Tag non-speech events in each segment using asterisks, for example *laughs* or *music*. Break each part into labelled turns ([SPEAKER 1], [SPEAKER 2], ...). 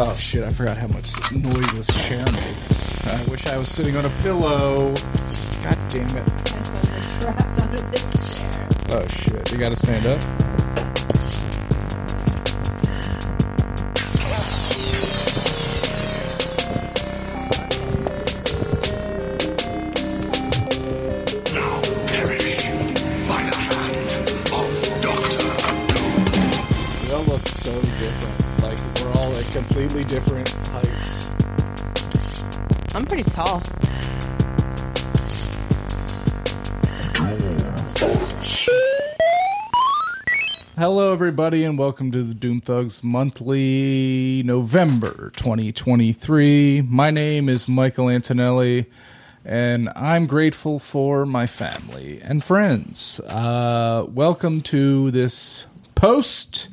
[SPEAKER 1] Oh shit, I forgot how much noise this chair makes. I wish I was sitting on a pillow. God damn it.
[SPEAKER 2] trapped under this chair.
[SPEAKER 1] Oh shit, you gotta stand up. We all look so different. Like we're all like completely different heights.
[SPEAKER 2] I'm pretty tall.
[SPEAKER 1] Hello, everybody, and welcome to the Doom Thugs Monthly November 2023. My name is Michael Antonelli, and I'm grateful for my family and friends. Uh, welcome to this post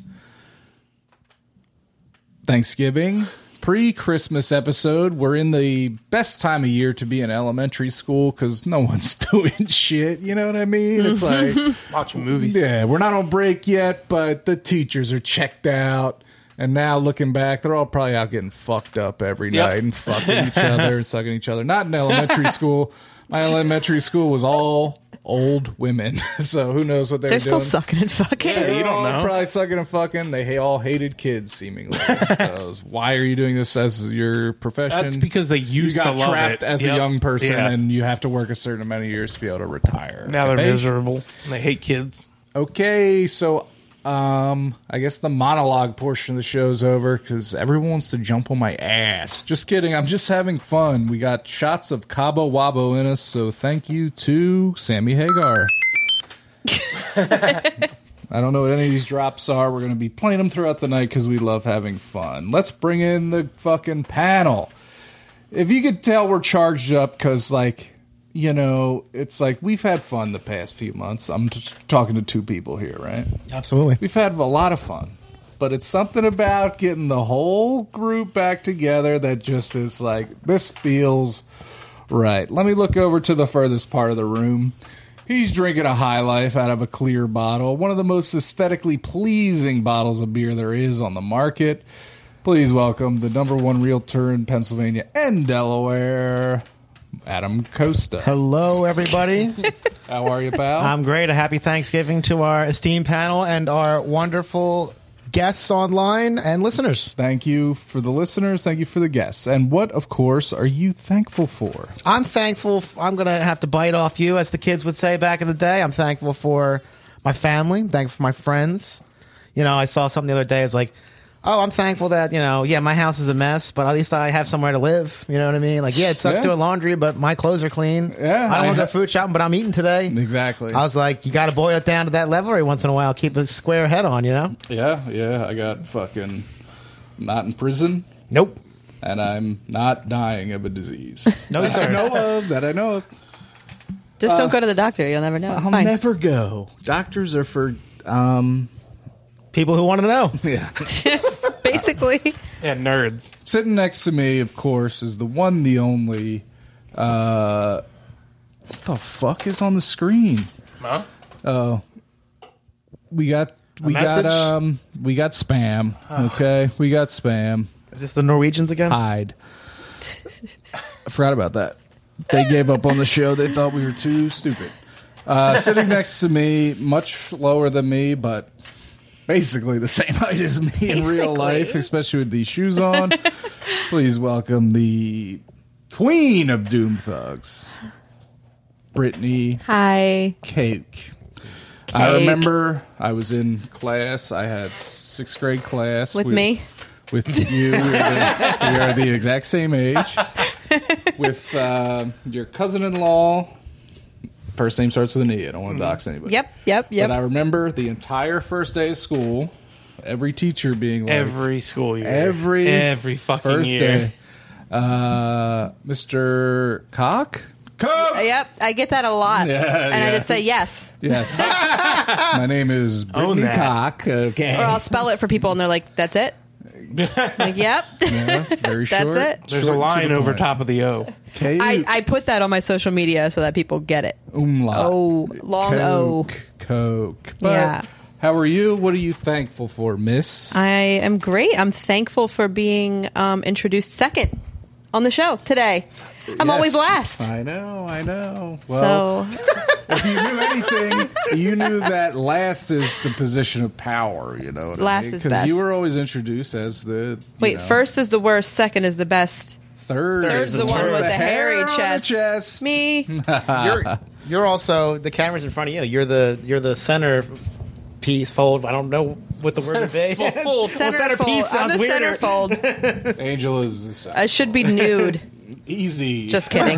[SPEAKER 1] Thanksgiving pre Christmas episode. We're in the best time of year to be in elementary school because no *laughs* one's doing shit. You know what I mean? It's like.
[SPEAKER 3] Mm-hmm. *laughs* Watching movies.
[SPEAKER 1] Yeah, we're not on break yet, but the teachers are checked out. And now looking back, they're all probably out getting fucked up every
[SPEAKER 3] Yep.
[SPEAKER 1] night and fucking
[SPEAKER 3] *laughs*
[SPEAKER 1] each other and sucking each other. Not in elementary school. My elementary school was all old women, *laughs* so who knows what they
[SPEAKER 2] They're
[SPEAKER 1] were
[SPEAKER 2] still
[SPEAKER 1] doing.
[SPEAKER 2] sucking and fucking.
[SPEAKER 3] Yeah, you
[SPEAKER 1] They're
[SPEAKER 3] don't
[SPEAKER 1] all
[SPEAKER 3] know.
[SPEAKER 1] Probably sucking and fucking. They ha- all hated kids,
[SPEAKER 3] *laughs*
[SPEAKER 1] seemingly. so it was, why are you doing this as your profession?
[SPEAKER 3] That's because they
[SPEAKER 1] you
[SPEAKER 3] used
[SPEAKER 1] got
[SPEAKER 3] to love
[SPEAKER 1] trapped
[SPEAKER 3] it.
[SPEAKER 1] as a
[SPEAKER 3] Yep.
[SPEAKER 1] young person,
[SPEAKER 3] Yeah.
[SPEAKER 1] and you have to work a certain amount of years to be able to retire.
[SPEAKER 3] now they're
[SPEAKER 1] Okay?
[SPEAKER 3] miserable. And they hate kids.
[SPEAKER 1] Okay, so um, I guess the monologue portion of the show's over because everyone wants to jump on my ass. Just kidding. I'm just having fun. We got shots of Cabo Wabo in us, so thank you to Sammy Hagar. I don't know what any of these drops are. We're going to be playing them throughout the night because we love having fun. Let's bring in the fucking panel if you could tell we're charged up because like you know it's like we've had fun the past few months i'm just talking to two people here right
[SPEAKER 4] Absolutely.
[SPEAKER 1] we've had a lot of fun but it's something about getting the whole group back together that just is like this feels right let me look over to the furthest part of the room he's drinking a high life out of a clear bottle one of the most aesthetically pleasing bottles of beer there is on the market please welcome the number one realtor in pennsylvania and delaware adam costa
[SPEAKER 4] Hello, everybody.
[SPEAKER 1] how are you pal
[SPEAKER 4] I'm great. A happy Thanksgiving to our esteemed panel and our wonderful guests online and listeners.
[SPEAKER 1] Thank you for the listeners. Thank you for the guests. And what, of course, are you thankful for?
[SPEAKER 4] I'm thankful. f- I'm going to have to bite off you, as the kids would say back in the day. I'm thankful for my family. I'm thankful for my friends. You know, I saw something the other day. I was like, oh, I'm thankful that, you know, yeah, my house is a mess, but at least I have somewhere to live. You know what I mean? Like, yeah, it sucks
[SPEAKER 1] Yeah.
[SPEAKER 4] doing laundry, but my clothes are clean.
[SPEAKER 1] Yeah,
[SPEAKER 4] I
[SPEAKER 1] I
[SPEAKER 4] don't want to
[SPEAKER 1] ha-
[SPEAKER 4] go food shopping, but I'm eating today.
[SPEAKER 1] Exactly.
[SPEAKER 4] I was like, you got to boil it down to that level every once in a while. Keep a square head on, you know?
[SPEAKER 1] yeah, yeah. I got fucking not in prison,
[SPEAKER 4] Nope.
[SPEAKER 1] and I'm not dying of a disease
[SPEAKER 4] No,
[SPEAKER 1] that I
[SPEAKER 4] sir.
[SPEAKER 1] know of. That I know of.
[SPEAKER 2] Just
[SPEAKER 1] uh,
[SPEAKER 2] don't go to the doctor. You'll never know. It's fine.
[SPEAKER 1] go. Doctors are for.
[SPEAKER 4] People who want to know.
[SPEAKER 1] Yeah.
[SPEAKER 2] *laughs* Basically,
[SPEAKER 3] Yeah, nerds.
[SPEAKER 1] Sitting next to me, of course, is the one, the only. Uh, what the fuck is on the screen? Uh,
[SPEAKER 3] Huh?
[SPEAKER 1] We got. We got
[SPEAKER 4] message?
[SPEAKER 1] um we got spam. Okay, we got spam.
[SPEAKER 4] Is this the Norwegians again?
[SPEAKER 1] hide. I forgot about that. They gave up on the show. They thought we were too stupid. Uh, sitting next to me, much lower than me, but basically the same *laughs* height as me in real
[SPEAKER 2] Basically.
[SPEAKER 1] life, especially with these shoes on. Please welcome the queen of Doom Thugs, Brittany
[SPEAKER 2] hi.
[SPEAKER 1] cake. I
[SPEAKER 2] Cake.
[SPEAKER 1] remember I was in class. I had sixth grade class
[SPEAKER 2] With me?
[SPEAKER 1] With you, we are, the, we are the exact same age. With uh, your cousin-in-law, first name starts with an E. I don't want to dox anybody.
[SPEAKER 2] Mm-hmm. Yep, yep, yep.
[SPEAKER 1] But I remember the entire first day of school, every teacher being like,
[SPEAKER 3] Every school year.
[SPEAKER 1] every
[SPEAKER 3] every fucking
[SPEAKER 1] first
[SPEAKER 3] year.
[SPEAKER 1] day, uh, Mr. Cock. Cock.
[SPEAKER 2] Yep, I get that a lot,
[SPEAKER 1] Yeah,
[SPEAKER 2] and I
[SPEAKER 1] yeah.
[SPEAKER 2] just say yes, *laughs*
[SPEAKER 1] Yes. My name is
[SPEAKER 3] Own
[SPEAKER 1] Brittany
[SPEAKER 3] that.
[SPEAKER 1] Cock. uh, Okay.
[SPEAKER 2] or I'll spell it for people, and they're like,
[SPEAKER 1] *laughs*
[SPEAKER 2] "That's it." like, yep.
[SPEAKER 1] Yeah, it's very
[SPEAKER 2] *laughs* That's
[SPEAKER 1] short.
[SPEAKER 2] it.
[SPEAKER 3] There's
[SPEAKER 1] Short and
[SPEAKER 3] a
[SPEAKER 1] to
[SPEAKER 3] line
[SPEAKER 1] the
[SPEAKER 3] over
[SPEAKER 1] point.
[SPEAKER 3] top of the O.
[SPEAKER 1] Cake.
[SPEAKER 2] I, I put that on my social
[SPEAKER 1] Uh,
[SPEAKER 2] media so that people get it.
[SPEAKER 1] umlaut.
[SPEAKER 2] Oh, long O.
[SPEAKER 1] Coke. Coke. But
[SPEAKER 2] Yeah.
[SPEAKER 1] How are you? What are you thankful for, Miss?
[SPEAKER 2] I am great. I'm thankful for being um, introduced second on the show today. I'm
[SPEAKER 1] Yes.
[SPEAKER 2] always last.
[SPEAKER 1] I know, I know. Well,
[SPEAKER 2] So
[SPEAKER 1] if you knew anything, you knew that last is the position of power. You know, what I
[SPEAKER 2] Last
[SPEAKER 1] mean?
[SPEAKER 2] is best.
[SPEAKER 1] you were always introduced as the you
[SPEAKER 2] wait,
[SPEAKER 1] know,
[SPEAKER 2] first is the worst, second is the best.
[SPEAKER 1] third, is
[SPEAKER 2] Third's the one with the, hairy
[SPEAKER 1] hair on the
[SPEAKER 2] chest.
[SPEAKER 1] chest.
[SPEAKER 2] *laughs* Me.
[SPEAKER 4] *laughs* you're, you're also the camera's in front of you. You're the you're the center piece fold. I don't know what the
[SPEAKER 3] *laughs*
[SPEAKER 4] word would be. Well,
[SPEAKER 2] Centerfold.
[SPEAKER 4] centerpiece
[SPEAKER 2] I'm
[SPEAKER 4] sounds
[SPEAKER 2] the
[SPEAKER 4] weirder.
[SPEAKER 2] centerfold.
[SPEAKER 1] Angel is the side.
[SPEAKER 2] I should be *laughs* nude.
[SPEAKER 1] easy.
[SPEAKER 2] Just kidding.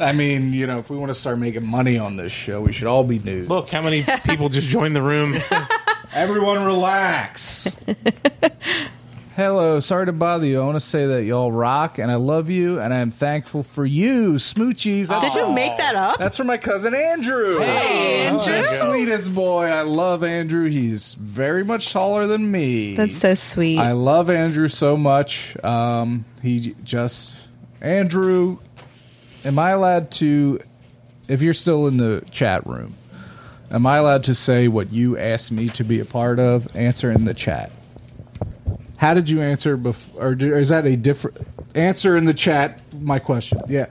[SPEAKER 1] I mean, you know, if we want to start making money on this show, we should all be nude.
[SPEAKER 3] Look
[SPEAKER 2] *laughs*
[SPEAKER 3] how many people just joined the room.
[SPEAKER 1] Everyone relax. Hello, sorry to bother you. I want to say that y'all rock and I love you and I'm thankful for you, Smoochies. That's-
[SPEAKER 2] Did you make that up?
[SPEAKER 1] That's from my cousin Andrew. Oh, Hey,
[SPEAKER 2] Andrew.
[SPEAKER 1] The sweetest boy. I love Andrew. He's very much taller than me.
[SPEAKER 2] That's so sweet.
[SPEAKER 1] I love Andrew so much. Um, he just Andrew. Am I allowed to? If you're still in the chat room, am I allowed to say what you asked me to be a part of? Answer in the chat. How did you answer before, or do- or is that a different answer in the chat? My question, yeah.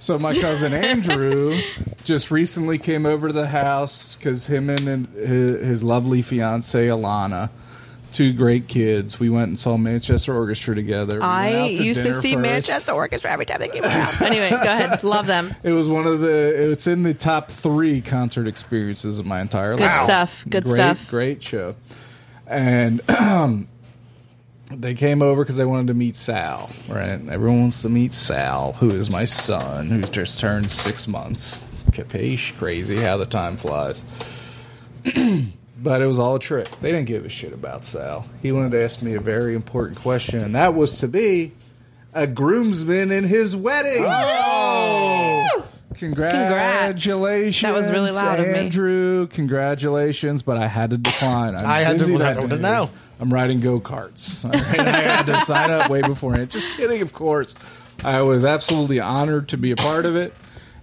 [SPEAKER 1] So my
[SPEAKER 2] *laughs*
[SPEAKER 1] cousin Andrew just recently came over to the house because him and, and his, his lovely fiance Alana, two great kids, we went and saw Manchester Orchestra together. We went
[SPEAKER 2] I
[SPEAKER 1] out
[SPEAKER 2] used to
[SPEAKER 1] dinner
[SPEAKER 2] see
[SPEAKER 1] first.
[SPEAKER 2] Manchester Orchestra every time they came around. anyway, go ahead. Love them.
[SPEAKER 1] It was one of the. It's in the top three concert experiences of my entire
[SPEAKER 2] Good
[SPEAKER 1] life.
[SPEAKER 2] stuff. Good
[SPEAKER 1] great,
[SPEAKER 2] stuff.
[SPEAKER 1] Great show. And *clears throat* they came over because they wanted to meet Sal, right? Everyone wants to meet Sal, who is my son, who just turned six months. Capiche? Crazy how the time flies. but it was all a trick. They didn't give a shit about Sal. He wanted to ask me a very important question, and that was to be a groomsman in his wedding. Oh! Congratulations.
[SPEAKER 2] That was really loud of me.
[SPEAKER 1] Andrew, congratulations, but I had to decline. I'm
[SPEAKER 4] I had to-
[SPEAKER 1] busy
[SPEAKER 4] I
[SPEAKER 1] that
[SPEAKER 4] don't
[SPEAKER 1] day.
[SPEAKER 4] know.
[SPEAKER 1] I'm riding go karts. *laughs* I had to sign up way beforehand. Just kidding, of course. I was absolutely honored to be a part of it.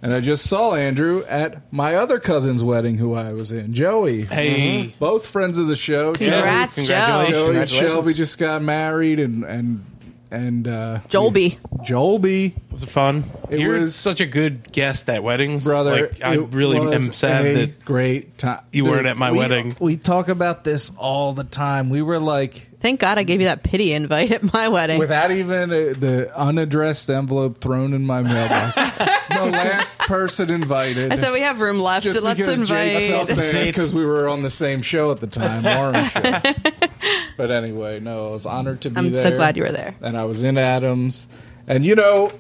[SPEAKER 1] And I just saw Andrew at my other cousin's wedding, who I was in, Joey. Mm-hmm.
[SPEAKER 3] Hey.
[SPEAKER 1] Both friends of the show.
[SPEAKER 2] Congrats,
[SPEAKER 3] Congratulations.
[SPEAKER 2] Joe.
[SPEAKER 1] Joey, Joey
[SPEAKER 3] Congratulations.
[SPEAKER 1] Shelby just got married, and and and uh,
[SPEAKER 2] Joelby.
[SPEAKER 1] Joelby
[SPEAKER 3] It was fun.
[SPEAKER 1] It
[SPEAKER 3] You're
[SPEAKER 1] was-
[SPEAKER 3] such a good guest at weddings,
[SPEAKER 1] brother.
[SPEAKER 3] Like, I
[SPEAKER 1] it
[SPEAKER 3] really
[SPEAKER 1] was
[SPEAKER 3] am sad
[SPEAKER 1] a *laughs*
[SPEAKER 3] that
[SPEAKER 1] great time.
[SPEAKER 3] you weren't at my
[SPEAKER 1] we-
[SPEAKER 3] wedding.
[SPEAKER 1] We talk about this all the time. We were like
[SPEAKER 2] Thank God I gave you that pity invite at my
[SPEAKER 1] *laughs*
[SPEAKER 2] wedding.
[SPEAKER 1] without even uh the unaddressed envelope thrown in my
[SPEAKER 4] *laughs*
[SPEAKER 1] mailbox. the last person invited.
[SPEAKER 2] I said we have room left.
[SPEAKER 1] just
[SPEAKER 2] Let's
[SPEAKER 1] because Jake felt
[SPEAKER 2] invite.
[SPEAKER 1] bad because we were on the same show at the time, Orange.
[SPEAKER 2] *laughs*
[SPEAKER 1] Show. but anyway, no, I was honored to be
[SPEAKER 2] I'm
[SPEAKER 1] there.
[SPEAKER 2] so glad you were there.
[SPEAKER 1] And I was in Adams, and you know,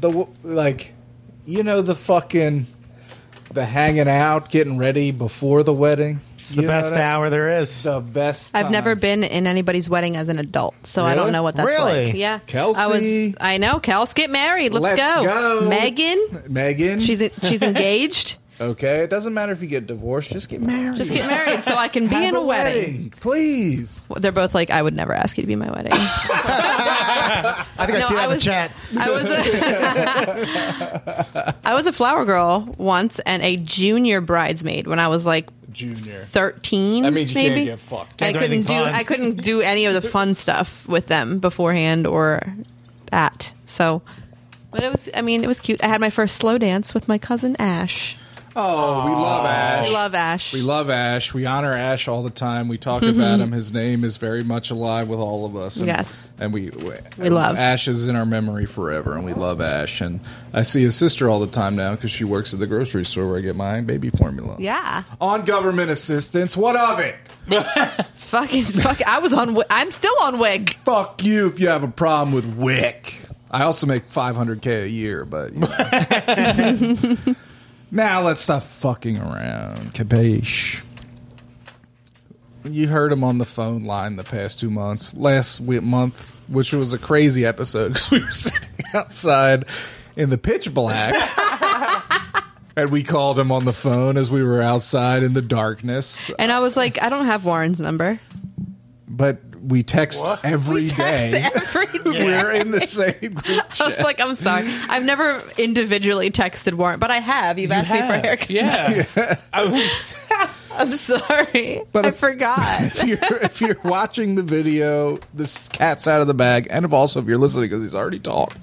[SPEAKER 1] the w- like, you know, the fucking, the hanging out, getting ready before the wedding.
[SPEAKER 4] It's the best hour there is.
[SPEAKER 3] *laughs*
[SPEAKER 1] The best.
[SPEAKER 2] I've
[SPEAKER 1] time.
[SPEAKER 2] never been in anybody's wedding as an adult, so I
[SPEAKER 1] Really?
[SPEAKER 2] don't know what that's
[SPEAKER 4] Really?
[SPEAKER 2] like. Yeah,
[SPEAKER 1] Kelsey.
[SPEAKER 2] I was. I know. Kels, get married. Let's,
[SPEAKER 1] Let's go.
[SPEAKER 2] Megan.
[SPEAKER 1] Megan.
[SPEAKER 2] She's she's engaged.
[SPEAKER 1] okay. It doesn't matter if you get divorced. Just get married.
[SPEAKER 2] Just get married so I can be
[SPEAKER 1] Have
[SPEAKER 2] in a, wedding.
[SPEAKER 1] please.
[SPEAKER 2] They're both like, I would never ask you to be
[SPEAKER 1] *laughs*
[SPEAKER 2] my wedding.
[SPEAKER 4] I think I
[SPEAKER 2] No,
[SPEAKER 4] see that
[SPEAKER 2] I
[SPEAKER 4] in the
[SPEAKER 2] was-
[SPEAKER 4] chat.
[SPEAKER 2] I was a I was a *laughs* flower girl once and a junior bridesmaid when I was like
[SPEAKER 1] Junior.
[SPEAKER 2] thirteen.
[SPEAKER 1] That means you
[SPEAKER 2] maybe.
[SPEAKER 1] can't get fucked.
[SPEAKER 2] I
[SPEAKER 3] do
[SPEAKER 2] couldn't
[SPEAKER 3] anything
[SPEAKER 2] do
[SPEAKER 3] fun.
[SPEAKER 2] I couldn't do any of
[SPEAKER 3] *laughs*
[SPEAKER 2] the fun stuff with them beforehand or at. So but it was I mean, it was cute. I had my first slow dance with my cousin Ash.
[SPEAKER 1] Oh, we love Ash.
[SPEAKER 2] I love Ash.
[SPEAKER 1] We love Ash. We honor Ash all the time. We talk
[SPEAKER 2] Mm-hmm.
[SPEAKER 1] about him. His name is very much alive with all of us. And,
[SPEAKER 2] Yes.
[SPEAKER 1] and we we,
[SPEAKER 2] We love.
[SPEAKER 1] Ash is in our memory forever, and we love Ash. And I see his sister all the time now because she works at the grocery store where I get my baby formula.
[SPEAKER 2] yeah.
[SPEAKER 1] On government assistance, what of it?
[SPEAKER 2] Fucking fuck I was on Wi- I'm still on wig.
[SPEAKER 1] Fuck you if you have a problem with WIC. I also make 500k a year, but you know. now let's stop fucking around. Capiche? You heard him on the phone line the past two months. Last we- month, which was a crazy episode because we were *laughs* sitting outside in the pitch black. And we called him on the phone as we were outside in the darkness.
[SPEAKER 2] And I was like, I don't have Warren's number.
[SPEAKER 1] But we text every
[SPEAKER 2] We
[SPEAKER 1] day.
[SPEAKER 2] text
[SPEAKER 1] *laughs*
[SPEAKER 2] every day.
[SPEAKER 1] We're in the same group
[SPEAKER 2] I was like, I'm sorry. I've never
[SPEAKER 3] *laughs*
[SPEAKER 2] individually texted Warren, but I have. You've asked me for a haircut.
[SPEAKER 3] Yeah. I was
[SPEAKER 2] I'm sorry.
[SPEAKER 1] But
[SPEAKER 2] I
[SPEAKER 1] if- *laughs*
[SPEAKER 2] forgot.
[SPEAKER 1] if you're if you're watching the video, this cat's out of the bag, and if also if you're listening because he's already talked.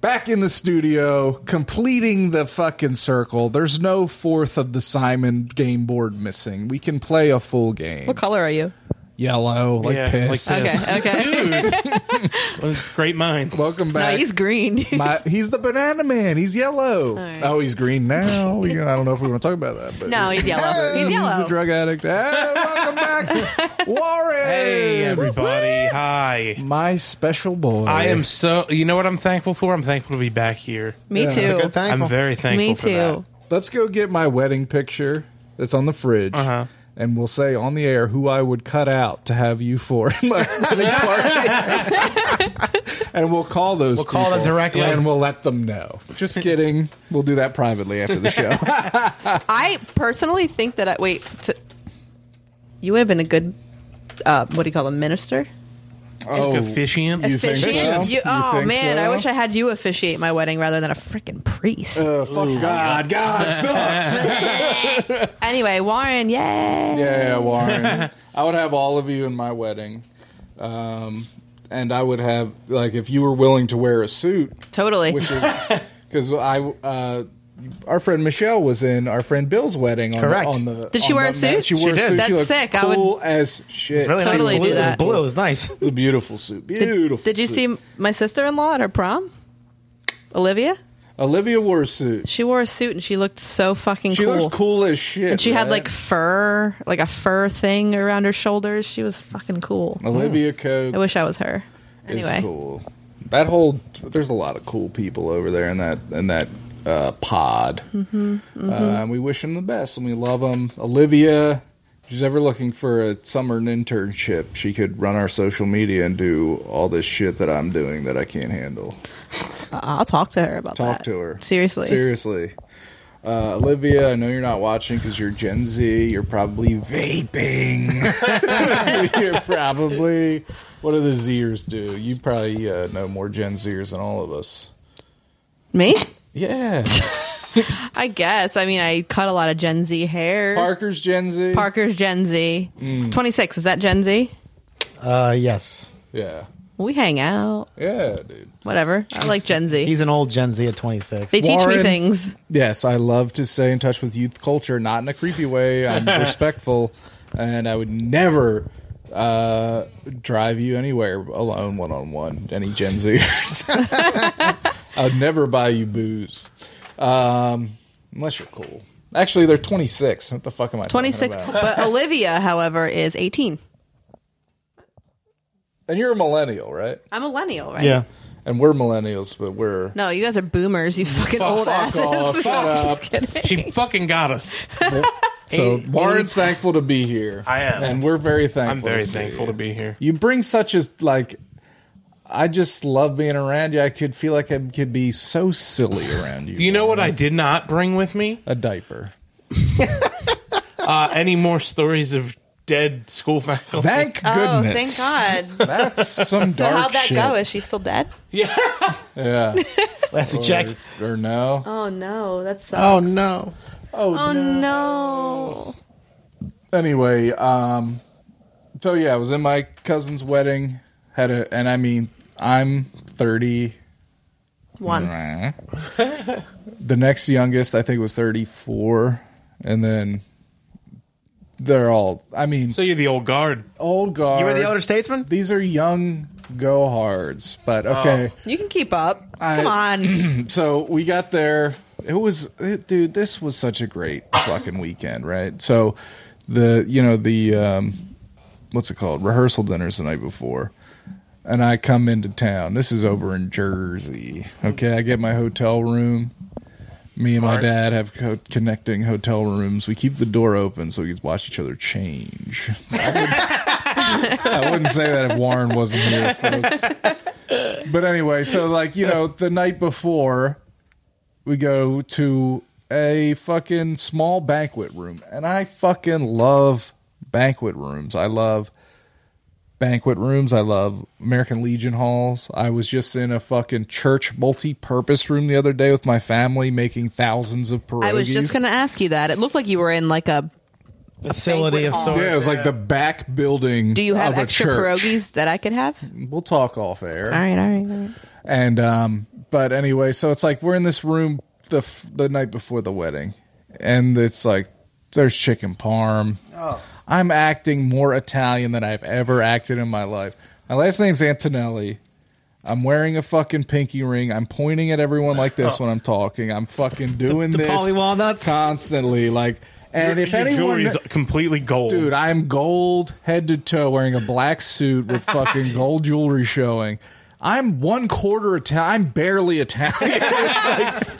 [SPEAKER 1] Back in the studio, completing the fucking circle. There's no fourth of the Simon game board missing. We can play a full game.
[SPEAKER 2] what color are you?
[SPEAKER 1] Yellow, like
[SPEAKER 3] Yeah,
[SPEAKER 1] piss.
[SPEAKER 3] like piss.
[SPEAKER 2] Okay, okay.
[SPEAKER 3] Well, Great mind.
[SPEAKER 1] Welcome
[SPEAKER 2] no,
[SPEAKER 1] back.
[SPEAKER 2] he's *laughs* green. dude.
[SPEAKER 1] My- he's the banana man. He's yellow.
[SPEAKER 2] right.
[SPEAKER 1] Oh, he's green now. We- I don't know if we want to talk about that. But *laughs*
[SPEAKER 2] no, he's yellow. He's
[SPEAKER 1] He's a
[SPEAKER 2] yellow.
[SPEAKER 1] drug addict. Hey, welcome back,
[SPEAKER 2] *laughs*
[SPEAKER 1] Warren.
[SPEAKER 3] Hey, everybody. Hi.
[SPEAKER 1] My special boy.
[SPEAKER 3] I am so. You know what I'm thankful for? I'm thankful to be back here.
[SPEAKER 2] Me
[SPEAKER 1] Yeah.
[SPEAKER 4] That's a
[SPEAKER 2] too.
[SPEAKER 4] good thankful.
[SPEAKER 3] I'm very thankful
[SPEAKER 2] Me
[SPEAKER 3] for that.
[SPEAKER 2] too.
[SPEAKER 1] Let's go get my wedding picture that's on the fridge.
[SPEAKER 3] Uh-huh.
[SPEAKER 1] And we'll say on the air who I would cut out to have you for *laughs* in my wedding party. and we'll call those We'll
[SPEAKER 4] call them directly.
[SPEAKER 1] And we'll let them know. Just kidding. We'll do that privately after the show.
[SPEAKER 2] I personally think that I wait. To, you would have been a good. Uh, what do you call them? Minister.
[SPEAKER 1] oh,
[SPEAKER 3] Officiant.
[SPEAKER 1] You think
[SPEAKER 2] Officiant.
[SPEAKER 1] so?
[SPEAKER 2] You-
[SPEAKER 1] You
[SPEAKER 2] oh
[SPEAKER 1] think
[SPEAKER 2] man, I
[SPEAKER 1] so?
[SPEAKER 2] wish I had you officiate my wedding rather than a freaking priest.
[SPEAKER 1] uh, fuck God. God sucks.
[SPEAKER 2] anyway, Warren, yay!
[SPEAKER 1] Yeah, Warren. I would have all of you in my wedding. Um, and I would have, like, if you were willing to wear a suit,
[SPEAKER 2] Totally.
[SPEAKER 1] which is because I, uh, our friend Michelle was in our friend Bill's wedding. On
[SPEAKER 4] Correct.
[SPEAKER 1] The, on the
[SPEAKER 2] Did she
[SPEAKER 1] on
[SPEAKER 2] wear a
[SPEAKER 1] the-
[SPEAKER 2] suit?
[SPEAKER 1] She wore
[SPEAKER 4] She
[SPEAKER 1] a
[SPEAKER 4] did.
[SPEAKER 1] suit.
[SPEAKER 2] That's
[SPEAKER 1] she looked
[SPEAKER 2] sick. I would-
[SPEAKER 1] Cool as shit.
[SPEAKER 4] It's really
[SPEAKER 2] Totally
[SPEAKER 4] nice.
[SPEAKER 2] do
[SPEAKER 4] Blue. It was
[SPEAKER 2] that.
[SPEAKER 4] blue. It was nice.
[SPEAKER 1] It was a beautiful suit. Beautiful.
[SPEAKER 2] Did you
[SPEAKER 1] suit.
[SPEAKER 2] see my sister in law at her prom? Olivia?
[SPEAKER 1] Olivia wore a suit?
[SPEAKER 2] She wore a suit and she looked so fucking
[SPEAKER 1] She
[SPEAKER 2] cool.
[SPEAKER 1] looks cool as shit.
[SPEAKER 2] And she had
[SPEAKER 1] right?
[SPEAKER 2] like fur, like a fur thing around her shoulders. She was fucking cool.
[SPEAKER 1] Olivia Coke
[SPEAKER 2] I wish I was her. Anyway,
[SPEAKER 1] is cool. That whole there's a lot of cool people over there in that in that uh, pod. Uh, and we wish them the best and we love them. Olivia, if she's ever looking for a summer internship, she could run our social media and do all this shit that I'm doing that I can't handle.
[SPEAKER 2] I- uh, I'll talk to her about that.
[SPEAKER 1] Talk to her
[SPEAKER 2] Seriously.
[SPEAKER 1] Seriously. Uh, Olivia, I know you're not watching because you're Gen Z. You're probably vaping. *laughs* you're probably. What do the Zers do? You probably uh, know more Gen Zers than all of us.
[SPEAKER 2] Me? *laughs*
[SPEAKER 1] Yeah.
[SPEAKER 2] I guess. I mean, I cut a lot of Gen Z hair.
[SPEAKER 1] Parker's Gen Z.
[SPEAKER 2] Parker's Gen Z.
[SPEAKER 1] Mm.
[SPEAKER 2] 26, is that Gen Z?
[SPEAKER 4] Uh, yes.
[SPEAKER 1] Yeah.
[SPEAKER 2] We hang out.
[SPEAKER 1] Yeah, dude.
[SPEAKER 2] Whatever. I like Gen Z.
[SPEAKER 4] He's an old Gen Z at 26.
[SPEAKER 2] They teach me
[SPEAKER 1] Warren.
[SPEAKER 2] things.
[SPEAKER 1] Yes, I love to stay in touch with youth culture, not in a creepy way. I'm respectful, and I would never uh, drive you anywhere alone, one on one, any Gen Zers. *laughs* I'd never buy you booze, um, unless you're cool. Actually, they're 26. What the fuck am I? talking
[SPEAKER 2] 26.
[SPEAKER 1] about?
[SPEAKER 2] But Olivia, however, is 18.
[SPEAKER 1] And you're a millennial, right?
[SPEAKER 2] I'm a millennial, right?
[SPEAKER 4] Yeah.
[SPEAKER 1] And we're millennials, but we're
[SPEAKER 2] No, you guys are boomers. You fucking old
[SPEAKER 1] Mm, fuck
[SPEAKER 2] asses. *laughs*
[SPEAKER 1] off, shut up.
[SPEAKER 3] She fucking got us.
[SPEAKER 1] so. Warren's thankful to be here.
[SPEAKER 3] I am.
[SPEAKER 1] and we're very thankful.
[SPEAKER 3] I'm very
[SPEAKER 1] see
[SPEAKER 3] thankful
[SPEAKER 1] you.
[SPEAKER 3] to be here.
[SPEAKER 1] you bring such as like I just love being around you. I could feel like I could be so silly around you.
[SPEAKER 3] Do you know what I did not bring with me?
[SPEAKER 1] A diaper.
[SPEAKER 3] Uh, any more stories of dead school faculty?
[SPEAKER 1] Thank
[SPEAKER 2] Oh,
[SPEAKER 1] goodness.
[SPEAKER 2] thank God. *laughs*
[SPEAKER 1] That's some
[SPEAKER 2] So
[SPEAKER 1] dark
[SPEAKER 2] how'd that
[SPEAKER 1] shit.
[SPEAKER 2] go? Is she still dead?
[SPEAKER 1] Yeah. *laughs*
[SPEAKER 4] Last we checked.
[SPEAKER 1] Or, or no.
[SPEAKER 2] Oh no, that's
[SPEAKER 4] Oh, no.
[SPEAKER 2] oh no.
[SPEAKER 1] Anyway, um, so yeah, I was in my cousin's wedding. Had a, and I mean, I'm thirty.
[SPEAKER 2] One.
[SPEAKER 1] *laughs* the next youngest, I think, was thirty-four, and then they're all. I mean,
[SPEAKER 3] So you're the old guard.
[SPEAKER 1] old guard.
[SPEAKER 4] You were the older statesman?
[SPEAKER 1] These are young gohards, but
[SPEAKER 4] Oh.
[SPEAKER 1] okay.
[SPEAKER 2] You can keep up.
[SPEAKER 1] I-
[SPEAKER 2] Come on.
[SPEAKER 1] So we got there. It was, it, dude. This was such a great fucking weekend, right? So the you know the um, what's it called rehearsal dinners the night before, and I come into town. This is over in Jersey. Okay, I get my hotel room. Me and my
[SPEAKER 3] Smart.
[SPEAKER 1] dad have co- connecting hotel rooms. We keep the door open so we can watch each other change. I wouldn't *laughs* say that if Warren wasn't here, folks. But anyway, so like you know, the night before, we go to a fucking small banquet room, and I fucking love banquet rooms. I love banquet rooms. I love American Legion halls. I was just in a fucking church multi-purpose room the other day with my family, making thousands of pierogies.
[SPEAKER 2] I was just going to ask you that. It looked like you were in like a.
[SPEAKER 4] Facility of
[SPEAKER 2] banquet
[SPEAKER 4] sorts.
[SPEAKER 1] Yeah, it was like the back building.
[SPEAKER 2] Do you have
[SPEAKER 1] of a
[SPEAKER 2] extra
[SPEAKER 1] church. Mm.
[SPEAKER 2] pierogies that I could have?
[SPEAKER 1] We'll talk off air.
[SPEAKER 2] All right, all right. All right.
[SPEAKER 1] And um, but anyway, so it's like we're in this room the f- the night before the wedding, and it's like there's chicken parm. Oh. I'm acting more Italian than I've ever acted in my life. My last name's Antonelli. I'm wearing a fucking pinky ring. I'm pointing at everyone like this when I'm talking. I'm fucking doing
[SPEAKER 4] the
[SPEAKER 1] this
[SPEAKER 4] Polly Walnuts?
[SPEAKER 1] constantly. Like, and
[SPEAKER 3] your,
[SPEAKER 1] if
[SPEAKER 3] your
[SPEAKER 1] anyone
[SPEAKER 3] jewelry's completely gold,
[SPEAKER 1] Dude, I'm gold head to toe wearing a black suit
[SPEAKER 3] *laughs*
[SPEAKER 1] with fucking gold jewelry showing. I'm one quarter Italian. I'm barely Italian.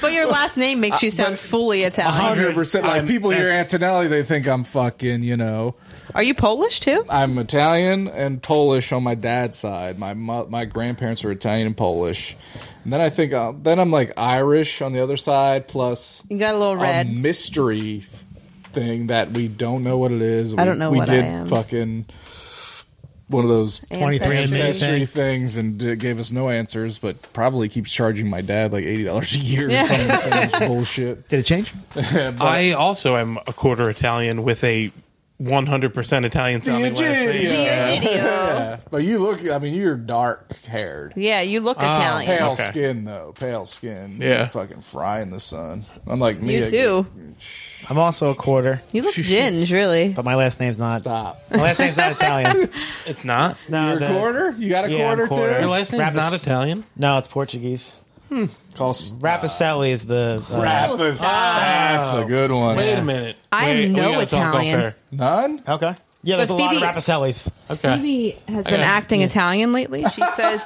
[SPEAKER 2] But your last name makes
[SPEAKER 1] Uh,
[SPEAKER 2] you sound fully Italian.
[SPEAKER 1] 100%. Like,
[SPEAKER 3] *laughs* I'm-
[SPEAKER 1] people hear
[SPEAKER 3] that's-
[SPEAKER 1] Antonelli, they think I'm fucking, you know.
[SPEAKER 2] Are you Polish too?
[SPEAKER 1] I'm Italian and Polish on my dad's side. My mo- my grandparents are Italian and Polish. And then I think, uh, then I'm like Irish on the other side, plus
[SPEAKER 2] You got a little
[SPEAKER 1] a
[SPEAKER 2] red.
[SPEAKER 1] mystery thing that we don't know what it is. We,
[SPEAKER 2] don't know
[SPEAKER 1] we
[SPEAKER 2] what I
[SPEAKER 1] did
[SPEAKER 2] am.
[SPEAKER 1] Fucking one of those
[SPEAKER 4] 23 and
[SPEAKER 2] Ancestry.
[SPEAKER 4] Mason.
[SPEAKER 1] ancestry things and it gave us no answers, but probably keeps charging my dad like eighty dollars a year or
[SPEAKER 2] Yeah.
[SPEAKER 1] something. some
[SPEAKER 2] *laughs*
[SPEAKER 1] bullshit.
[SPEAKER 4] Did it change?
[SPEAKER 3] I also am a quarter Italian with a 100% Italian sounding last name.
[SPEAKER 2] Diogedio.
[SPEAKER 1] Yeah. But you look. I mean, you're dark haired.
[SPEAKER 2] Yeah, you
[SPEAKER 1] Uh,
[SPEAKER 2] look Italian.
[SPEAKER 1] Pale
[SPEAKER 3] Okay.
[SPEAKER 1] skin though, pale skin.
[SPEAKER 3] Yeah.
[SPEAKER 1] You fucking fry in the sun. I'm like me.
[SPEAKER 2] You too.
[SPEAKER 4] I'm also a quarter,
[SPEAKER 2] You look ginge, really.
[SPEAKER 4] but my last name's not.
[SPEAKER 1] Stop.
[SPEAKER 4] My last name's not *laughs* Italian.
[SPEAKER 3] It's not.
[SPEAKER 4] No,
[SPEAKER 1] You're
[SPEAKER 4] the-
[SPEAKER 1] a quarter. You got a
[SPEAKER 4] Yeah, I'm
[SPEAKER 1] quarter,
[SPEAKER 4] quarter.
[SPEAKER 3] Your
[SPEAKER 1] too.
[SPEAKER 3] last name's
[SPEAKER 4] Rapas-
[SPEAKER 3] not Italian.
[SPEAKER 4] No, it's Portuguese.
[SPEAKER 1] Costs
[SPEAKER 4] Rapacelli is the. Uh,
[SPEAKER 1] Rapace. That's a good one.
[SPEAKER 3] Wait a minute.
[SPEAKER 2] I am
[SPEAKER 3] Wait, we
[SPEAKER 2] no
[SPEAKER 3] gotta talk off
[SPEAKER 2] Italian.
[SPEAKER 3] air.
[SPEAKER 1] None.
[SPEAKER 4] Okay. Yeah, there's
[SPEAKER 2] But
[SPEAKER 4] a lot of
[SPEAKER 2] Phoebe-
[SPEAKER 4] Rapacellis.
[SPEAKER 3] Okay.
[SPEAKER 2] Phoebe has been
[SPEAKER 3] Okay.
[SPEAKER 2] acting Italian lately.
[SPEAKER 1] *laughs*
[SPEAKER 2] She says,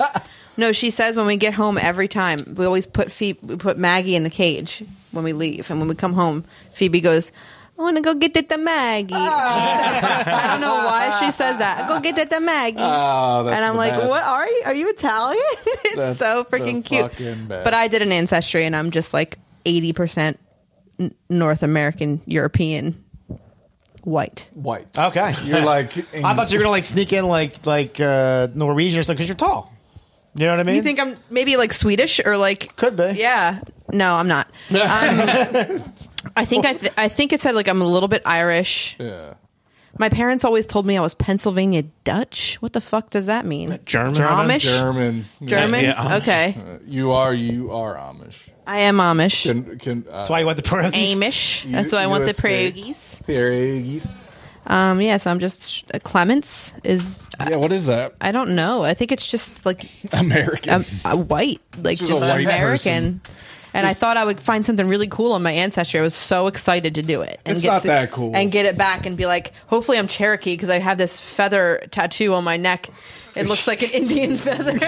[SPEAKER 2] "No, she says when we get home every time we always put Phoebe, we put Maggie in the cage when we leave, and when we come home, Phoebe goes." I want to go get it the Maggie. She says, I don't know why she says that. Go get it the Maggie.
[SPEAKER 1] Oh, that's
[SPEAKER 2] and I'm
[SPEAKER 1] the
[SPEAKER 2] like,
[SPEAKER 1] best.
[SPEAKER 2] what are you? Are you Italian? *laughs* it's
[SPEAKER 1] That's
[SPEAKER 2] so
[SPEAKER 1] the
[SPEAKER 2] freaking cute.
[SPEAKER 1] fucking best.
[SPEAKER 2] But I did an ancestry, and I'm just like 80 percent North American, European, white.
[SPEAKER 1] White.
[SPEAKER 4] Okay.
[SPEAKER 1] You're like.
[SPEAKER 4] I thought you were gonna like sneak in like like uh, Norwegian or something because you're tall. You know what I mean?
[SPEAKER 2] You think I'm maybe like Swedish or like
[SPEAKER 4] Could be.
[SPEAKER 2] Yeah. No, I'm
[SPEAKER 3] *laughs*
[SPEAKER 2] not. Um, I think I th- I think it said like I'm a little bit Irish.
[SPEAKER 1] Yeah.
[SPEAKER 2] My parents always told me I was Pennsylvania Dutch. What the fuck does that mean?
[SPEAKER 3] German.
[SPEAKER 2] Amish.
[SPEAKER 1] German.
[SPEAKER 2] German?
[SPEAKER 3] Yeah, yeah, Amish.
[SPEAKER 2] okay.
[SPEAKER 1] Uh, You are you are Amish.
[SPEAKER 2] I am Amish.
[SPEAKER 1] Can can uh,
[SPEAKER 4] That's why you want the Portuguese.
[SPEAKER 2] Amish.
[SPEAKER 1] you-
[SPEAKER 2] That's why I want the
[SPEAKER 1] US state.
[SPEAKER 2] pierogies.
[SPEAKER 1] pierogies.
[SPEAKER 2] Um, yeah, so I'm just Clements is
[SPEAKER 1] Yeah, what is that?
[SPEAKER 2] *laughs* I don't know. I think it's just like
[SPEAKER 1] American.
[SPEAKER 2] *laughs* um, uh, white, like
[SPEAKER 1] She's
[SPEAKER 2] just,
[SPEAKER 1] a white
[SPEAKER 2] American.
[SPEAKER 1] person.
[SPEAKER 2] And I thought I would find something really cool on my ancestry. I was so excited to do it. And
[SPEAKER 1] It's not that cool.
[SPEAKER 2] And get it back and be like, hopefully I'm Cherokee because I have this feather tattoo on my neck. It looks like an *laughs*
[SPEAKER 1] *laughs*
[SPEAKER 2] Indian feather.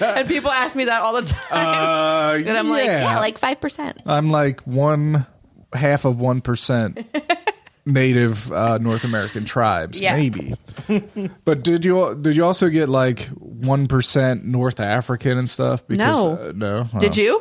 [SPEAKER 2] and people ask me that all the time.
[SPEAKER 1] uh,
[SPEAKER 2] *laughs* and I'm like, yeah, like 5%.
[SPEAKER 1] I'm like one half of one
[SPEAKER 2] *laughs*
[SPEAKER 1] percent native uh, North American tribes,
[SPEAKER 2] Yeah. *laughs*
[SPEAKER 1] maybe. but did you did you also get like one percent North African and stuff?
[SPEAKER 2] No.
[SPEAKER 1] uh, no. Oh,
[SPEAKER 2] Did you?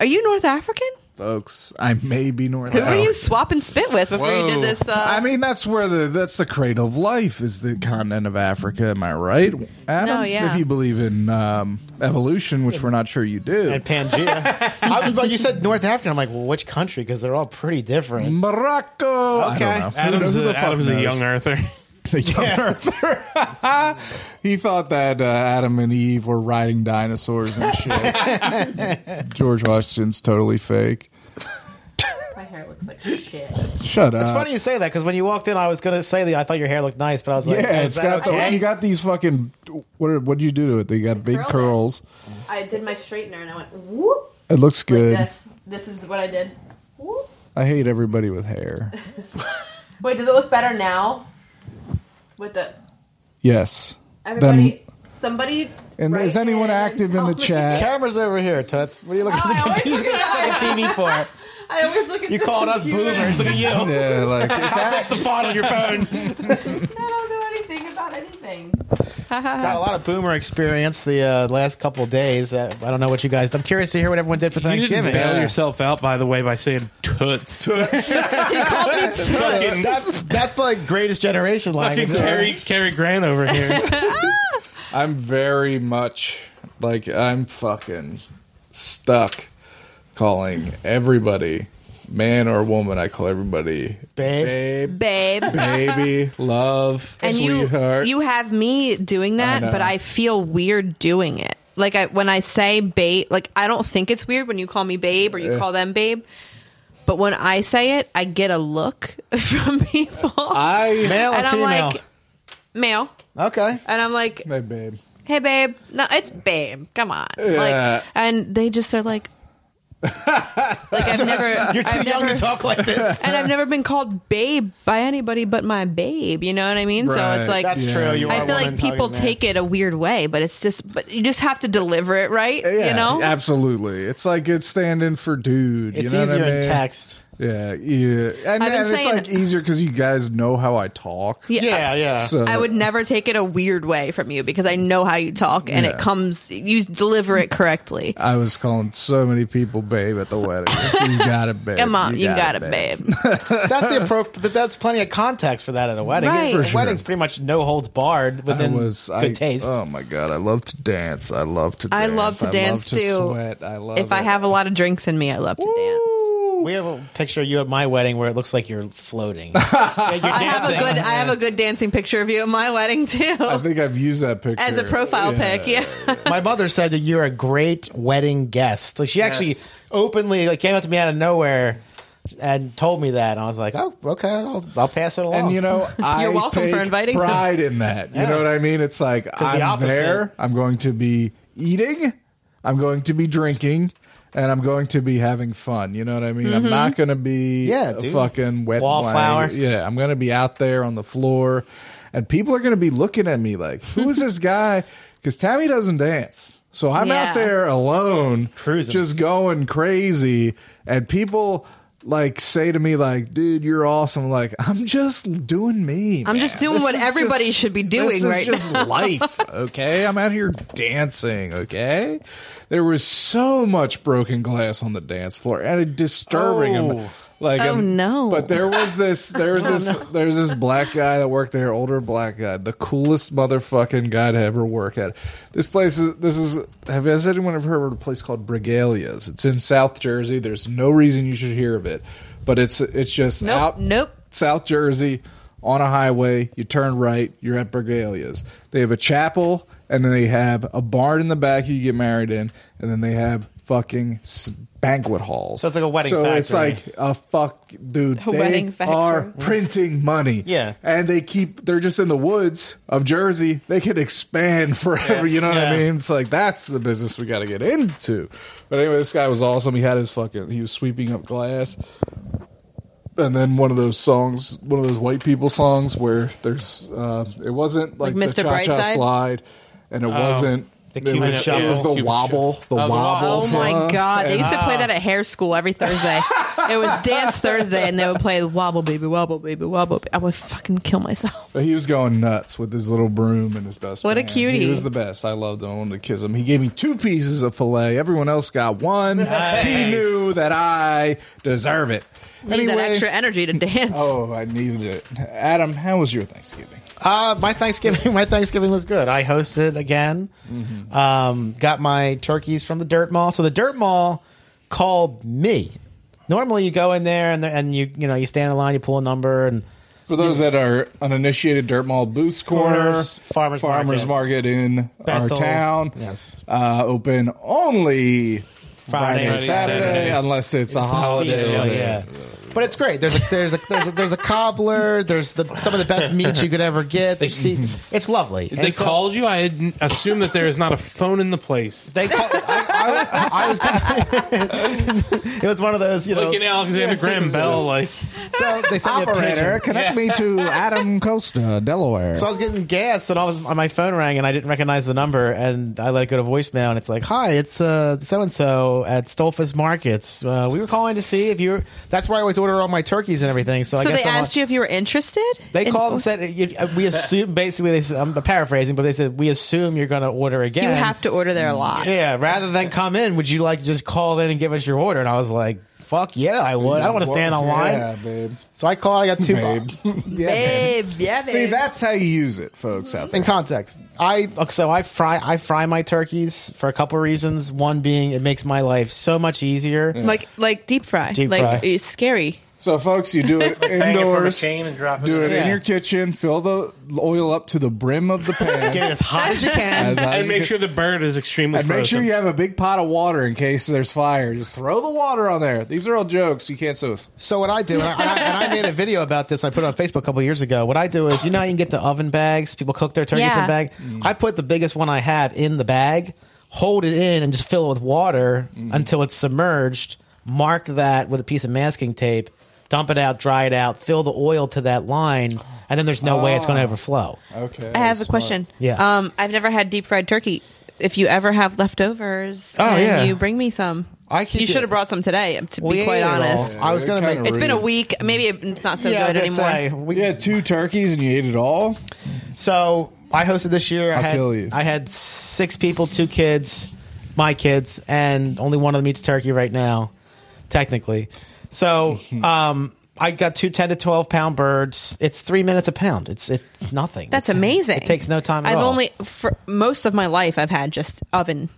[SPEAKER 2] Are you North African?
[SPEAKER 1] folks? I may be North.
[SPEAKER 2] Who were
[SPEAKER 1] African.
[SPEAKER 2] you swapping spit with before you
[SPEAKER 3] Whoa.
[SPEAKER 2] did this? Uh,
[SPEAKER 1] I mean, that's where the that's the cradle of life is the continent of Africa. Am I right, Adam?
[SPEAKER 2] No, yeah.
[SPEAKER 1] If you believe in um, evolution, which we're not sure you do,
[SPEAKER 4] *laughs* And *laughs* Pangea. I was, but you said North African. I'm like, well, which country? Because they're all pretty different.
[SPEAKER 1] Morocco. I
[SPEAKER 4] Okay.
[SPEAKER 1] don't know. Who knows
[SPEAKER 3] Adam's,
[SPEAKER 1] who
[SPEAKER 3] a,
[SPEAKER 1] the fuck
[SPEAKER 3] Adam's a
[SPEAKER 1] knows?
[SPEAKER 3] young earther.
[SPEAKER 1] *laughs* The young Earther. *laughs* he thought that uh, Adam and Eve were riding dinosaurs and shit.
[SPEAKER 4] *laughs*
[SPEAKER 1] George Washington's totally fake.
[SPEAKER 2] my hair looks like shit.
[SPEAKER 1] Shut up.
[SPEAKER 4] It's funny you say that because when you walked in, I was gonna say that I thought your hair looked nice, but I was like,
[SPEAKER 1] Yeah,
[SPEAKER 4] is
[SPEAKER 1] it's
[SPEAKER 4] that
[SPEAKER 1] got the, you got these fucking what what did you do to it? They got big
[SPEAKER 2] Curled it.
[SPEAKER 1] curls.
[SPEAKER 2] I did my straightener and I went whoop.
[SPEAKER 1] It looks good.
[SPEAKER 2] This this is what I did. Whoop.
[SPEAKER 1] I hate everybody with hair.
[SPEAKER 2] Wait, does it look better now? With the
[SPEAKER 1] Yes.
[SPEAKER 2] everybody, somebody.
[SPEAKER 1] and
[SPEAKER 2] write
[SPEAKER 1] is anyone
[SPEAKER 2] in and
[SPEAKER 1] active in
[SPEAKER 2] tell
[SPEAKER 1] the
[SPEAKER 2] me-
[SPEAKER 1] chat?
[SPEAKER 4] cameras over here, Tuts. *laughs* What are you looking
[SPEAKER 2] Oh, *laughs* I
[SPEAKER 4] at
[SPEAKER 2] always
[SPEAKER 4] the
[SPEAKER 2] look at
[SPEAKER 4] TV for?
[SPEAKER 2] I always look at.
[SPEAKER 4] You
[SPEAKER 2] the
[SPEAKER 4] called us
[SPEAKER 2] computer. *laughs*
[SPEAKER 4] boomers. Look at you.
[SPEAKER 1] Yeah, like it's
[SPEAKER 4] That's the font on your phone.
[SPEAKER 2] I don't know anything about anything.
[SPEAKER 5] Got a lot of boomer experience the uh, last couple of days. Uh, I don't know what you guys. I'm curious to hear what everyone did for
[SPEAKER 3] You didn't
[SPEAKER 5] Thanksgiving.
[SPEAKER 3] bail
[SPEAKER 5] Yeah.
[SPEAKER 3] yourself out, by the way, by saying
[SPEAKER 2] *laughs*
[SPEAKER 3] toots.
[SPEAKER 2] He called me toots.
[SPEAKER 5] That's that's like greatest generation
[SPEAKER 3] Fucking
[SPEAKER 5] language.
[SPEAKER 3] Cary, Cary Grant over here.
[SPEAKER 1] I'm very much like I'm fucking stuck calling everybody, man or woman. I call everybody
[SPEAKER 5] Babe.
[SPEAKER 2] babe.
[SPEAKER 1] babe,
[SPEAKER 2] *laughs*
[SPEAKER 1] baby, love,
[SPEAKER 2] And you,
[SPEAKER 1] sweetheart.
[SPEAKER 2] you have me doing that,
[SPEAKER 1] know.
[SPEAKER 2] but I feel weird doing it. Like I, when I say babe, like I don't think it's weird when you call me babe or you
[SPEAKER 1] Yeah.
[SPEAKER 2] call them babe. But when I say it, I get a look *laughs* from people,
[SPEAKER 1] I
[SPEAKER 5] Male or
[SPEAKER 2] and I'm
[SPEAKER 5] female?
[SPEAKER 2] like, male,
[SPEAKER 5] okay.
[SPEAKER 2] and I'm like,
[SPEAKER 1] hey, babe.
[SPEAKER 2] hey babe, no, it's babe. Come on,
[SPEAKER 1] Yeah.
[SPEAKER 2] like, and they just are like, like I've never,
[SPEAKER 5] You're too
[SPEAKER 2] I've
[SPEAKER 5] young
[SPEAKER 2] never,
[SPEAKER 5] to talk like
[SPEAKER 2] *laughs*
[SPEAKER 5] this.
[SPEAKER 2] and I've never been called babe by anybody but my babe. You know what I mean? So
[SPEAKER 1] Right.
[SPEAKER 2] it's like
[SPEAKER 5] That's
[SPEAKER 1] Yeah.
[SPEAKER 5] true. You are
[SPEAKER 2] I feel
[SPEAKER 5] woman
[SPEAKER 2] like
[SPEAKER 5] talking
[SPEAKER 2] people
[SPEAKER 5] to man.
[SPEAKER 2] take it a weird way, but it's just but you just have to deliver it right.
[SPEAKER 1] Yeah,
[SPEAKER 2] you know?
[SPEAKER 1] absolutely. It's like it's standing for dude. you
[SPEAKER 5] It's
[SPEAKER 1] know what I
[SPEAKER 5] easier in
[SPEAKER 1] mean?
[SPEAKER 5] text.
[SPEAKER 1] Yeah, yeah, and,
[SPEAKER 2] I've been
[SPEAKER 1] and it's
[SPEAKER 2] saying-
[SPEAKER 1] like easier because you guys know how I talk.
[SPEAKER 2] Yeah.
[SPEAKER 5] Yeah, yeah.
[SPEAKER 1] So
[SPEAKER 2] I would never take it a weird way from you because I know how you talk and
[SPEAKER 1] Yeah.
[SPEAKER 2] it comes you deliver it correctly.
[SPEAKER 1] I was calling so many people babe at the wedding.
[SPEAKER 2] *laughs*
[SPEAKER 1] you got it, babe.
[SPEAKER 2] Come on, you, got, it, babe.
[SPEAKER 5] that's
[SPEAKER 1] *laughs*
[SPEAKER 5] the appropriate. But that's plenty of context for that at a wedding.
[SPEAKER 2] Right. For
[SPEAKER 5] A
[SPEAKER 1] sure.
[SPEAKER 5] wedding's pretty much no holds barred
[SPEAKER 1] I
[SPEAKER 5] within
[SPEAKER 1] was
[SPEAKER 5] good
[SPEAKER 1] I,
[SPEAKER 5] taste.
[SPEAKER 1] Oh my god, I love to dance. I love to.
[SPEAKER 2] I
[SPEAKER 1] dance.
[SPEAKER 2] love to dance, too.
[SPEAKER 1] Sweat. I love.
[SPEAKER 2] if I
[SPEAKER 1] it.
[SPEAKER 2] have a lot of drinks in me, I love to dance.
[SPEAKER 5] We have a picture of you at my wedding where it looks like you're
[SPEAKER 1] *laughs*
[SPEAKER 5] floating. Yeah, you're
[SPEAKER 2] I have a
[SPEAKER 5] dancing.
[SPEAKER 2] good I have a good dancing picture of you at my wedding
[SPEAKER 1] I
[SPEAKER 2] too.
[SPEAKER 1] think I've used that picture
[SPEAKER 2] *laughs* As a profile pic, yeah.
[SPEAKER 5] My mother said that you're a great wedding guest. Like she actually
[SPEAKER 3] Yes.
[SPEAKER 5] openly like came up to me out of nowhere and told me that, and I was like, "Oh, okay, I'll, I'll pass it along."
[SPEAKER 1] And you know, I
[SPEAKER 2] You're welcome for
[SPEAKER 1] take
[SPEAKER 2] inviting them.
[SPEAKER 1] pride in that. You
[SPEAKER 5] Yeah.
[SPEAKER 1] know what I mean? It's like
[SPEAKER 5] the
[SPEAKER 1] I'm
[SPEAKER 5] opposite-
[SPEAKER 1] there. I'm going to be eating. I'm going to be drinking. And I'm going to be having fun. You know what I mean? I'm not going to be
[SPEAKER 5] Yeah,
[SPEAKER 1] a
[SPEAKER 5] dude.
[SPEAKER 1] fucking wet
[SPEAKER 5] Wallflower.
[SPEAKER 1] blanket. Yeah, I'm going to be out there on the floor, and people are going to be looking at me like, "Who is this guy?" Because Tammy doesn't dance, so I'm
[SPEAKER 2] Yeah.
[SPEAKER 1] out there alone,
[SPEAKER 5] Cruising.
[SPEAKER 1] just going crazy, and people like say to me like, "Dude, you're awesome." I'm like, I'm just doing me.
[SPEAKER 2] I'm
[SPEAKER 1] man.
[SPEAKER 2] just doing
[SPEAKER 1] This
[SPEAKER 2] what
[SPEAKER 1] is
[SPEAKER 2] everybody
[SPEAKER 1] just-
[SPEAKER 2] should be doing
[SPEAKER 1] this is
[SPEAKER 2] right
[SPEAKER 1] just
[SPEAKER 2] *laughs*
[SPEAKER 1] life, okay? I'm out here dancing, okay? There was so much broken glass on the dance floor, and it disturbing. and,
[SPEAKER 5] Oh.
[SPEAKER 1] like,
[SPEAKER 2] Oh,
[SPEAKER 1] and-
[SPEAKER 2] no.
[SPEAKER 1] But there was this, there was this, there was this black guy that worked there, older black guy, the coolest motherfucking guy to ever work at. This place is, this is. Have has anyone ever heard of a place called Brigalia's? It's in South Jersey. There's no reason you should hear of it, but it's it's just
[SPEAKER 2] Nope,
[SPEAKER 1] out
[SPEAKER 2] nope.
[SPEAKER 1] South Jersey on a highway. You turn right, you're at Bergalia's. They have a chapel, and then they have a barn in the back you get married in, and then they have fucking s- banquet halls.
[SPEAKER 5] So it's like a wedding
[SPEAKER 1] So it's
[SPEAKER 5] factory.
[SPEAKER 1] like a fuck, dude.
[SPEAKER 2] *laughs* A
[SPEAKER 1] they
[SPEAKER 2] wedding factory.
[SPEAKER 1] are printing money.
[SPEAKER 5] Yeah.
[SPEAKER 1] and they keep. They're just in the woods of Jersey. They can expand *laughs* forever. You know what I
[SPEAKER 5] Yeah.
[SPEAKER 1] mean? It's like that's the business we got to get into. But anyway, this guy was awesome. He had his fucking. He was sweeping up glass and then one of those songs, one of those white people songs where there's, uh, it wasn't like,
[SPEAKER 2] Like
[SPEAKER 1] the
[SPEAKER 2] Mr.
[SPEAKER 1] Cha Cha
[SPEAKER 2] Brightside?
[SPEAKER 1] Slide, and it wasn't
[SPEAKER 5] Oh. The
[SPEAKER 1] it
[SPEAKER 5] Cuban
[SPEAKER 1] was-
[SPEAKER 5] Shuffle.
[SPEAKER 1] It was the
[SPEAKER 3] Cuban
[SPEAKER 1] wobble,
[SPEAKER 3] Shuffle.
[SPEAKER 1] the
[SPEAKER 3] Oh, the
[SPEAKER 1] wobble.
[SPEAKER 2] Oh my
[SPEAKER 1] song.
[SPEAKER 2] god! They
[SPEAKER 1] And
[SPEAKER 2] used to play that at hair school every Thursday. it
[SPEAKER 5] *laughs*
[SPEAKER 2] was dance Thursday, and they would play "Wobble Baby, Wobble Baby, Wobble." Baby. I would fucking kill myself.
[SPEAKER 1] But he was going nuts with his little broom and his dustpan.
[SPEAKER 2] What a cutie.
[SPEAKER 1] He was the best. I loved him. I wanted to kiss him. He gave me two pieces of filet. Everyone else got
[SPEAKER 5] *laughs*
[SPEAKER 1] one. He knew that I deserve it.
[SPEAKER 2] Need that extra energy to dance.
[SPEAKER 1] Oh, I needed it. Adam, how was your Thanksgiving?
[SPEAKER 5] Uh, my Thanksgiving, *laughs* my Thanksgiving was good. I hosted again.
[SPEAKER 1] Mm-hmm.
[SPEAKER 5] Um, got my turkeys from the Dirt Mall. So the Dirt Mall called me. Normally, you go in there and and you you know you stand in line, you pull a number, and
[SPEAKER 1] For those that are uninitiated, Dirt Mall Booths Corner,
[SPEAKER 5] Corners, Farmers
[SPEAKER 1] Market, in
[SPEAKER 5] Bethel.
[SPEAKER 1] our town.
[SPEAKER 5] Yes.
[SPEAKER 1] Uh, open only Friday, and
[SPEAKER 5] Friday,
[SPEAKER 1] Saturday,
[SPEAKER 3] Saturday.
[SPEAKER 1] unless it's, a holiday.
[SPEAKER 5] seasonal, yeah. But it's great. There's a, there's a, there's a, there's a cobbler. There's the some of the best meats you could ever get. There's seats. It's lovely.
[SPEAKER 3] they
[SPEAKER 5] And so-
[SPEAKER 3] called you. I had n- assumed that there is not a phone in the place.
[SPEAKER 5] They call, I, I I, I was. *laughs* it was one of those, you know.
[SPEAKER 3] Like an Alexander Graham Bell, like
[SPEAKER 5] so they sent me a
[SPEAKER 1] Operator,
[SPEAKER 5] picture.
[SPEAKER 1] connect me to Adam Costa, Delaware.
[SPEAKER 5] So I was getting gas, and all of a sudden my phone rang, and I didn't recognize the number, and I let it go to voicemail, and it's like, "Hi, it's so and so at Stolfus Markets. Uh, we were calling to see if you." were That's where I always order all my turkeys and everything. So, I
[SPEAKER 2] so
[SPEAKER 5] guess
[SPEAKER 2] they
[SPEAKER 5] I'm on-
[SPEAKER 2] asked you if you were interested.
[SPEAKER 5] They
[SPEAKER 2] in-
[SPEAKER 5] called and said you- uh, we assume. Basically, they said, I'm paraphrasing, but they said we assume you're going to order again.
[SPEAKER 2] you have to order there a lot.
[SPEAKER 5] Yeah, rather than come in, would you like to just call in and give us your order? And I was like, "Fuck yeah, I would. I don't want to stand in line."
[SPEAKER 1] Yeah, babe.
[SPEAKER 5] So I called. I got two.
[SPEAKER 1] Babe. *laughs* yeah, babe.
[SPEAKER 2] Babe, yeah, babe.
[SPEAKER 1] See, that's how you use it, folks. Out there.
[SPEAKER 5] in context i so i fry i fry my turkeys for a couple reasons one being it makes my life so much easier
[SPEAKER 2] like like deep fry.
[SPEAKER 5] Deep
[SPEAKER 2] like
[SPEAKER 5] fry.
[SPEAKER 2] it's scary.
[SPEAKER 1] So, folks, you do it
[SPEAKER 6] Hang it from a
[SPEAKER 1] indoors.
[SPEAKER 6] chain and drop it.
[SPEAKER 1] Do it
[SPEAKER 6] in.
[SPEAKER 1] in
[SPEAKER 5] Yeah.
[SPEAKER 1] your kitchen. Fill the oil up to the brim of the pan.
[SPEAKER 5] *laughs* get it as hot as you can
[SPEAKER 1] As I-
[SPEAKER 3] and make sure the bird is extremely
[SPEAKER 1] and
[SPEAKER 3] frozen.
[SPEAKER 1] make sure you have a big pot of water in case there's fire. Just throw the water on there. These are all jokes. You can't sue us.
[SPEAKER 5] so what i do and I, and I, and I made a video about this i put it on facebook a couple years ago what i do is you know how you can get the oven bags people cook their turkeys in
[SPEAKER 2] Yeah.
[SPEAKER 5] a bag i put the biggest one i have in the bag hold it in and just fill it with water until it's submerged mark that with a piece of masking tape dump it out dry it out fill the oil to that line and then there's no way it's going to overflow
[SPEAKER 1] Okay.
[SPEAKER 2] I have a question.
[SPEAKER 5] Yeah.
[SPEAKER 2] Um, I've never had deep fried turkey. If you ever have leftovers,
[SPEAKER 5] Oh,
[SPEAKER 2] can
[SPEAKER 5] yeah.
[SPEAKER 2] you bring me some?
[SPEAKER 5] I could
[SPEAKER 2] you
[SPEAKER 5] do-
[SPEAKER 2] should have brought some today. To
[SPEAKER 5] We
[SPEAKER 2] be quite
[SPEAKER 5] ate it all.
[SPEAKER 2] honest,
[SPEAKER 5] I was going to make
[SPEAKER 1] Kinda
[SPEAKER 2] it's been a
[SPEAKER 1] rude.
[SPEAKER 2] week. Maybe it's not so
[SPEAKER 5] I was
[SPEAKER 2] good
[SPEAKER 5] gonna
[SPEAKER 2] anymore.
[SPEAKER 5] say, we-
[SPEAKER 1] You had two turkeys and you ate it all.
[SPEAKER 5] So I hosted this year. I
[SPEAKER 1] I'll
[SPEAKER 5] had,
[SPEAKER 1] kill you.
[SPEAKER 5] I had six people, two kids, my kids, and only one of them eats turkey right now, technically.
[SPEAKER 1] *laughs*
[SPEAKER 5] So um, I got two 10 to 12 pound birds. It's three minutes a pound. It's it's nothing.
[SPEAKER 2] That's
[SPEAKER 5] It's-
[SPEAKER 2] amazing.
[SPEAKER 5] It takes no time at
[SPEAKER 2] I've
[SPEAKER 5] all.
[SPEAKER 2] only for most of my life I've had just oven,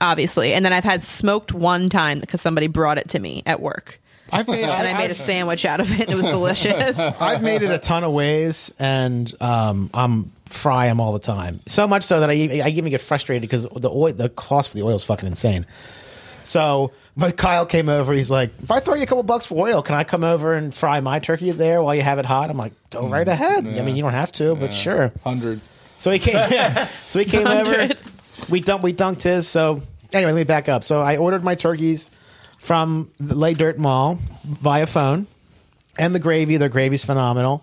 [SPEAKER 2] obviously, and then I've had smoked one time because somebody brought it to me at work,
[SPEAKER 5] I've made,
[SPEAKER 2] and I, made a sandwich out of it,
[SPEAKER 5] *laughs*
[SPEAKER 2] and it was delicious.
[SPEAKER 5] I've made it a ton of ways, and um, I'm fry them all the time. So much so that I I even get frustrated because the oil, the cost for the oil is fucking insane. So, but Kyle came over. He's like, "If I throw you a couple bucks for oil, can I come over and fry my turkey there while you have it hot?" I'm like, "Go right ahead." I mean, you don't have to, but sure.
[SPEAKER 1] Hundred.
[SPEAKER 5] So he came. so he came over.
[SPEAKER 2] Hundred.
[SPEAKER 5] We dunked. We dunked his. So anyway, let me back up. So I ordered my turkeys from the Lay Dirt Mall via phone, and the gravy. Their gravy's phenomenal.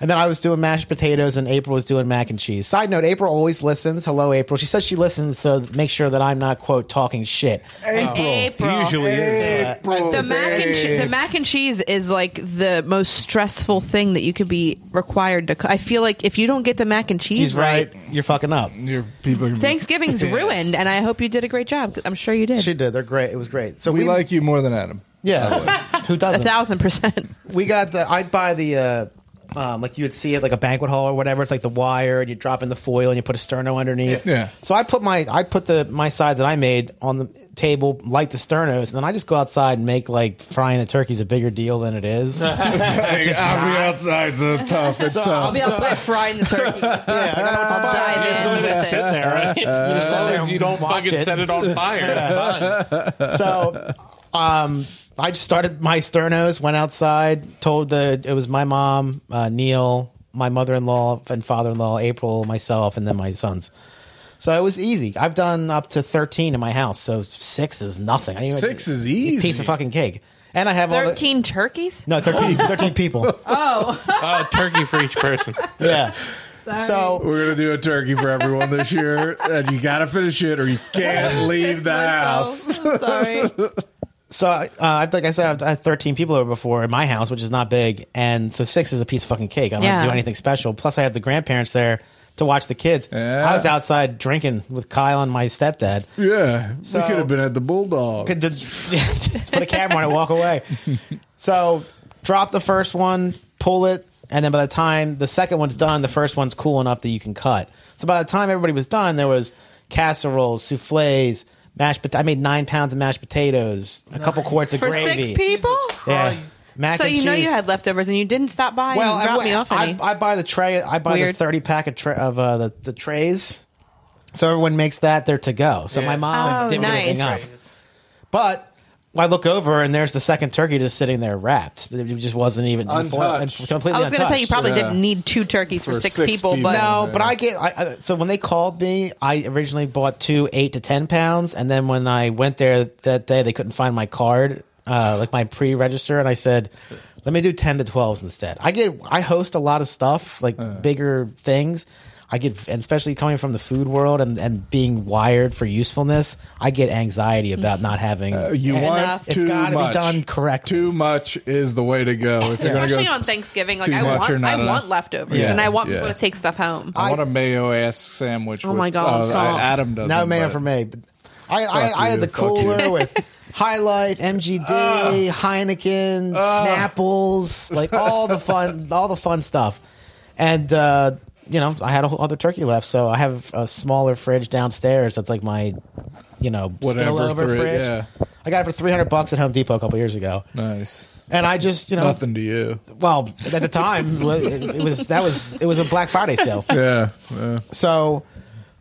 [SPEAKER 5] And then I was doing mashed potatoes, and April was doing mac and cheese. Side note: April always listens. Hello, April. She says she listens to make sure that I'm not quote talking shit.
[SPEAKER 2] April.
[SPEAKER 3] Usually is.
[SPEAKER 1] April.
[SPEAKER 2] The mac, and che- the mac and cheese is like the most stressful thing that you could be required to. Co- I feel like if you don't get the mac and cheese
[SPEAKER 5] He's right. You're fucking up.
[SPEAKER 1] Your people. can be-
[SPEAKER 2] Thanksgiving's
[SPEAKER 1] Yes.
[SPEAKER 2] ruined, and I hope you did a great job. 'cause I'm sure you did.
[SPEAKER 5] She did. They're great. It was great. So
[SPEAKER 1] We
[SPEAKER 5] we,
[SPEAKER 1] like you more than
[SPEAKER 5] *laughs*
[SPEAKER 1] Adam.
[SPEAKER 5] yeah. Who
[SPEAKER 2] A
[SPEAKER 5] doesn't?
[SPEAKER 2] thousand percent.
[SPEAKER 5] we got the I'd buy the uh um, like you would see it like a banquet hall or whatever. It's like the wire, and you drop in the foil, and you put a sterno underneath.
[SPEAKER 1] Yeah.
[SPEAKER 5] So I put my I put the my sides that I made on the table, light the sternos, and then I just go outside and make like frying the turkeys a bigger deal than it is. *laughs* yeah,
[SPEAKER 1] Hey, *laughs* I'll be outside. So tough. It's
[SPEAKER 2] I'll
[SPEAKER 1] tough.
[SPEAKER 2] be outside frying the *laughs* turkey.
[SPEAKER 5] I got outside.
[SPEAKER 2] Dive
[SPEAKER 3] It's
[SPEAKER 2] in
[SPEAKER 3] only
[SPEAKER 2] with
[SPEAKER 3] been
[SPEAKER 2] it.
[SPEAKER 3] sitting there, right?
[SPEAKER 1] Uh,
[SPEAKER 5] just
[SPEAKER 3] as
[SPEAKER 5] sit there
[SPEAKER 3] long as
[SPEAKER 5] and
[SPEAKER 3] Uh, you don't
[SPEAKER 5] watch
[SPEAKER 3] fucking
[SPEAKER 5] it.
[SPEAKER 3] set it *laughs* on fire, it's fine.
[SPEAKER 5] so um I just started my sternos, went outside, told the it was my mom, uh, Neil, my mother in law and father in law, April, myself, and then my sons. So it was easy. I've done up to thirteen in my house, so six is nothing. I didn't even-
[SPEAKER 1] Six is easy.
[SPEAKER 5] piece of fucking cake. And I have all the
[SPEAKER 2] Thirteen turkeys.
[SPEAKER 5] no 13,
[SPEAKER 1] *laughs*
[SPEAKER 5] 13 people.
[SPEAKER 3] Oh, turkey for each person.
[SPEAKER 5] Yeah. So
[SPEAKER 1] We're gonna do a turkey for everyone this year, and you gotta finish it, or you
[SPEAKER 5] *laughs*
[SPEAKER 1] can't leave the house.
[SPEAKER 2] I'm *laughs* sorry.
[SPEAKER 5] so uh, I- like I said, I've had thirteen people over before in my house, which is not big, and so six is a piece of fucking cake. I don't have to
[SPEAKER 2] Yeah.
[SPEAKER 5] do anything special. Plus, I have the grandparents there to watch the kids.
[SPEAKER 1] Yeah.
[SPEAKER 5] I was outside drinking with Kyle and my stepdad.
[SPEAKER 1] Yeah,
[SPEAKER 5] So-
[SPEAKER 1] we could have been at the bulldog.
[SPEAKER 5] Could *laughs* did- *laughs* put a camera on it, walk away. So drop the first one, pull it, and then by the time the second one's done, the first one's cool enough that you can cut. So by the time everybody was done, there was casseroles, souffles, mashed. Pot- I made nine pounds of mashed potatoes, a couple quarts of
[SPEAKER 2] For
[SPEAKER 5] gravy.
[SPEAKER 2] six people.
[SPEAKER 5] Yeah. Mac
[SPEAKER 2] so
[SPEAKER 5] and
[SPEAKER 2] you know
[SPEAKER 5] cheese.
[SPEAKER 2] you had leftovers, and you didn't stop by
[SPEAKER 5] well,
[SPEAKER 2] and drop
[SPEAKER 5] I,
[SPEAKER 2] me off
[SPEAKER 5] I,
[SPEAKER 2] any.
[SPEAKER 5] I buy the tray. I buy
[SPEAKER 2] Weird.
[SPEAKER 5] the thirty pack of, tra- of uh, the, the trays, so everyone makes that. They're to go. So my mom
[SPEAKER 2] Oh,
[SPEAKER 5] divvied everything up.
[SPEAKER 2] nice.
[SPEAKER 5] But I look over and there's the second turkey just sitting there wrapped. It just wasn't even
[SPEAKER 1] Untouched.
[SPEAKER 5] and completely
[SPEAKER 2] I was going to say you
[SPEAKER 5] untouched.
[SPEAKER 2] probably
[SPEAKER 1] Yeah.
[SPEAKER 2] didn't need two turkeys for,
[SPEAKER 1] For
[SPEAKER 2] six,
[SPEAKER 1] six
[SPEAKER 2] people,
[SPEAKER 1] people.
[SPEAKER 2] but
[SPEAKER 5] No,
[SPEAKER 1] Yeah.
[SPEAKER 5] but I get I, I, so when they called me, I originally bought two eight to ten pounds, and then when I went there that day, they couldn't find my card, uh, like my pre-register, and I said, "Let me do ten to twelves instead." I get I host a lot of stuff like bigger things. I get, and especially coming from the food world and, and being wired for usefulness, I get anxiety about not having.
[SPEAKER 1] Uh, You want
[SPEAKER 2] enough.
[SPEAKER 5] It's
[SPEAKER 1] too
[SPEAKER 5] gotta be
[SPEAKER 1] much.
[SPEAKER 5] done correctly.
[SPEAKER 1] Too much is the way to go. If you're going to
[SPEAKER 2] especially
[SPEAKER 1] go,
[SPEAKER 2] on Thanksgiving, like
[SPEAKER 1] too
[SPEAKER 2] I
[SPEAKER 1] much
[SPEAKER 2] want,
[SPEAKER 1] or not
[SPEAKER 2] I
[SPEAKER 1] enough.
[SPEAKER 2] want leftovers,
[SPEAKER 1] Yeah.
[SPEAKER 2] and I want
[SPEAKER 1] Yeah. Uh,
[SPEAKER 2] people to take stuff home.
[SPEAKER 1] I want a mayo ass sandwich.
[SPEAKER 2] Oh
[SPEAKER 1] with-
[SPEAKER 2] my God,
[SPEAKER 1] uh,
[SPEAKER 2] so-
[SPEAKER 1] I- Adam doesn't.
[SPEAKER 5] No man
[SPEAKER 1] but-
[SPEAKER 5] for me. But I, I, I had
[SPEAKER 1] you,
[SPEAKER 5] the
[SPEAKER 1] fuck you. Ah.
[SPEAKER 5] cooler with
[SPEAKER 1] *laughs*
[SPEAKER 5] High Life, MGD, Heineken, Snapples, like all
[SPEAKER 1] *laughs*
[SPEAKER 5] the fun, all the fun stuff. And uh, you know, I had a whole other turkey left, so I have a smaller fridge downstairs. That's like my, you know,
[SPEAKER 1] Whatever
[SPEAKER 5] spillover
[SPEAKER 1] fridge,
[SPEAKER 5] fridge.
[SPEAKER 1] yeah.
[SPEAKER 5] I got it for three hundred bucks at Home Depot a couple years ago,
[SPEAKER 1] Nice.
[SPEAKER 5] and I just you know,
[SPEAKER 1] Nothing to you.
[SPEAKER 5] well, at the time it, it was that was it was a Black Friday sale.
[SPEAKER 1] Yeah. yeah.
[SPEAKER 5] So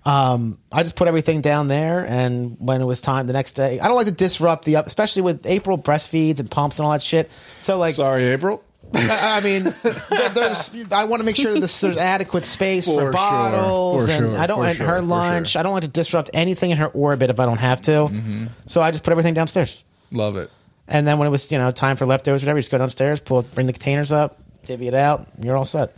[SPEAKER 5] um, I just put everything down there, and when it was time the next day, I don't like to disrupt the up, especially with April breastfeeds and pumps and all that shit. So like,
[SPEAKER 1] Sorry, April.
[SPEAKER 5] I, I
[SPEAKER 1] *laughs*
[SPEAKER 5] mean, there- there's I want to make sure that this, there's adequate space
[SPEAKER 1] For
[SPEAKER 5] for,
[SPEAKER 1] sure,
[SPEAKER 5] bottles,
[SPEAKER 1] for
[SPEAKER 5] and
[SPEAKER 1] sure,
[SPEAKER 5] I don't
[SPEAKER 1] for
[SPEAKER 5] and
[SPEAKER 1] sure,
[SPEAKER 5] her
[SPEAKER 1] for
[SPEAKER 5] lunch.
[SPEAKER 1] sure. Mm-hmm.
[SPEAKER 5] I don't like to disrupt anything in her orbit if I don't have to. So I just put everything downstairs,
[SPEAKER 1] Love it.
[SPEAKER 5] and then when it was you know time for leftovers, whatever, you just go downstairs, pull, bring the containers up, divvy it out, and you're all set.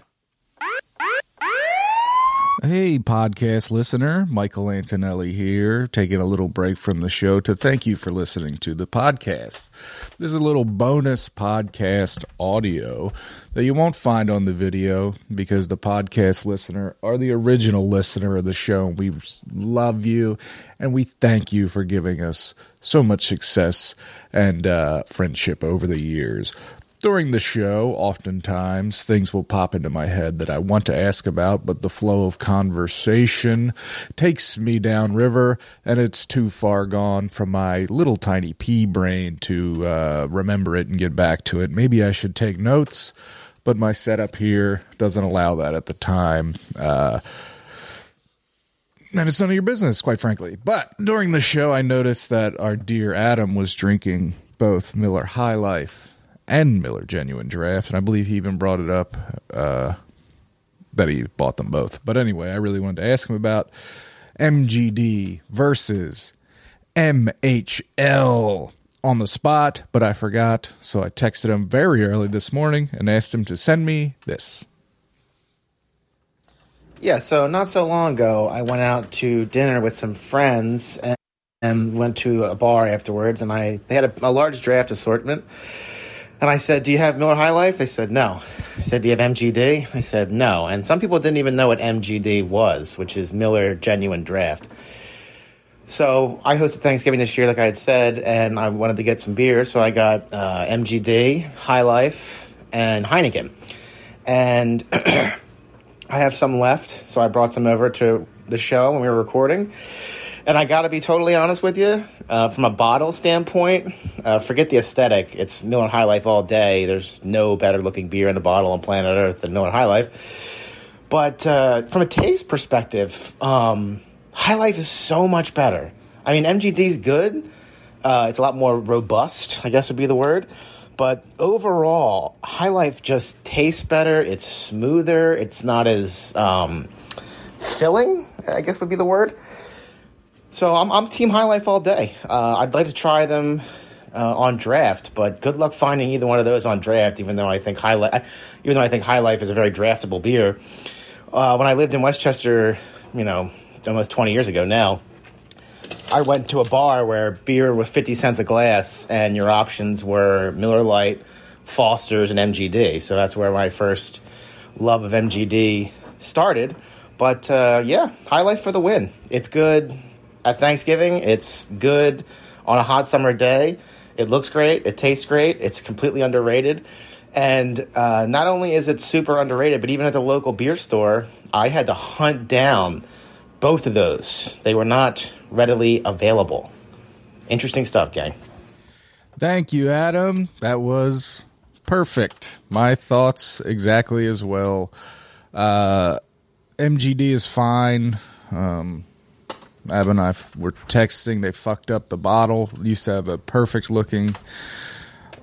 [SPEAKER 1] Hey, podcast listener, Michael Antonelli here, taking a little break from the show to thank you for listening to the podcast. There's a little bonus podcast audio that you won't find on the video because the podcast listener are the original listener of the show. We love you and we thank you for giving us so much success and uh, friendship over the years. During the show, oftentimes things will pop into my head that I want to ask about, but the flow of conversation takes me downriver and it's too far gone from my little tiny pea brain to uh, remember it and get back to it. Maybe I should take notes, but my setup here doesn't allow that at the time. Uh, and it's none of your business, quite frankly. But during the show, I noticed that our dear Adam was drinking both Miller High Life and Miller Genuine Draft, and I believe he even brought it up uh, that he bought them both. But anyway, I really wanted to ask him about MGD versus MHL on the spot, but I forgot, so I texted him very early this morning and asked him to send me this.
[SPEAKER 5] Yeah, so not so long ago, I went out to dinner with some friends and, and went to a bar afterwards, and I they had a, a large draft assortment. And I said, "Do you have Miller High Life?" They said, "No." I said, "Do you have MGD?" They said, "No." And some people didn't even know what MGD was, which is Miller Genuine Draft. So I hosted Thanksgiving this year, like I had said, and I wanted to get some beer, so I got uh, MGD, High Life, and Heineken, and. I have some left, so I brought some over to the show when we were recording. And I got to be totally honest with you, uh, from a bottle standpoint, uh, forget the aesthetic. It's Miller High Life all day. There's no better looking beer in a bottle on planet Earth than Miller High Life. But uh, from a taste perspective, um, High Life is so much better. I mean, MGD's good. Uh, it's a lot more robust, I guess would be the word. But overall, High Life just tastes better. It's smoother. It's not as um, filling, I guess would be the word. So I'm, I'm Team High Life all day. Uh, I'd like to try them uh, on draft, but good luck finding either one of those on draft. Even though I think High Life, even though I think High Life is a very draftable beer. Uh, when I lived in Westchester, you know, almost 20 years ago now, I went to a bar where beer was 50 cents a glass, and your options were Miller Lite, Foster's, and MGD. So that's where my first love of MGD started. But uh, yeah, High Life for the win. It's good at Thanksgiving, it's good on a hot summer day. It looks great, it tastes great, it's completely underrated. And uh, not only is it super underrated, but even at the local beer store, I had to hunt down both of those. They were not readily available. Interesting stuff, gang.
[SPEAKER 1] Thank you, Adam. That was perfect. My thoughts exactly as well. Uh, MGD is fine. Um, Ab and I f- were texting. They fucked up the bottle. Used to have a perfect looking,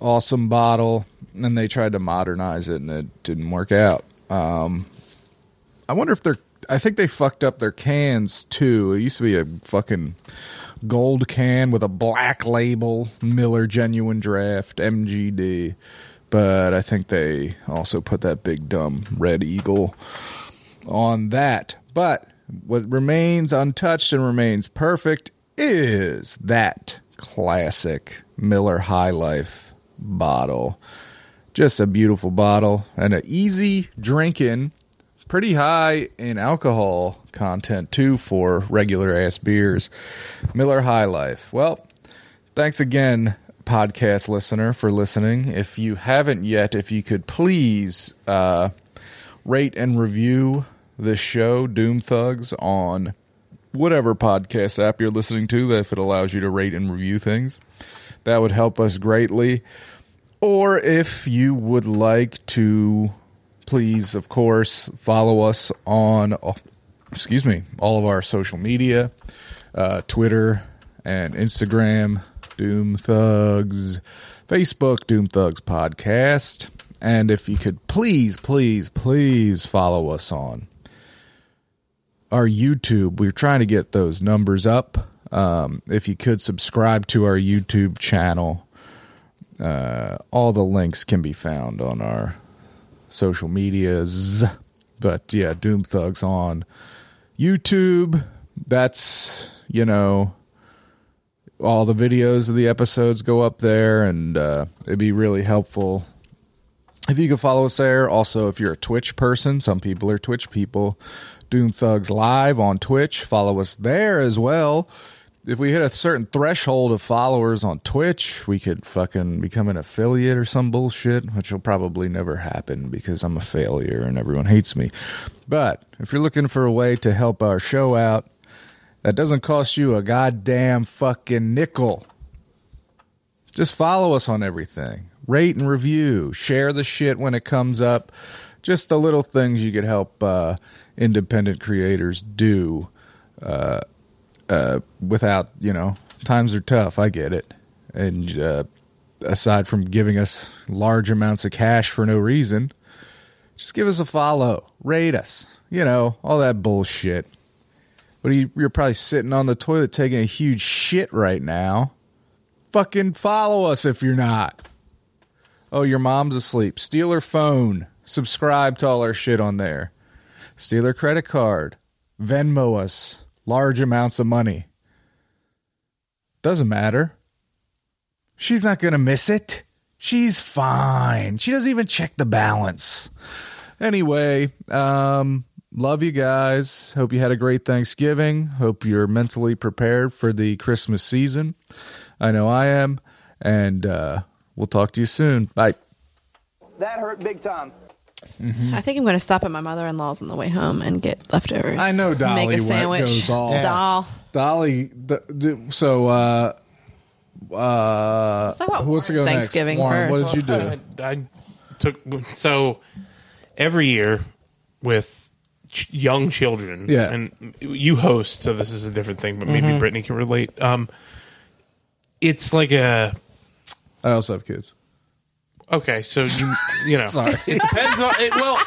[SPEAKER 1] awesome bottle, and they tried to modernize it, and it didn't work out. Um, I wonder if they're. I think they fucked up their cans too. It used to be a fucking gold can with a black label, Miller Genuine Draft, MGD. But I think they also put that big dumb red eagle on that. But what remains untouched and remains perfect is that classic Miller High Life bottle. Just a beautiful bottle and an easy drinking, pretty high in alcohol content too for regular ass beers. Miller High Life. Well, Thanks again, podcast listener, for listening. If you haven't yet, if you could please uh, rate and review this show, Doom Thugs, on whatever podcast app you're listening to, that if it allows you to rate and review things, that would help us greatly. Or if you would like to, please, of course, follow us on, oh, excuse me, all of our social media uh, Twitter and Instagram, Doom Thugs, Facebook, Doom Thugs Podcast. And if you could please, please, please follow us on our YouTube. We're trying to get those numbers up. Um, if you could subscribe to our YouTube channel, uh, all the links can be found on our social medias. But yeah, Doom Thugs on YouTube. That's, you know, all the videos of the episodes go up there, and uh, it'd be really helpful if you could follow us there. Also, if you're a Twitch person, some people are Twitch people. Doom Thugs Live on Twitch. Follow us there as well. If we hit a certain threshold of followers on Twitch, we could fucking become an affiliate or some bullshit, which will probably never happen because I'm a failure and everyone hates me. But if you're looking for a way to help our show out, that doesn't cost you a goddamn fucking nickel. Just follow us on everything. Rate and review. Share the shit when it comes up. Just the little things you could help uh, independent creators do uh, uh, without, you know, times are tough. I get it. And uh, aside from giving us large amounts of cash for no reason, just give us a follow. Rate us. You know, all that bullshit. But you, you're probably sitting on the toilet taking a huge shit right now. Fucking follow us if you're not. Oh, your mom's asleep. Steal her phone. Subscribe to all our shit on there. Steal her credit card. Venmo us large amounts of money. Doesn't matter. She's not going to miss it. She's fine. She doesn't even check the balance anyway, um, love you guys. Hope you had a great Thanksgiving. Hope you're mentally prepared for the Christmas season. I know I am. And uh, we'll talk to you soon. Bye.
[SPEAKER 5] That hurt big time.
[SPEAKER 7] I think I'm going to stop at my mother in law's on the way home and get leftovers.
[SPEAKER 1] I know Dolly
[SPEAKER 7] Make a
[SPEAKER 1] went-
[SPEAKER 7] sandwich.
[SPEAKER 1] goes all-
[SPEAKER 7] *laughs*
[SPEAKER 1] Yeah.
[SPEAKER 7] Doll.
[SPEAKER 1] Dolly, th- d- so uh, uh,
[SPEAKER 7] Let's talk about
[SPEAKER 1] what's to go
[SPEAKER 7] Warren's
[SPEAKER 1] next?
[SPEAKER 7] Thanksgiving
[SPEAKER 1] Warren,
[SPEAKER 7] first.
[SPEAKER 1] What did you do?
[SPEAKER 3] I, Uh, I took so every year with ch- young children.
[SPEAKER 1] Yeah.
[SPEAKER 3] and you host, so this is a different thing, but maybe Brittany can relate. Um, it's like a
[SPEAKER 1] I also have
[SPEAKER 3] *laughs*
[SPEAKER 1] kids.
[SPEAKER 3] okay, so you you *laughs* know
[SPEAKER 1] Sorry.
[SPEAKER 3] it depends on it. Well,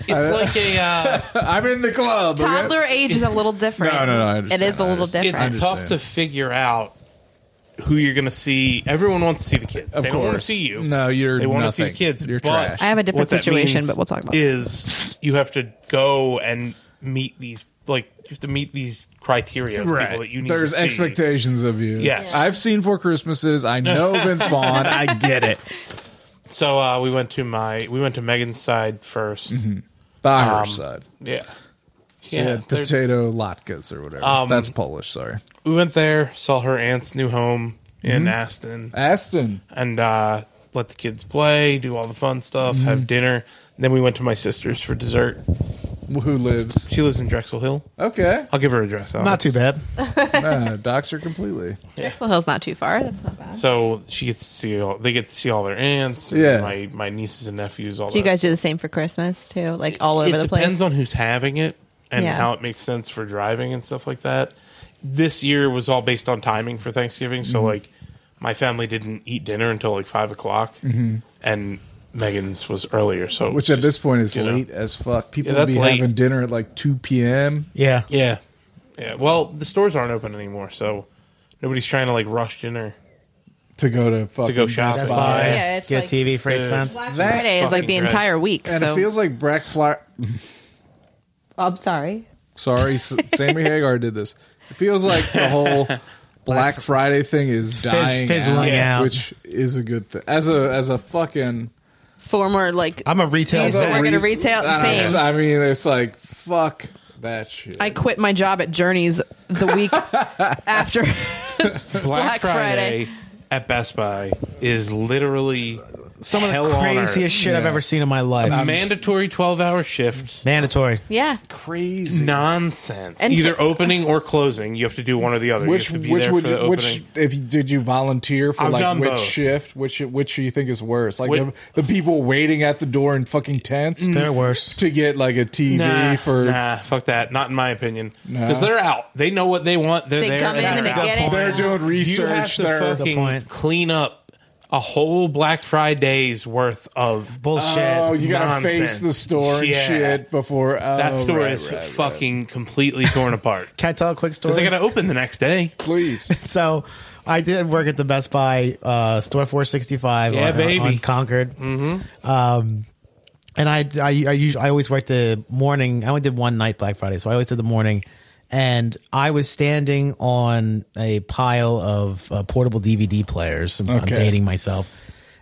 [SPEAKER 3] it's like a. Uh,
[SPEAKER 1] I'm in the club. okay?
[SPEAKER 2] Toddler age is a little different.
[SPEAKER 1] No, no, no, I understand.
[SPEAKER 2] It is a
[SPEAKER 1] I
[SPEAKER 2] little
[SPEAKER 1] understand.
[SPEAKER 2] different.
[SPEAKER 3] it's tough to
[SPEAKER 1] understand.
[SPEAKER 3] figure out who you're going to see. Everyone wants to see the kids.
[SPEAKER 1] Of
[SPEAKER 3] they don't want to
[SPEAKER 1] course.
[SPEAKER 3] see you.
[SPEAKER 1] No, you're
[SPEAKER 3] They want to see the
[SPEAKER 1] nothing.
[SPEAKER 3] kids.
[SPEAKER 1] You're
[SPEAKER 3] but
[SPEAKER 1] trash. I
[SPEAKER 7] have a different
[SPEAKER 3] what that
[SPEAKER 7] situation,
[SPEAKER 3] means
[SPEAKER 7] but we'll talk about that.
[SPEAKER 3] Is you have to go and meet these like you have to meet these criteria of people that you need.
[SPEAKER 1] There's
[SPEAKER 3] to see.
[SPEAKER 1] expectations of you.
[SPEAKER 3] Yes.
[SPEAKER 1] I've seen Four Christmases. I
[SPEAKER 3] *laughs*
[SPEAKER 1] know Vince Vaughn. I get it.
[SPEAKER 3] Um, So uh, we went to my we went to Megan's side 1st
[SPEAKER 1] Mm-hmm. By her
[SPEAKER 3] Um,
[SPEAKER 1] side.
[SPEAKER 3] Yeah.
[SPEAKER 1] Yeah,
[SPEAKER 3] Yeah, they're-
[SPEAKER 1] potato latkes or whatever.
[SPEAKER 3] Um,
[SPEAKER 1] That's Polish, sorry.
[SPEAKER 3] we went there, saw her aunt's new home in
[SPEAKER 1] Mm-hmm.
[SPEAKER 3] Aston.
[SPEAKER 1] Aston.
[SPEAKER 3] and uh, let the kids play, do all the fun stuff,
[SPEAKER 1] Mm-hmm.
[SPEAKER 3] have dinner. Then we went to my sister's for dessert.
[SPEAKER 1] Who lives?
[SPEAKER 3] She lives in Drexel Hill. *laughs*
[SPEAKER 1] Okay.
[SPEAKER 3] I'll give her a dress.
[SPEAKER 4] Not too bad.
[SPEAKER 1] no, docs are completely.
[SPEAKER 7] Drexel Hill's not too far. That's not bad.
[SPEAKER 3] So she gets to see all. They get to see all their aunts. and
[SPEAKER 1] Yeah.
[SPEAKER 3] My my nieces and nephews. All.
[SPEAKER 2] Do you
[SPEAKER 3] that.
[SPEAKER 2] guys do the same for Christmas too? Like all
[SPEAKER 3] It
[SPEAKER 2] over the
[SPEAKER 3] depends
[SPEAKER 2] place.
[SPEAKER 3] on who's having it. and
[SPEAKER 2] Yeah.
[SPEAKER 3] how it makes sense for driving and stuff like that. This year was all based on timing for Thanksgiving.
[SPEAKER 1] Mm-hmm.
[SPEAKER 3] So like my family didn't eat dinner until like five o'clock, and Megan's was earlier. So
[SPEAKER 1] Mm-hmm. Which
[SPEAKER 3] just,
[SPEAKER 1] at this point is
[SPEAKER 3] you know.
[SPEAKER 1] late as fuck. People
[SPEAKER 3] Yeah,
[SPEAKER 1] will
[SPEAKER 3] that's
[SPEAKER 1] be
[SPEAKER 3] late.
[SPEAKER 1] having dinner at like 2 p.m.
[SPEAKER 4] Yeah.
[SPEAKER 3] Yeah, yeah. Well, the stores aren't open anymore, so nobody's trying to like rush dinner.
[SPEAKER 1] to go to fucking
[SPEAKER 3] go
[SPEAKER 1] Best
[SPEAKER 3] shopping. Best
[SPEAKER 1] Buy.
[SPEAKER 3] Buy.
[SPEAKER 2] Yeah, it's
[SPEAKER 4] get
[SPEAKER 2] like-
[SPEAKER 4] TV for eight
[SPEAKER 3] Yeah.
[SPEAKER 4] cents.
[SPEAKER 2] Black
[SPEAKER 1] That
[SPEAKER 2] Friday is like the
[SPEAKER 3] fucking Christ.
[SPEAKER 2] entire week.
[SPEAKER 1] And
[SPEAKER 2] so
[SPEAKER 1] it feels like Black Friday.
[SPEAKER 7] Oh,
[SPEAKER 2] I'm sorry.
[SPEAKER 1] Sorry, S- Sammy Hagar did this. It feels like the whole Black Friday thing is dying,
[SPEAKER 4] fizzling out.
[SPEAKER 1] which is a good thing. As a as a fucking
[SPEAKER 2] Former like
[SPEAKER 4] I'm a retail.
[SPEAKER 2] He's the
[SPEAKER 4] guy.
[SPEAKER 2] working at retail,
[SPEAKER 1] I don't know,
[SPEAKER 2] same.
[SPEAKER 1] I mean, it's like fuck that shit.
[SPEAKER 7] I quit my job at Journeys the
[SPEAKER 1] *laughs*
[SPEAKER 7] week after.
[SPEAKER 3] Black,
[SPEAKER 7] Black Friday.
[SPEAKER 3] Friday at Best Buy is literally
[SPEAKER 4] Some of
[SPEAKER 3] hell
[SPEAKER 4] the
[SPEAKER 3] on earth.
[SPEAKER 4] craziest shit I've
[SPEAKER 1] Yeah.
[SPEAKER 4] ever seen in my life.
[SPEAKER 3] a mandatory twelve hour shift.
[SPEAKER 4] Mandatory.
[SPEAKER 2] yeah.
[SPEAKER 1] Crazy.
[SPEAKER 3] Nonsense.
[SPEAKER 2] And-
[SPEAKER 3] Either opening or closing, you have to do one or the other. You
[SPEAKER 1] Which
[SPEAKER 3] have to be
[SPEAKER 1] which
[SPEAKER 3] there
[SPEAKER 1] would
[SPEAKER 3] for the
[SPEAKER 1] you, which
[SPEAKER 3] opening.
[SPEAKER 1] if you, did you volunteer for
[SPEAKER 3] I've
[SPEAKER 1] like
[SPEAKER 3] done
[SPEAKER 1] which
[SPEAKER 3] both.
[SPEAKER 1] shift? Which which do you think is worse? Like
[SPEAKER 3] Which-
[SPEAKER 1] the, the people waiting at the door in fucking tents
[SPEAKER 4] They're worse.
[SPEAKER 1] to get like a TV
[SPEAKER 3] Nah,
[SPEAKER 1] for
[SPEAKER 3] nah, fuck that. Not in my opinion.
[SPEAKER 1] Nah.
[SPEAKER 3] Because they're out. They know what they want. They're
[SPEAKER 2] They
[SPEAKER 3] there.
[SPEAKER 2] come in and they
[SPEAKER 3] out.
[SPEAKER 2] get it.
[SPEAKER 1] they're doing research.
[SPEAKER 3] You have to
[SPEAKER 1] they're
[SPEAKER 4] the
[SPEAKER 3] fucking
[SPEAKER 4] point.
[SPEAKER 3] clean up a whole Black Friday's worth of
[SPEAKER 4] Bullshit.
[SPEAKER 1] Oh, you gotta
[SPEAKER 3] Nonsense.
[SPEAKER 1] face the store and
[SPEAKER 3] Yeah.
[SPEAKER 1] shit before. Oh,
[SPEAKER 3] That store
[SPEAKER 1] right,
[SPEAKER 3] is
[SPEAKER 1] right, right.
[SPEAKER 3] fucking completely torn apart.
[SPEAKER 4] Can I tell a quick story?
[SPEAKER 3] Because they got to open the next day. *laughs*
[SPEAKER 1] Please,
[SPEAKER 4] *laughs* so I did work at the Best Buy uh, store 465
[SPEAKER 3] Yeah,
[SPEAKER 4] on,
[SPEAKER 3] baby.
[SPEAKER 4] on Concord. Mm-hmm. Um, and I, I, I, usually, I always worked the morning. I only did one night Black Friday, so I always did the morning. And I was standing on a pile of uh, portable DVD players. I'm, I'm
[SPEAKER 1] Okay.
[SPEAKER 4] dating myself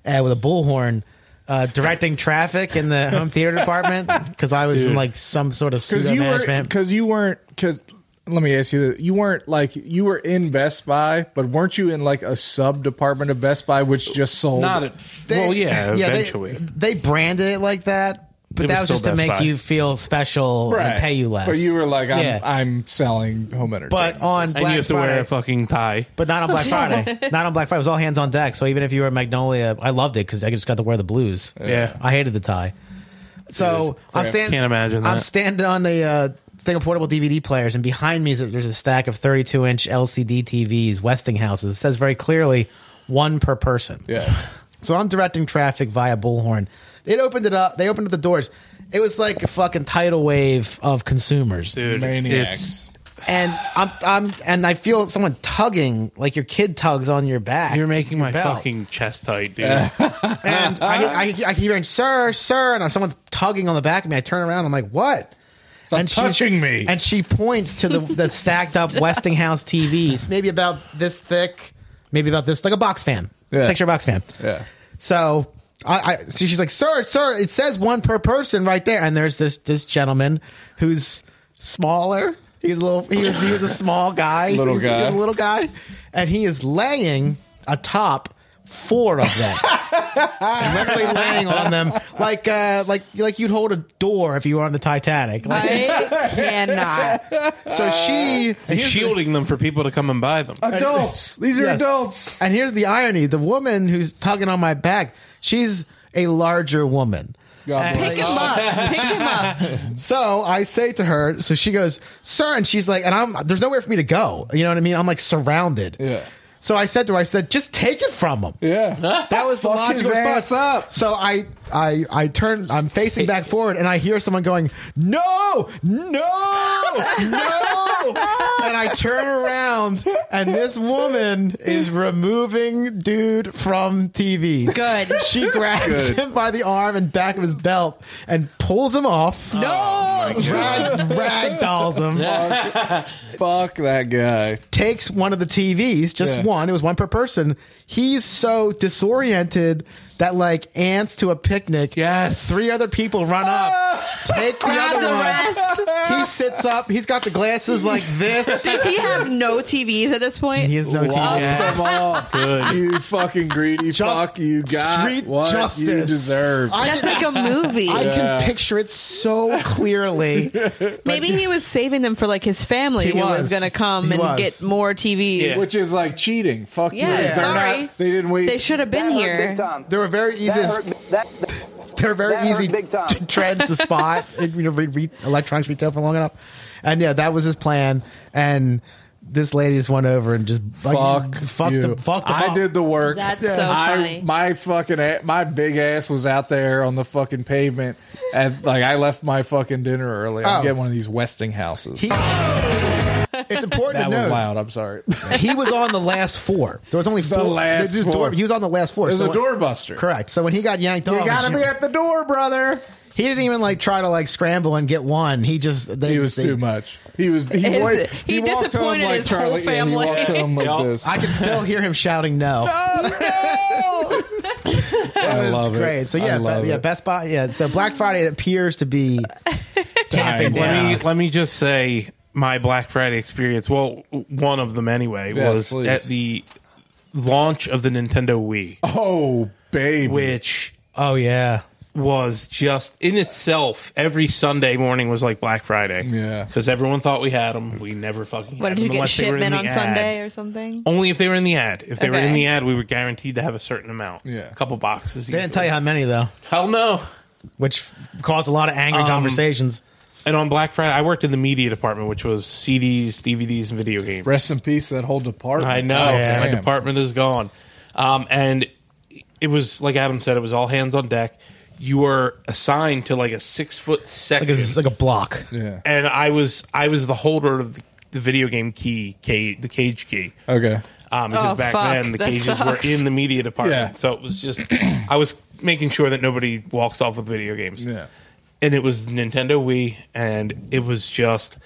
[SPEAKER 4] uh, with a bullhorn. Uh, directing traffic in the home theater department because I was in like some sort of
[SPEAKER 1] because
[SPEAKER 4] pseudo
[SPEAKER 1] you were
[SPEAKER 4] management.
[SPEAKER 1] because you weren't because. Let me ask you this: You weren't like you were in Best Buy, but weren't you in like a sub department of Best Buy which just sold?
[SPEAKER 3] Not at, well,
[SPEAKER 4] *laughs*
[SPEAKER 3] yeah,
[SPEAKER 4] they-
[SPEAKER 3] eventually.
[SPEAKER 4] They, branded it like that, but
[SPEAKER 3] It was
[SPEAKER 4] that was
[SPEAKER 3] still
[SPEAKER 4] just to
[SPEAKER 3] Best
[SPEAKER 4] make
[SPEAKER 3] Buy.
[SPEAKER 4] you feel special and pay you less.
[SPEAKER 1] But you were like, I'm,
[SPEAKER 4] Yeah.
[SPEAKER 1] I'm selling home entertainment.
[SPEAKER 4] But on
[SPEAKER 1] systems.
[SPEAKER 3] and you
[SPEAKER 4] Black
[SPEAKER 3] have to wear
[SPEAKER 4] Friday-
[SPEAKER 3] a fucking tie.
[SPEAKER 4] but not on Black Friday. not on Black Friday. It was all hands on deck. So even if you were at Magnolia, I loved it because I just got to wear the blues.
[SPEAKER 3] Yeah.
[SPEAKER 4] I hated the tie. So I'm
[SPEAKER 1] crap.
[SPEAKER 4] standing.
[SPEAKER 3] Can't imagine
[SPEAKER 4] I'm
[SPEAKER 3] that.
[SPEAKER 4] standing on the uh, thing of portable DVD players, and behind me is there's a stack of 32 inch LCD TVs, Westinghouses. It says very clearly one per person.
[SPEAKER 1] yes,
[SPEAKER 4] So I'm directing traffic via bullhorn. They'd opened it up. They opened up the doors. It was like a fucking tidal wave of consumers,
[SPEAKER 3] Dude,
[SPEAKER 1] maniacs.
[SPEAKER 4] and I'm, I'm, and I feel someone tugging, like your kid tugs on your back.
[SPEAKER 3] It's, you're making my
[SPEAKER 4] Your belt.
[SPEAKER 3] fucking chest tight, dude.
[SPEAKER 1] Uh,
[SPEAKER 3] *laughs*
[SPEAKER 4] And I, I, I keep hearing, "Sir, sir," and someone's tugging on the back of me. I turn around. I'm like, "What?"
[SPEAKER 1] Stop
[SPEAKER 4] she was-
[SPEAKER 1] touching me.
[SPEAKER 4] And she points to the, the
[SPEAKER 1] *laughs*
[SPEAKER 4] stacked up Westinghouse TVs, maybe about this thick, maybe about this, like a box fan.
[SPEAKER 1] Yeah.
[SPEAKER 4] Picture a box fan.
[SPEAKER 1] Yeah.
[SPEAKER 4] So I, I so she's like, "Sir, sir, it says one per person right there." And there's this this gentleman who's smaller. He's a little. He was he was a small guy.
[SPEAKER 1] Little
[SPEAKER 4] He was- he was
[SPEAKER 1] guy.
[SPEAKER 4] a little guy, and he is laying atop four
[SPEAKER 1] *laughs*
[SPEAKER 4] of them. Literally laying on them like uh like like you'd hold a door if you were on the Titanic. Like,
[SPEAKER 2] I cannot.
[SPEAKER 1] Uh,
[SPEAKER 4] so she
[SPEAKER 3] and shielding them for people to come and buy them.
[SPEAKER 1] Adults. These are
[SPEAKER 4] Yes.
[SPEAKER 1] adults.
[SPEAKER 4] And here's the irony: the woman who's tugging on my back, she's a larger woman.
[SPEAKER 1] God
[SPEAKER 4] And-
[SPEAKER 1] bless.
[SPEAKER 2] Pick him up. Pick him up.
[SPEAKER 4] So I say to her, so she goes, "Sir," and she's like, and I'm there's nowhere for me to go. You know what I mean? I'm like surrounded.
[SPEAKER 1] Yeah.
[SPEAKER 4] So I said to her, I said, just take it from him.
[SPEAKER 1] Yeah.
[SPEAKER 4] That was the
[SPEAKER 1] Fuck
[SPEAKER 4] logical
[SPEAKER 1] his
[SPEAKER 4] response.
[SPEAKER 1] ass up.
[SPEAKER 4] So I, I, I turn. I'm facing back forward, and I hear someone going, "No, no, no!" and I turn around, and this woman is removing dude from TVs.
[SPEAKER 2] Good.
[SPEAKER 4] She grabs
[SPEAKER 1] Good.
[SPEAKER 4] him by the arm and back of his belt and pulls him off. No,
[SPEAKER 1] Oh
[SPEAKER 4] rag, rag dolls him.
[SPEAKER 1] Fuck that guy.
[SPEAKER 4] takes one of the TVs, just
[SPEAKER 1] Yeah.
[SPEAKER 4] one. It was one per person. He's so disoriented that like ants to a picnic.
[SPEAKER 3] Yes.
[SPEAKER 4] Three other people run up,
[SPEAKER 1] Ah.
[SPEAKER 4] take the
[SPEAKER 2] Grab
[SPEAKER 4] other
[SPEAKER 2] the
[SPEAKER 4] one.
[SPEAKER 2] rest.
[SPEAKER 4] He sits up. He's got the glasses like
[SPEAKER 2] *laughs*
[SPEAKER 4] this.
[SPEAKER 2] Does he have no TVs at this point?
[SPEAKER 4] He has no
[SPEAKER 1] Lost
[SPEAKER 4] TV.
[SPEAKER 1] them all.
[SPEAKER 3] Good.
[SPEAKER 1] You fucking greedy fuck. You got
[SPEAKER 4] street
[SPEAKER 1] what
[SPEAKER 4] justice.
[SPEAKER 1] you deserve.
[SPEAKER 4] I
[SPEAKER 2] That's
[SPEAKER 4] can,
[SPEAKER 2] like a movie.
[SPEAKER 4] I
[SPEAKER 1] Yeah.
[SPEAKER 4] can picture it so clearly.
[SPEAKER 2] Maybe he was saving them for like his family
[SPEAKER 4] He
[SPEAKER 2] who was,
[SPEAKER 4] was.
[SPEAKER 2] going to come
[SPEAKER 4] He
[SPEAKER 2] and
[SPEAKER 4] was.
[SPEAKER 2] get more TVs.
[SPEAKER 3] Yeah.
[SPEAKER 1] Which is like cheating. Fuck
[SPEAKER 2] Yeah,
[SPEAKER 1] you. They're
[SPEAKER 2] sorry.
[SPEAKER 1] not- they didn't wait.
[SPEAKER 2] They should have been
[SPEAKER 5] That hurt big
[SPEAKER 2] here.
[SPEAKER 5] time.
[SPEAKER 4] There were very easy.
[SPEAKER 5] That hurt, that,
[SPEAKER 4] they're very
[SPEAKER 5] That hurt
[SPEAKER 4] easy
[SPEAKER 5] big time.
[SPEAKER 4] to trend to spot.
[SPEAKER 5] *laughs*
[SPEAKER 4] you know, read, read electronics retail for long enough, and yeah, that was his plan. And this lady just went over and just
[SPEAKER 1] Fuck,
[SPEAKER 4] fucked
[SPEAKER 1] you.
[SPEAKER 4] the fucked them
[SPEAKER 1] I
[SPEAKER 4] up.
[SPEAKER 1] did the work.
[SPEAKER 7] That's so
[SPEAKER 1] I,
[SPEAKER 7] funny.
[SPEAKER 1] My fucking a- my big ass was out there on the fucking pavement, and like I left my fucking dinner early. I'm
[SPEAKER 4] Oh.
[SPEAKER 1] getting one of these Westinghouses.
[SPEAKER 4] He- *laughs* it's important
[SPEAKER 1] that
[SPEAKER 4] to
[SPEAKER 1] was
[SPEAKER 4] note
[SPEAKER 1] loud. I'm sorry.
[SPEAKER 4] he was on the last four. There was only
[SPEAKER 1] The
[SPEAKER 4] four.
[SPEAKER 1] last
[SPEAKER 4] there was
[SPEAKER 1] four.
[SPEAKER 4] he was on the last four.
[SPEAKER 1] There's
[SPEAKER 4] so
[SPEAKER 1] a doorbuster.
[SPEAKER 4] Correct. So when he got yanked
[SPEAKER 1] You
[SPEAKER 4] off,
[SPEAKER 1] gotta
[SPEAKER 4] she-
[SPEAKER 1] be at the door, brother.
[SPEAKER 4] he didn't even like try to like scramble and get one. He just they,
[SPEAKER 1] He was
[SPEAKER 4] they-
[SPEAKER 1] too much. He was. He,
[SPEAKER 2] His-
[SPEAKER 1] wa-
[SPEAKER 2] he
[SPEAKER 1] walked to him
[SPEAKER 2] disappointed
[SPEAKER 1] like
[SPEAKER 2] his
[SPEAKER 1] Charlie.
[SPEAKER 2] whole
[SPEAKER 1] yeah, he walked to him like
[SPEAKER 3] family.
[SPEAKER 1] this.
[SPEAKER 4] I can still hear him shouting no.
[SPEAKER 1] *laughs* I
[SPEAKER 4] It was
[SPEAKER 1] love it.
[SPEAKER 4] great. So
[SPEAKER 1] I
[SPEAKER 4] yeah,
[SPEAKER 1] love
[SPEAKER 4] but, yeah,
[SPEAKER 1] it.
[SPEAKER 4] Best Buy. Yeah, so Black Friday appears
[SPEAKER 1] *laughs*
[SPEAKER 4] to be
[SPEAKER 1] Dying.
[SPEAKER 4] tamping down.
[SPEAKER 3] Let me let me just say my Black Friday experience. Well, one of them anyway
[SPEAKER 1] Yes,
[SPEAKER 3] was
[SPEAKER 1] please.
[SPEAKER 3] at the launch of the Nintendo Wii,
[SPEAKER 1] Oh, baby.
[SPEAKER 3] which
[SPEAKER 4] Oh yeah,
[SPEAKER 3] was just in itself. Every Sunday morning was like Black Friday.
[SPEAKER 1] Yeah.
[SPEAKER 3] because everyone thought we had them. We never fucking.
[SPEAKER 2] What
[SPEAKER 3] had
[SPEAKER 2] did you
[SPEAKER 3] them
[SPEAKER 2] get
[SPEAKER 3] unless they were in
[SPEAKER 2] shipment
[SPEAKER 3] the
[SPEAKER 2] on
[SPEAKER 3] ad.
[SPEAKER 2] Sunday or something?
[SPEAKER 3] Only if they were in the ad. If they were
[SPEAKER 2] Okay.
[SPEAKER 3] in the ad, we were guaranteed to have a certain amount.
[SPEAKER 1] Yeah.
[SPEAKER 3] a couple boxes.
[SPEAKER 4] they didn't tell you how many though,
[SPEAKER 3] Hell no.
[SPEAKER 4] which caused a lot of angry
[SPEAKER 3] Um,
[SPEAKER 4] conversations.
[SPEAKER 3] And on Black Friday, I worked in the media department, which was CDs, DVDs, and video games.
[SPEAKER 1] Rest in peace. That whole department.
[SPEAKER 3] I know.
[SPEAKER 1] Oh, damn.
[SPEAKER 3] My department is gone. Um, and it was, like Adam said, it was all hands on deck. You were assigned to like a six foot
[SPEAKER 4] Like
[SPEAKER 3] section.
[SPEAKER 4] it's like a block.
[SPEAKER 1] Yeah.
[SPEAKER 3] and I was I was the holder of the, the video game key, cage, the cage key.
[SPEAKER 1] Okay.
[SPEAKER 3] Um, because
[SPEAKER 7] Oh,
[SPEAKER 3] back
[SPEAKER 7] fuck,
[SPEAKER 3] then the
[SPEAKER 7] that
[SPEAKER 3] cages
[SPEAKER 7] sucks.
[SPEAKER 3] were in the media department,
[SPEAKER 1] Yeah.
[SPEAKER 3] so it was just I was making sure that nobody walks off with video games.
[SPEAKER 1] Yeah.
[SPEAKER 3] and it was Nintendo Wii, and it was just.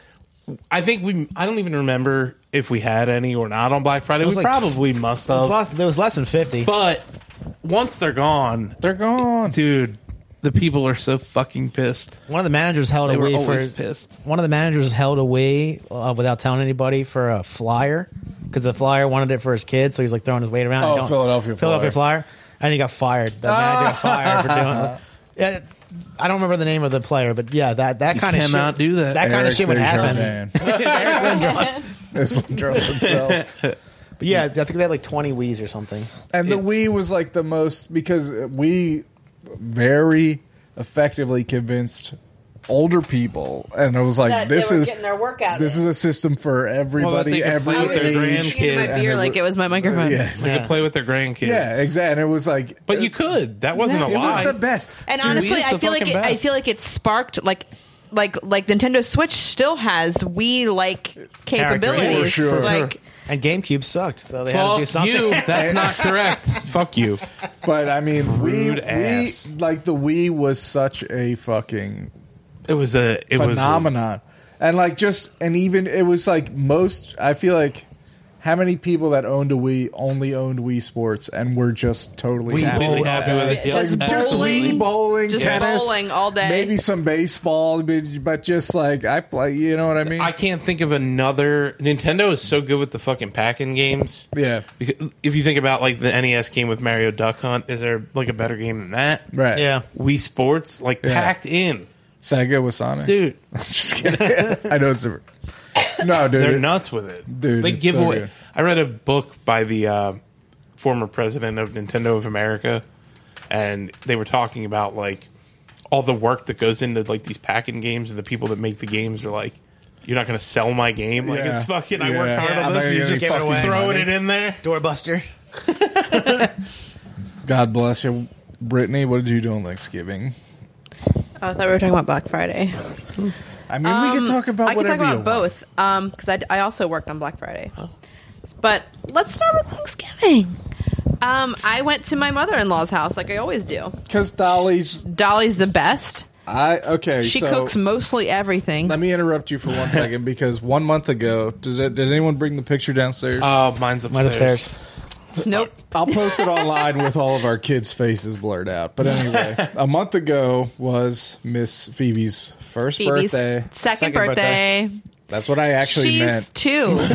[SPEAKER 3] I think we. I don't even remember if we had any or not on Black Friday. We
[SPEAKER 4] was like
[SPEAKER 3] probably must
[SPEAKER 4] It was,
[SPEAKER 3] have.
[SPEAKER 4] less, there was less than fifty.
[SPEAKER 3] But once they're gone,
[SPEAKER 1] They're gone.
[SPEAKER 3] dude, the people are so fucking pissed.
[SPEAKER 4] One of the managers held
[SPEAKER 3] They
[SPEAKER 4] a
[SPEAKER 3] were
[SPEAKER 4] Wii
[SPEAKER 3] always
[SPEAKER 4] for
[SPEAKER 3] pissed.
[SPEAKER 4] one of the managers held a Wii uh, without telling anybody for a flyer because the flyer wanted it for his kid, so he was like throwing his weight around.
[SPEAKER 1] Oh,
[SPEAKER 4] Don't-
[SPEAKER 1] Philadelphia
[SPEAKER 4] Philadelphia flyer, and he got fired. The manager got fired for doing.
[SPEAKER 1] *laughs*
[SPEAKER 4] Yeah, I don't remember the name of the player, but yeah, that that kind of
[SPEAKER 3] cannot
[SPEAKER 4] shit,
[SPEAKER 3] do that.
[SPEAKER 4] That kind of
[SPEAKER 1] Eric
[SPEAKER 4] shit would happen.
[SPEAKER 1] Desjardins.
[SPEAKER 4] It was *laughs*
[SPEAKER 1] *laughs*
[SPEAKER 4] Eric Lindros.
[SPEAKER 1] There's Lindros himself.
[SPEAKER 4] *laughs* But yeah, I think they had like twenty Wii's or something.
[SPEAKER 1] And the
[SPEAKER 3] It's-
[SPEAKER 1] Wii was like the most because we very effectively convinced older people, and I was like,
[SPEAKER 7] That they
[SPEAKER 1] "This
[SPEAKER 7] were
[SPEAKER 1] is
[SPEAKER 7] getting their work out of
[SPEAKER 1] This
[SPEAKER 7] it.
[SPEAKER 1] is a system for
[SPEAKER 3] Well, that
[SPEAKER 1] everybody,
[SPEAKER 3] they could
[SPEAKER 1] every
[SPEAKER 3] play with their
[SPEAKER 1] age."
[SPEAKER 3] grandkids.
[SPEAKER 7] Into my
[SPEAKER 3] And
[SPEAKER 7] beer
[SPEAKER 1] they
[SPEAKER 7] like
[SPEAKER 1] were-
[SPEAKER 7] it was my microphone.
[SPEAKER 1] Yes.
[SPEAKER 3] They could play with their grandkids.
[SPEAKER 1] Yeah, exactly. And it was like,
[SPEAKER 3] But you could. That wasn't
[SPEAKER 1] it
[SPEAKER 3] a
[SPEAKER 1] was
[SPEAKER 3] lie.
[SPEAKER 1] the best.
[SPEAKER 2] And
[SPEAKER 3] Dude, we
[SPEAKER 2] honestly,
[SPEAKER 3] used
[SPEAKER 2] I
[SPEAKER 3] to
[SPEAKER 2] feel like
[SPEAKER 3] fucking
[SPEAKER 2] it, I
[SPEAKER 3] best.
[SPEAKER 2] feel like it sparked like like like Nintendo Switch still has Wii like capabilities.
[SPEAKER 1] For sure.
[SPEAKER 2] Like
[SPEAKER 4] And GameCube sucked, so they had to do
[SPEAKER 3] Fuck
[SPEAKER 4] something.
[SPEAKER 3] *laughs* you. That's not correct. Fuck you.
[SPEAKER 1] But I mean,
[SPEAKER 3] Rude
[SPEAKER 1] Wii,
[SPEAKER 3] ass.
[SPEAKER 1] Wii, like the Wii was such a fucking
[SPEAKER 3] It was a. It was.
[SPEAKER 1] phenomenon. and like just and even it was like most I feel like how many people that owned a Wii only owned Wii Sports and were just totally
[SPEAKER 4] Wii
[SPEAKER 1] happy,
[SPEAKER 3] Completely
[SPEAKER 4] Bowl,
[SPEAKER 3] happy with it.
[SPEAKER 2] uh,
[SPEAKER 3] Yep.
[SPEAKER 2] Just
[SPEAKER 1] Just
[SPEAKER 2] Bowling.
[SPEAKER 1] Wii bowling,
[SPEAKER 2] Just
[SPEAKER 1] tennis,
[SPEAKER 2] bowling all day.
[SPEAKER 1] Maybe some baseball, but but just like I play, you know what I mean?
[SPEAKER 3] I can't think of another. Nintendo is so good with the fucking packing games.
[SPEAKER 1] yeah,
[SPEAKER 3] Because if you think about like the NES game with Mario Duck Hunt, is there like a better game than that?
[SPEAKER 1] right.
[SPEAKER 4] Yeah,
[SPEAKER 3] Wii Sports, like
[SPEAKER 1] Yeah.
[SPEAKER 3] packed in,
[SPEAKER 1] Sega was Sonic.
[SPEAKER 3] dude.
[SPEAKER 1] *laughs* Just kidding. I know it's different. No, dude.
[SPEAKER 3] They're
[SPEAKER 1] it-
[SPEAKER 3] nuts with it,
[SPEAKER 1] Dude,
[SPEAKER 3] They
[SPEAKER 1] it's
[SPEAKER 3] give
[SPEAKER 1] so
[SPEAKER 3] away.
[SPEAKER 1] good.
[SPEAKER 3] I read a book by the uh, former president of Nintendo of America, and they were talking about like all the work that goes into like these packing games, and the people that make the games are like, "You're not going to sell my game? Like
[SPEAKER 1] Yeah.
[SPEAKER 3] it's fucking. I
[SPEAKER 1] Yeah.
[SPEAKER 3] worked hard
[SPEAKER 1] Yeah,
[SPEAKER 3] on
[SPEAKER 1] I'm
[SPEAKER 3] this.
[SPEAKER 1] not
[SPEAKER 3] You're
[SPEAKER 1] gonna
[SPEAKER 3] just
[SPEAKER 1] give it
[SPEAKER 3] fucking
[SPEAKER 1] away.
[SPEAKER 3] throwing it in there."
[SPEAKER 4] doorbuster.
[SPEAKER 1] God bless you, Brittany. What did you do on Thanksgiving?
[SPEAKER 7] Oh, I thought we were talking about Black Friday.
[SPEAKER 1] I mean, we could talk about
[SPEAKER 7] Um, I can
[SPEAKER 1] whatever
[SPEAKER 7] talk about
[SPEAKER 1] you want. Oh.
[SPEAKER 7] both because I, I also worked on Black Friday. But let's start with Thanksgiving. Um, I went to my mother in law's house like I always do.
[SPEAKER 1] Because Dolly's,
[SPEAKER 7] Dolly's the best.
[SPEAKER 1] I okay.
[SPEAKER 7] She
[SPEAKER 1] so
[SPEAKER 7] cooks mostly everything.
[SPEAKER 1] Let me interrupt you for one second because one month ago, did, it- did anyone bring the picture downstairs?
[SPEAKER 3] Oh, mine's upstairs.
[SPEAKER 4] Mine's upstairs.
[SPEAKER 7] nope.
[SPEAKER 1] I'll post it online with all of our kids' faces blurred out. But anyway, a month ago was Miss Phoebe's first
[SPEAKER 7] Phoebe's
[SPEAKER 1] birthday.
[SPEAKER 7] second, birthday.
[SPEAKER 1] That's what I actually
[SPEAKER 7] She's
[SPEAKER 1] meant.
[SPEAKER 7] two.
[SPEAKER 1] *laughs*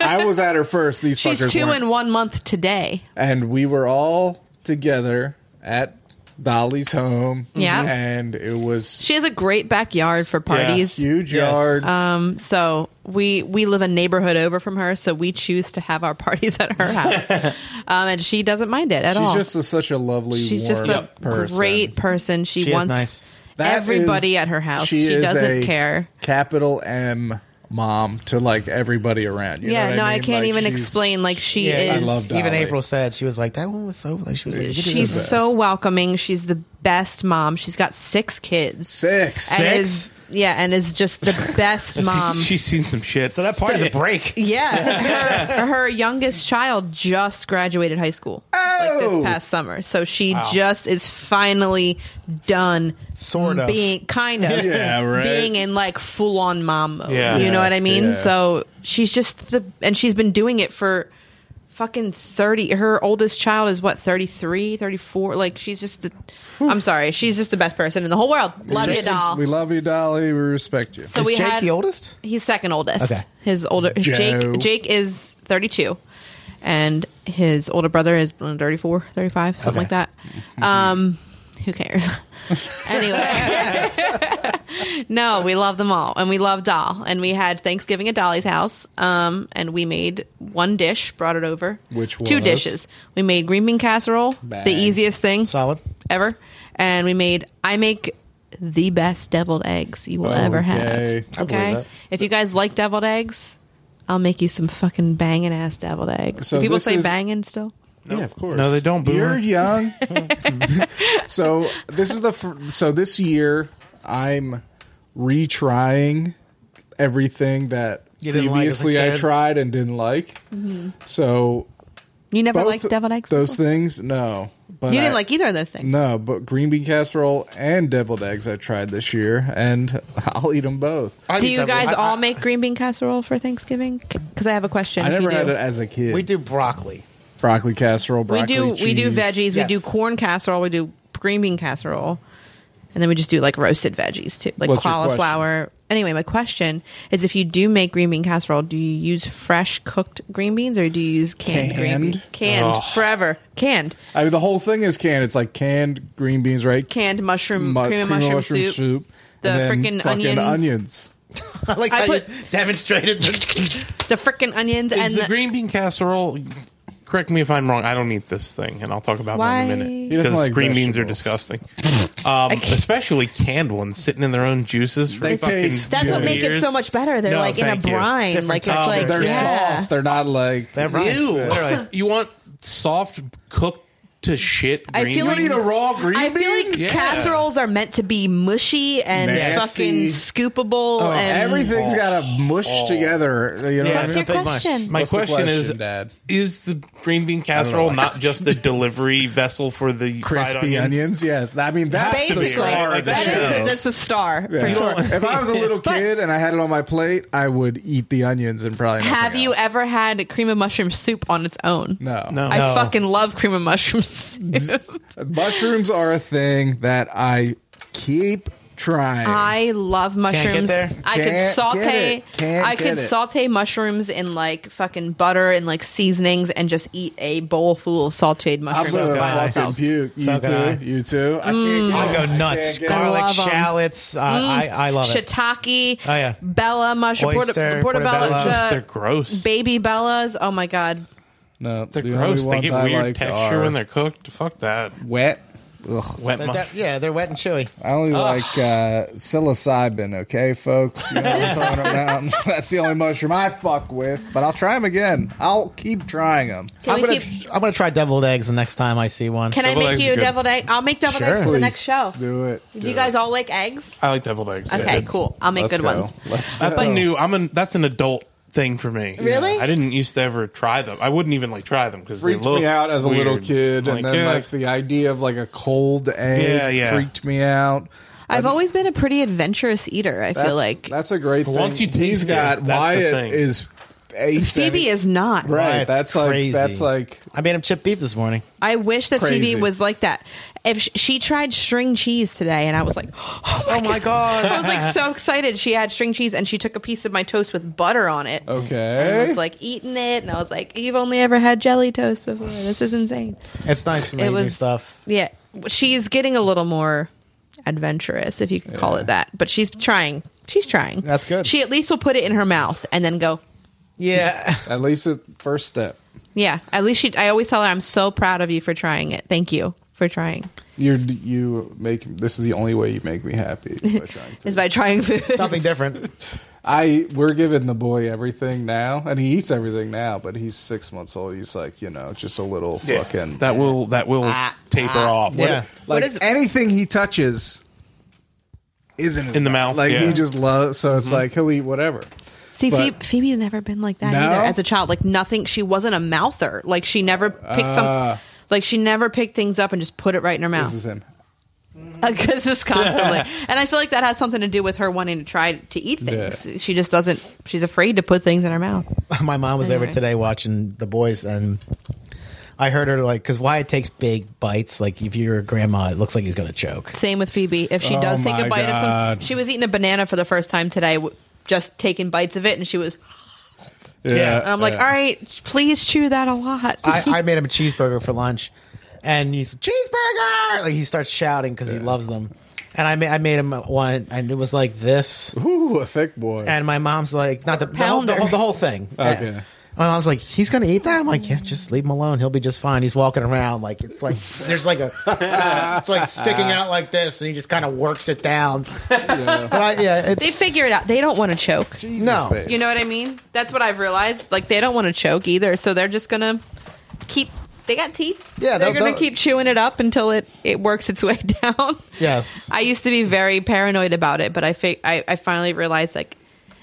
[SPEAKER 1] I was at her first. These
[SPEAKER 7] *laughs* She's
[SPEAKER 1] fuckers
[SPEAKER 7] two
[SPEAKER 1] weren't.
[SPEAKER 7] in one month today.
[SPEAKER 1] and we were all together at Dolly's home.
[SPEAKER 2] Yeah.
[SPEAKER 1] And it was
[SPEAKER 2] She has a great backyard for parties.
[SPEAKER 1] huge
[SPEAKER 3] Yes.
[SPEAKER 1] yard.
[SPEAKER 2] Um, so we we live a neighborhood over from her, so we choose to have
[SPEAKER 7] *laughs*
[SPEAKER 2] our parties at her
[SPEAKER 1] *laughs*
[SPEAKER 2] house, um, and she doesn't mind it at
[SPEAKER 1] She's
[SPEAKER 2] all.
[SPEAKER 1] just a, such a lovely,
[SPEAKER 2] She's just
[SPEAKER 1] warm
[SPEAKER 2] a
[SPEAKER 1] person.
[SPEAKER 2] great person. She,
[SPEAKER 4] She is
[SPEAKER 2] wants
[SPEAKER 4] nice.
[SPEAKER 1] That
[SPEAKER 2] everybody
[SPEAKER 1] is-
[SPEAKER 2] at her house.
[SPEAKER 1] she
[SPEAKER 2] She,
[SPEAKER 1] is
[SPEAKER 2] doesn't
[SPEAKER 1] a
[SPEAKER 2] care.
[SPEAKER 1] Capital M mom to like everybody around. You know
[SPEAKER 2] yeah,
[SPEAKER 1] what
[SPEAKER 2] no,
[SPEAKER 1] I,
[SPEAKER 2] I
[SPEAKER 1] mean?
[SPEAKER 2] can't
[SPEAKER 1] Like,
[SPEAKER 2] even
[SPEAKER 1] she's-
[SPEAKER 2] explain. Like she
[SPEAKER 1] I
[SPEAKER 2] is.
[SPEAKER 1] love
[SPEAKER 4] even
[SPEAKER 1] Dolly.
[SPEAKER 4] April said she was like that one was so like she was like,
[SPEAKER 2] She's
[SPEAKER 1] best.
[SPEAKER 2] so welcoming. She's the best mom. She's got six kids.
[SPEAKER 1] Six.
[SPEAKER 2] And is, yeah, and is just the *laughs* best mom.
[SPEAKER 3] She's, she's seen some shit.
[SPEAKER 4] so that part is a break.
[SPEAKER 2] Yeah, her, her youngest child just graduated high school like
[SPEAKER 1] Oh!
[SPEAKER 2] this past summer, so she just is finally done,
[SPEAKER 4] Sort of.
[SPEAKER 2] being kind of
[SPEAKER 1] Yeah, right.
[SPEAKER 2] being in like full on mom mode.
[SPEAKER 3] Yeah.
[SPEAKER 2] you know what I mean.
[SPEAKER 1] Yeah.
[SPEAKER 2] So she's just the and she's been doing it for fucking 30 her oldest child is what 33 34 like she's just the- i'm sorry she's just the best person in the whole world love you
[SPEAKER 1] Just-
[SPEAKER 2] doll
[SPEAKER 1] We love you, Dolly. We respect you.
[SPEAKER 2] so
[SPEAKER 4] is
[SPEAKER 2] we
[SPEAKER 4] Jake
[SPEAKER 2] had
[SPEAKER 4] the oldest?
[SPEAKER 2] He's second oldest.
[SPEAKER 4] Okay.
[SPEAKER 2] His older
[SPEAKER 1] Joe.
[SPEAKER 2] Jake Jake is 32 and his older brother is uh, 34, 35, something like that.
[SPEAKER 1] Mm-hmm.
[SPEAKER 2] Um who cares? *laughs* anyway. *laughs* no, we love them all and we love Doll and we had Thanksgiving at Dolly's house um and we made one dish, brought it over.
[SPEAKER 1] Which
[SPEAKER 2] two
[SPEAKER 1] was?
[SPEAKER 2] dishes. We made green bean casserole,
[SPEAKER 1] Bang.
[SPEAKER 2] the easiest thing
[SPEAKER 4] Solid.
[SPEAKER 2] ever, and we made I make the best deviled eggs you will ever have.
[SPEAKER 1] Okay.
[SPEAKER 4] I believe
[SPEAKER 2] Okay.
[SPEAKER 4] that.
[SPEAKER 2] If you guys like deviled eggs, I'll make you some fucking banging ass deviled eggs.
[SPEAKER 1] So
[SPEAKER 2] Do people
[SPEAKER 1] this
[SPEAKER 2] say
[SPEAKER 1] is-
[SPEAKER 2] banging still?
[SPEAKER 1] Yeah, of course.
[SPEAKER 3] No, they don't,
[SPEAKER 1] You're
[SPEAKER 3] boomer.
[SPEAKER 4] *laughs*
[SPEAKER 1] young. *laughs* so this is the fir- so this year I'm retrying everything that
[SPEAKER 4] You didn't like as a
[SPEAKER 1] previously I
[SPEAKER 4] kid?
[SPEAKER 1] tried and didn't like. So
[SPEAKER 2] Mm-hmm. You never
[SPEAKER 1] both
[SPEAKER 2] liked deviled eggs.
[SPEAKER 1] Those
[SPEAKER 2] before?
[SPEAKER 1] things, no. But
[SPEAKER 2] you didn't
[SPEAKER 1] I-
[SPEAKER 2] like either of those things.
[SPEAKER 1] No, but green bean casserole and deviled eggs I tried this year, and *laughs* I'll eat them both.
[SPEAKER 4] I
[SPEAKER 2] Do
[SPEAKER 4] eat
[SPEAKER 2] you
[SPEAKER 4] that
[SPEAKER 2] guys
[SPEAKER 4] one. I-
[SPEAKER 2] all
[SPEAKER 4] I-
[SPEAKER 2] make green bean casserole for Thanksgiving? Because I have a question.
[SPEAKER 1] I
[SPEAKER 2] if you
[SPEAKER 1] never had
[SPEAKER 2] do.
[SPEAKER 1] it as a kid.
[SPEAKER 4] We do broccoli. *laughs*
[SPEAKER 1] broccoli casserole.
[SPEAKER 2] we
[SPEAKER 1] Broccoli
[SPEAKER 2] do we do
[SPEAKER 1] cheese.
[SPEAKER 2] veggies.
[SPEAKER 4] Yes.
[SPEAKER 2] We do corn casserole. We do green bean casserole, and then we just do like roasted veggies too, like
[SPEAKER 1] What's your question?
[SPEAKER 2] cauliflower. Anyway, my question is: If you do make green bean casserole, do you use fresh cooked green beans or do you use canned, green beans?
[SPEAKER 1] Canned?
[SPEAKER 2] Canned
[SPEAKER 3] Ugh.
[SPEAKER 2] forever, canned,
[SPEAKER 1] I mean, the whole thing is canned. It's like canned green beans, right?
[SPEAKER 2] canned mushroom,
[SPEAKER 1] Mu-
[SPEAKER 2] Mm, cream and mushroom, soup. the
[SPEAKER 1] and then
[SPEAKER 2] frickin'
[SPEAKER 1] fucking
[SPEAKER 2] onions.
[SPEAKER 4] I like
[SPEAKER 2] I
[SPEAKER 4] how
[SPEAKER 2] put-
[SPEAKER 4] you
[SPEAKER 2] *laughs*
[SPEAKER 4] demonstrated. the-
[SPEAKER 2] The frickin' onions
[SPEAKER 3] Is
[SPEAKER 2] and
[SPEAKER 3] the green bean casserole? Correct me if I'm wrong. I don't eat this thing, and I'll talk about it
[SPEAKER 2] Why?
[SPEAKER 3] in a minute.
[SPEAKER 1] He doesn't
[SPEAKER 3] Because
[SPEAKER 1] like
[SPEAKER 3] green beans are
[SPEAKER 1] vegetables.
[SPEAKER 3] disgusting, um, especially canned ones sitting in their own juices. For
[SPEAKER 1] They
[SPEAKER 3] fucking
[SPEAKER 1] taste
[SPEAKER 2] that's what
[SPEAKER 1] good.
[SPEAKER 2] makes it
[SPEAKER 3] years.
[SPEAKER 2] so much better. They're
[SPEAKER 3] No,
[SPEAKER 2] like in a
[SPEAKER 3] thank you.
[SPEAKER 2] brine,
[SPEAKER 4] Different
[SPEAKER 2] like it's
[SPEAKER 4] texture.
[SPEAKER 2] like
[SPEAKER 1] They're
[SPEAKER 2] yeah.
[SPEAKER 1] soft. They're not like.
[SPEAKER 4] They're right.
[SPEAKER 3] Ew.
[SPEAKER 2] *laughs*
[SPEAKER 4] Literally.
[SPEAKER 3] You want soft cooked to shit green
[SPEAKER 2] I feel
[SPEAKER 3] beans?
[SPEAKER 2] like- You wanna eat a
[SPEAKER 1] raw green
[SPEAKER 2] I feel like
[SPEAKER 3] Yeah.
[SPEAKER 2] casseroles are meant to be mushy and
[SPEAKER 1] Nasty. Oh,
[SPEAKER 2] fucking scoopable and
[SPEAKER 1] Everything's got to mush together. You know
[SPEAKER 4] Yeah,
[SPEAKER 1] what I
[SPEAKER 4] it's
[SPEAKER 1] mean?
[SPEAKER 4] a big mush.
[SPEAKER 3] My
[SPEAKER 1] What's the
[SPEAKER 3] question, is:
[SPEAKER 1] question, Dad?
[SPEAKER 3] Is the green bean casserole
[SPEAKER 1] why.
[SPEAKER 3] not just the delivery vessel for the fried
[SPEAKER 1] Crispy onions. Yes, I mean that's the
[SPEAKER 2] Basically,
[SPEAKER 1] star
[SPEAKER 3] Like
[SPEAKER 1] of the
[SPEAKER 3] that
[SPEAKER 2] that is
[SPEAKER 1] show.
[SPEAKER 2] the, that's the star for
[SPEAKER 1] Yeah.
[SPEAKER 2] sure.
[SPEAKER 1] If I was a little kid and I had it on my plate, I would eat the onions and probably. nothing
[SPEAKER 2] Have you
[SPEAKER 1] else.
[SPEAKER 2] ever had cream of mushroom soup on its own?
[SPEAKER 1] No.
[SPEAKER 3] No.
[SPEAKER 2] I
[SPEAKER 4] No.
[SPEAKER 2] fucking love cream of mushroom *laughs* soup.
[SPEAKER 1] Mushrooms are a thing that I keep trying.
[SPEAKER 2] I love mushrooms.
[SPEAKER 4] there?
[SPEAKER 2] I could
[SPEAKER 1] Can't get
[SPEAKER 2] saute.
[SPEAKER 1] it. Can't
[SPEAKER 2] I could
[SPEAKER 1] get it.
[SPEAKER 2] saute mushrooms in like fucking butter and like seasonings, and just eat a bowl full of sauteed
[SPEAKER 1] I'm
[SPEAKER 2] mushrooms
[SPEAKER 1] gonna
[SPEAKER 2] by
[SPEAKER 1] fucking
[SPEAKER 2] themselves.
[SPEAKER 1] puke. You
[SPEAKER 4] So
[SPEAKER 1] too.
[SPEAKER 4] can I.
[SPEAKER 1] You too. I can't
[SPEAKER 2] Mm.
[SPEAKER 1] get
[SPEAKER 4] I
[SPEAKER 1] it.
[SPEAKER 4] go
[SPEAKER 1] can't
[SPEAKER 4] nuts.
[SPEAKER 1] get it.
[SPEAKER 4] Garlic
[SPEAKER 2] I love 'em. Mm.
[SPEAKER 4] shallots. Uh, I I love it.
[SPEAKER 2] Shiitake,
[SPEAKER 4] Oh, yeah.
[SPEAKER 2] Bella mushroom, porta-
[SPEAKER 4] Oyster,
[SPEAKER 2] portobello,
[SPEAKER 4] portobello.
[SPEAKER 3] Just
[SPEAKER 2] uh,
[SPEAKER 3] they're gross.
[SPEAKER 2] baby Bellas. Oh my god,
[SPEAKER 1] No,
[SPEAKER 3] They're
[SPEAKER 1] the only
[SPEAKER 3] gross. They
[SPEAKER 1] ones
[SPEAKER 3] get
[SPEAKER 1] I
[SPEAKER 3] weird
[SPEAKER 1] like
[SPEAKER 3] texture
[SPEAKER 1] are
[SPEAKER 3] when they're cooked. Fuck that.
[SPEAKER 1] wet. Ugh.
[SPEAKER 3] Wet
[SPEAKER 4] They're
[SPEAKER 3] mush-
[SPEAKER 4] de- yeah, they're wet and chewy.
[SPEAKER 1] I only like uh, psilocybin. Okay, folks, you know what I'm talking about. *laughs* That's the only mushroom I fuck with. But I'll try them again. I'll keep trying them.
[SPEAKER 2] Can
[SPEAKER 4] I'm
[SPEAKER 2] we
[SPEAKER 4] gonna
[SPEAKER 2] keep-
[SPEAKER 4] I'm gonna try deviled eggs the next time I see one.
[SPEAKER 2] Can
[SPEAKER 3] Deviled
[SPEAKER 2] I make
[SPEAKER 3] eggs are
[SPEAKER 2] you a
[SPEAKER 3] good.
[SPEAKER 2] deviled egg? I'll make deviled eggs for the next show.
[SPEAKER 1] Do it.
[SPEAKER 2] Do you guys all like eggs?
[SPEAKER 3] I like deviled eggs.
[SPEAKER 2] Okay,
[SPEAKER 3] Yeah.
[SPEAKER 2] cool. I'll make
[SPEAKER 1] Let's
[SPEAKER 2] good
[SPEAKER 1] go.
[SPEAKER 2] ones.
[SPEAKER 1] Let's
[SPEAKER 3] That's
[SPEAKER 1] go.
[SPEAKER 3] a new. I'm an. That's an adult thing for me.
[SPEAKER 2] Really?
[SPEAKER 3] I didn't used to ever try them. I wouldn't even like try them because they
[SPEAKER 1] freaked
[SPEAKER 3] look
[SPEAKER 1] me out as a little
[SPEAKER 3] weird.
[SPEAKER 1] kid,
[SPEAKER 3] I'm
[SPEAKER 1] and
[SPEAKER 3] like,
[SPEAKER 1] then
[SPEAKER 3] yeah.
[SPEAKER 1] like the idea of like a cold egg
[SPEAKER 3] Yeah, yeah.
[SPEAKER 1] freaked me out.
[SPEAKER 8] I've always been a pretty adventurous eater. I feel
[SPEAKER 1] That's,
[SPEAKER 8] like
[SPEAKER 1] that's a great thing.
[SPEAKER 3] Once you
[SPEAKER 1] he's
[SPEAKER 3] taste it,
[SPEAKER 1] got
[SPEAKER 3] that's the
[SPEAKER 1] Wyatt
[SPEAKER 3] thing.
[SPEAKER 1] is eight.
[SPEAKER 8] Phoebe is not.
[SPEAKER 1] right.
[SPEAKER 4] Wyatt's
[SPEAKER 1] That's like
[SPEAKER 4] crazy.
[SPEAKER 1] that's like
[SPEAKER 4] I made him chip beef this morning.
[SPEAKER 2] I wish that
[SPEAKER 1] Crazy.
[SPEAKER 2] Phoebe was like that. If sh- she tried string cheese today, and I was like, *gasps* oh my,
[SPEAKER 4] Oh my god!
[SPEAKER 2] I was like so excited. She had string cheese, and she took a piece of my toast with butter on it. And I
[SPEAKER 1] okay.
[SPEAKER 2] was like eating it, and I was like, "You've only ever had jelly toast before. This is insane."
[SPEAKER 4] It's nice to make
[SPEAKER 2] it
[SPEAKER 4] new
[SPEAKER 2] was
[SPEAKER 4] stuff.
[SPEAKER 2] Yeah, she's getting a little more adventurous, if you could call it that. But she's trying. She's trying.
[SPEAKER 4] That's good.
[SPEAKER 2] She at least will put it in her mouth and then go,
[SPEAKER 4] Yeah. *laughs*
[SPEAKER 1] At least the first step.
[SPEAKER 2] Yeah. At least she. I always tell her, I'm so proud of you for trying it. Thank you for trying.
[SPEAKER 1] You're you make this is the only way you make me
[SPEAKER 2] *laughs*
[SPEAKER 1] happy. is by trying food.
[SPEAKER 2] Is by trying food.
[SPEAKER 4] *laughs* Something different.
[SPEAKER 1] *laughs*
[SPEAKER 2] *laughs*
[SPEAKER 1] I we're giving the boy everything now, and he eats everything now. But he's six months old. He's like you know just a little
[SPEAKER 3] Yeah.
[SPEAKER 1] fucking
[SPEAKER 3] that will that will taper off.
[SPEAKER 4] Ah, Yeah.
[SPEAKER 1] like
[SPEAKER 2] is-
[SPEAKER 1] anything he touches isn't his
[SPEAKER 3] In the mouth,
[SPEAKER 1] Like
[SPEAKER 3] yeah. Mm-hmm.
[SPEAKER 1] he just loves. So it's like he'll eat whatever.
[SPEAKER 2] See,
[SPEAKER 1] But-
[SPEAKER 2] Phoebe, Phoebe's never been like that
[SPEAKER 1] No?
[SPEAKER 2] either as a child. Like nothing. She wasn't a mouther. Like she never picked
[SPEAKER 1] Ah.
[SPEAKER 2] some. Like she never picked things up and just put it right in her
[SPEAKER 1] This is
[SPEAKER 2] mouth.
[SPEAKER 1] him.
[SPEAKER 2] *laughs* Because just constantly. and I feel like that has something to do with her wanting to try to eat things.
[SPEAKER 1] Yeah.
[SPEAKER 2] She just doesn't. She's afraid to put things in her mouth.
[SPEAKER 4] *laughs* my mom was over
[SPEAKER 2] Anyway.
[SPEAKER 4] today watching the boys and i heard her like because why it takes big bites like if you're a grandma it looks like he's gonna choke
[SPEAKER 2] Same with Phoebe. If she
[SPEAKER 1] Oh
[SPEAKER 2] does take
[SPEAKER 1] my
[SPEAKER 2] a bite of
[SPEAKER 1] God.
[SPEAKER 2] something, she was eating a banana for the first time today. w- Just taking bites of it, and she was.
[SPEAKER 1] Yeah,
[SPEAKER 2] And I'm like, all right, please chew that a lot.
[SPEAKER 4] I, I made him a cheeseburger for lunch and he's cheeseburger like he starts shouting because he loves them and I, ma- I made him one and it was like this
[SPEAKER 1] Ooh, a thick boy.
[SPEAKER 4] and my mom's like not the, the, whole, the,
[SPEAKER 2] Pounder.
[SPEAKER 4] whole, the whole thing
[SPEAKER 1] Okay.
[SPEAKER 4] And my mom's like he's gonna eat that i'm like yeah just leave him alone he'll be just fine he's walking around like it's like there's like a it's like sticking out like this and he just kind of works it down
[SPEAKER 1] Yeah.
[SPEAKER 4] But I, yeah,
[SPEAKER 2] *laughs*
[SPEAKER 4] it's,
[SPEAKER 2] they figure it out. They don't want to choke.
[SPEAKER 1] Jesus,
[SPEAKER 4] No.
[SPEAKER 1] babe.
[SPEAKER 2] You know what I mean? That's what I've realized. Like they don't want to choke either, so they're just gonna keep. They got teeth.
[SPEAKER 4] Yeah,
[SPEAKER 2] they're
[SPEAKER 4] they'll-
[SPEAKER 2] gonna
[SPEAKER 4] they'll-
[SPEAKER 2] keep chewing it up until it it works its way *laughs* down.
[SPEAKER 4] yes.
[SPEAKER 2] I used to be very paranoid about it, but I fi- I, I finally realized like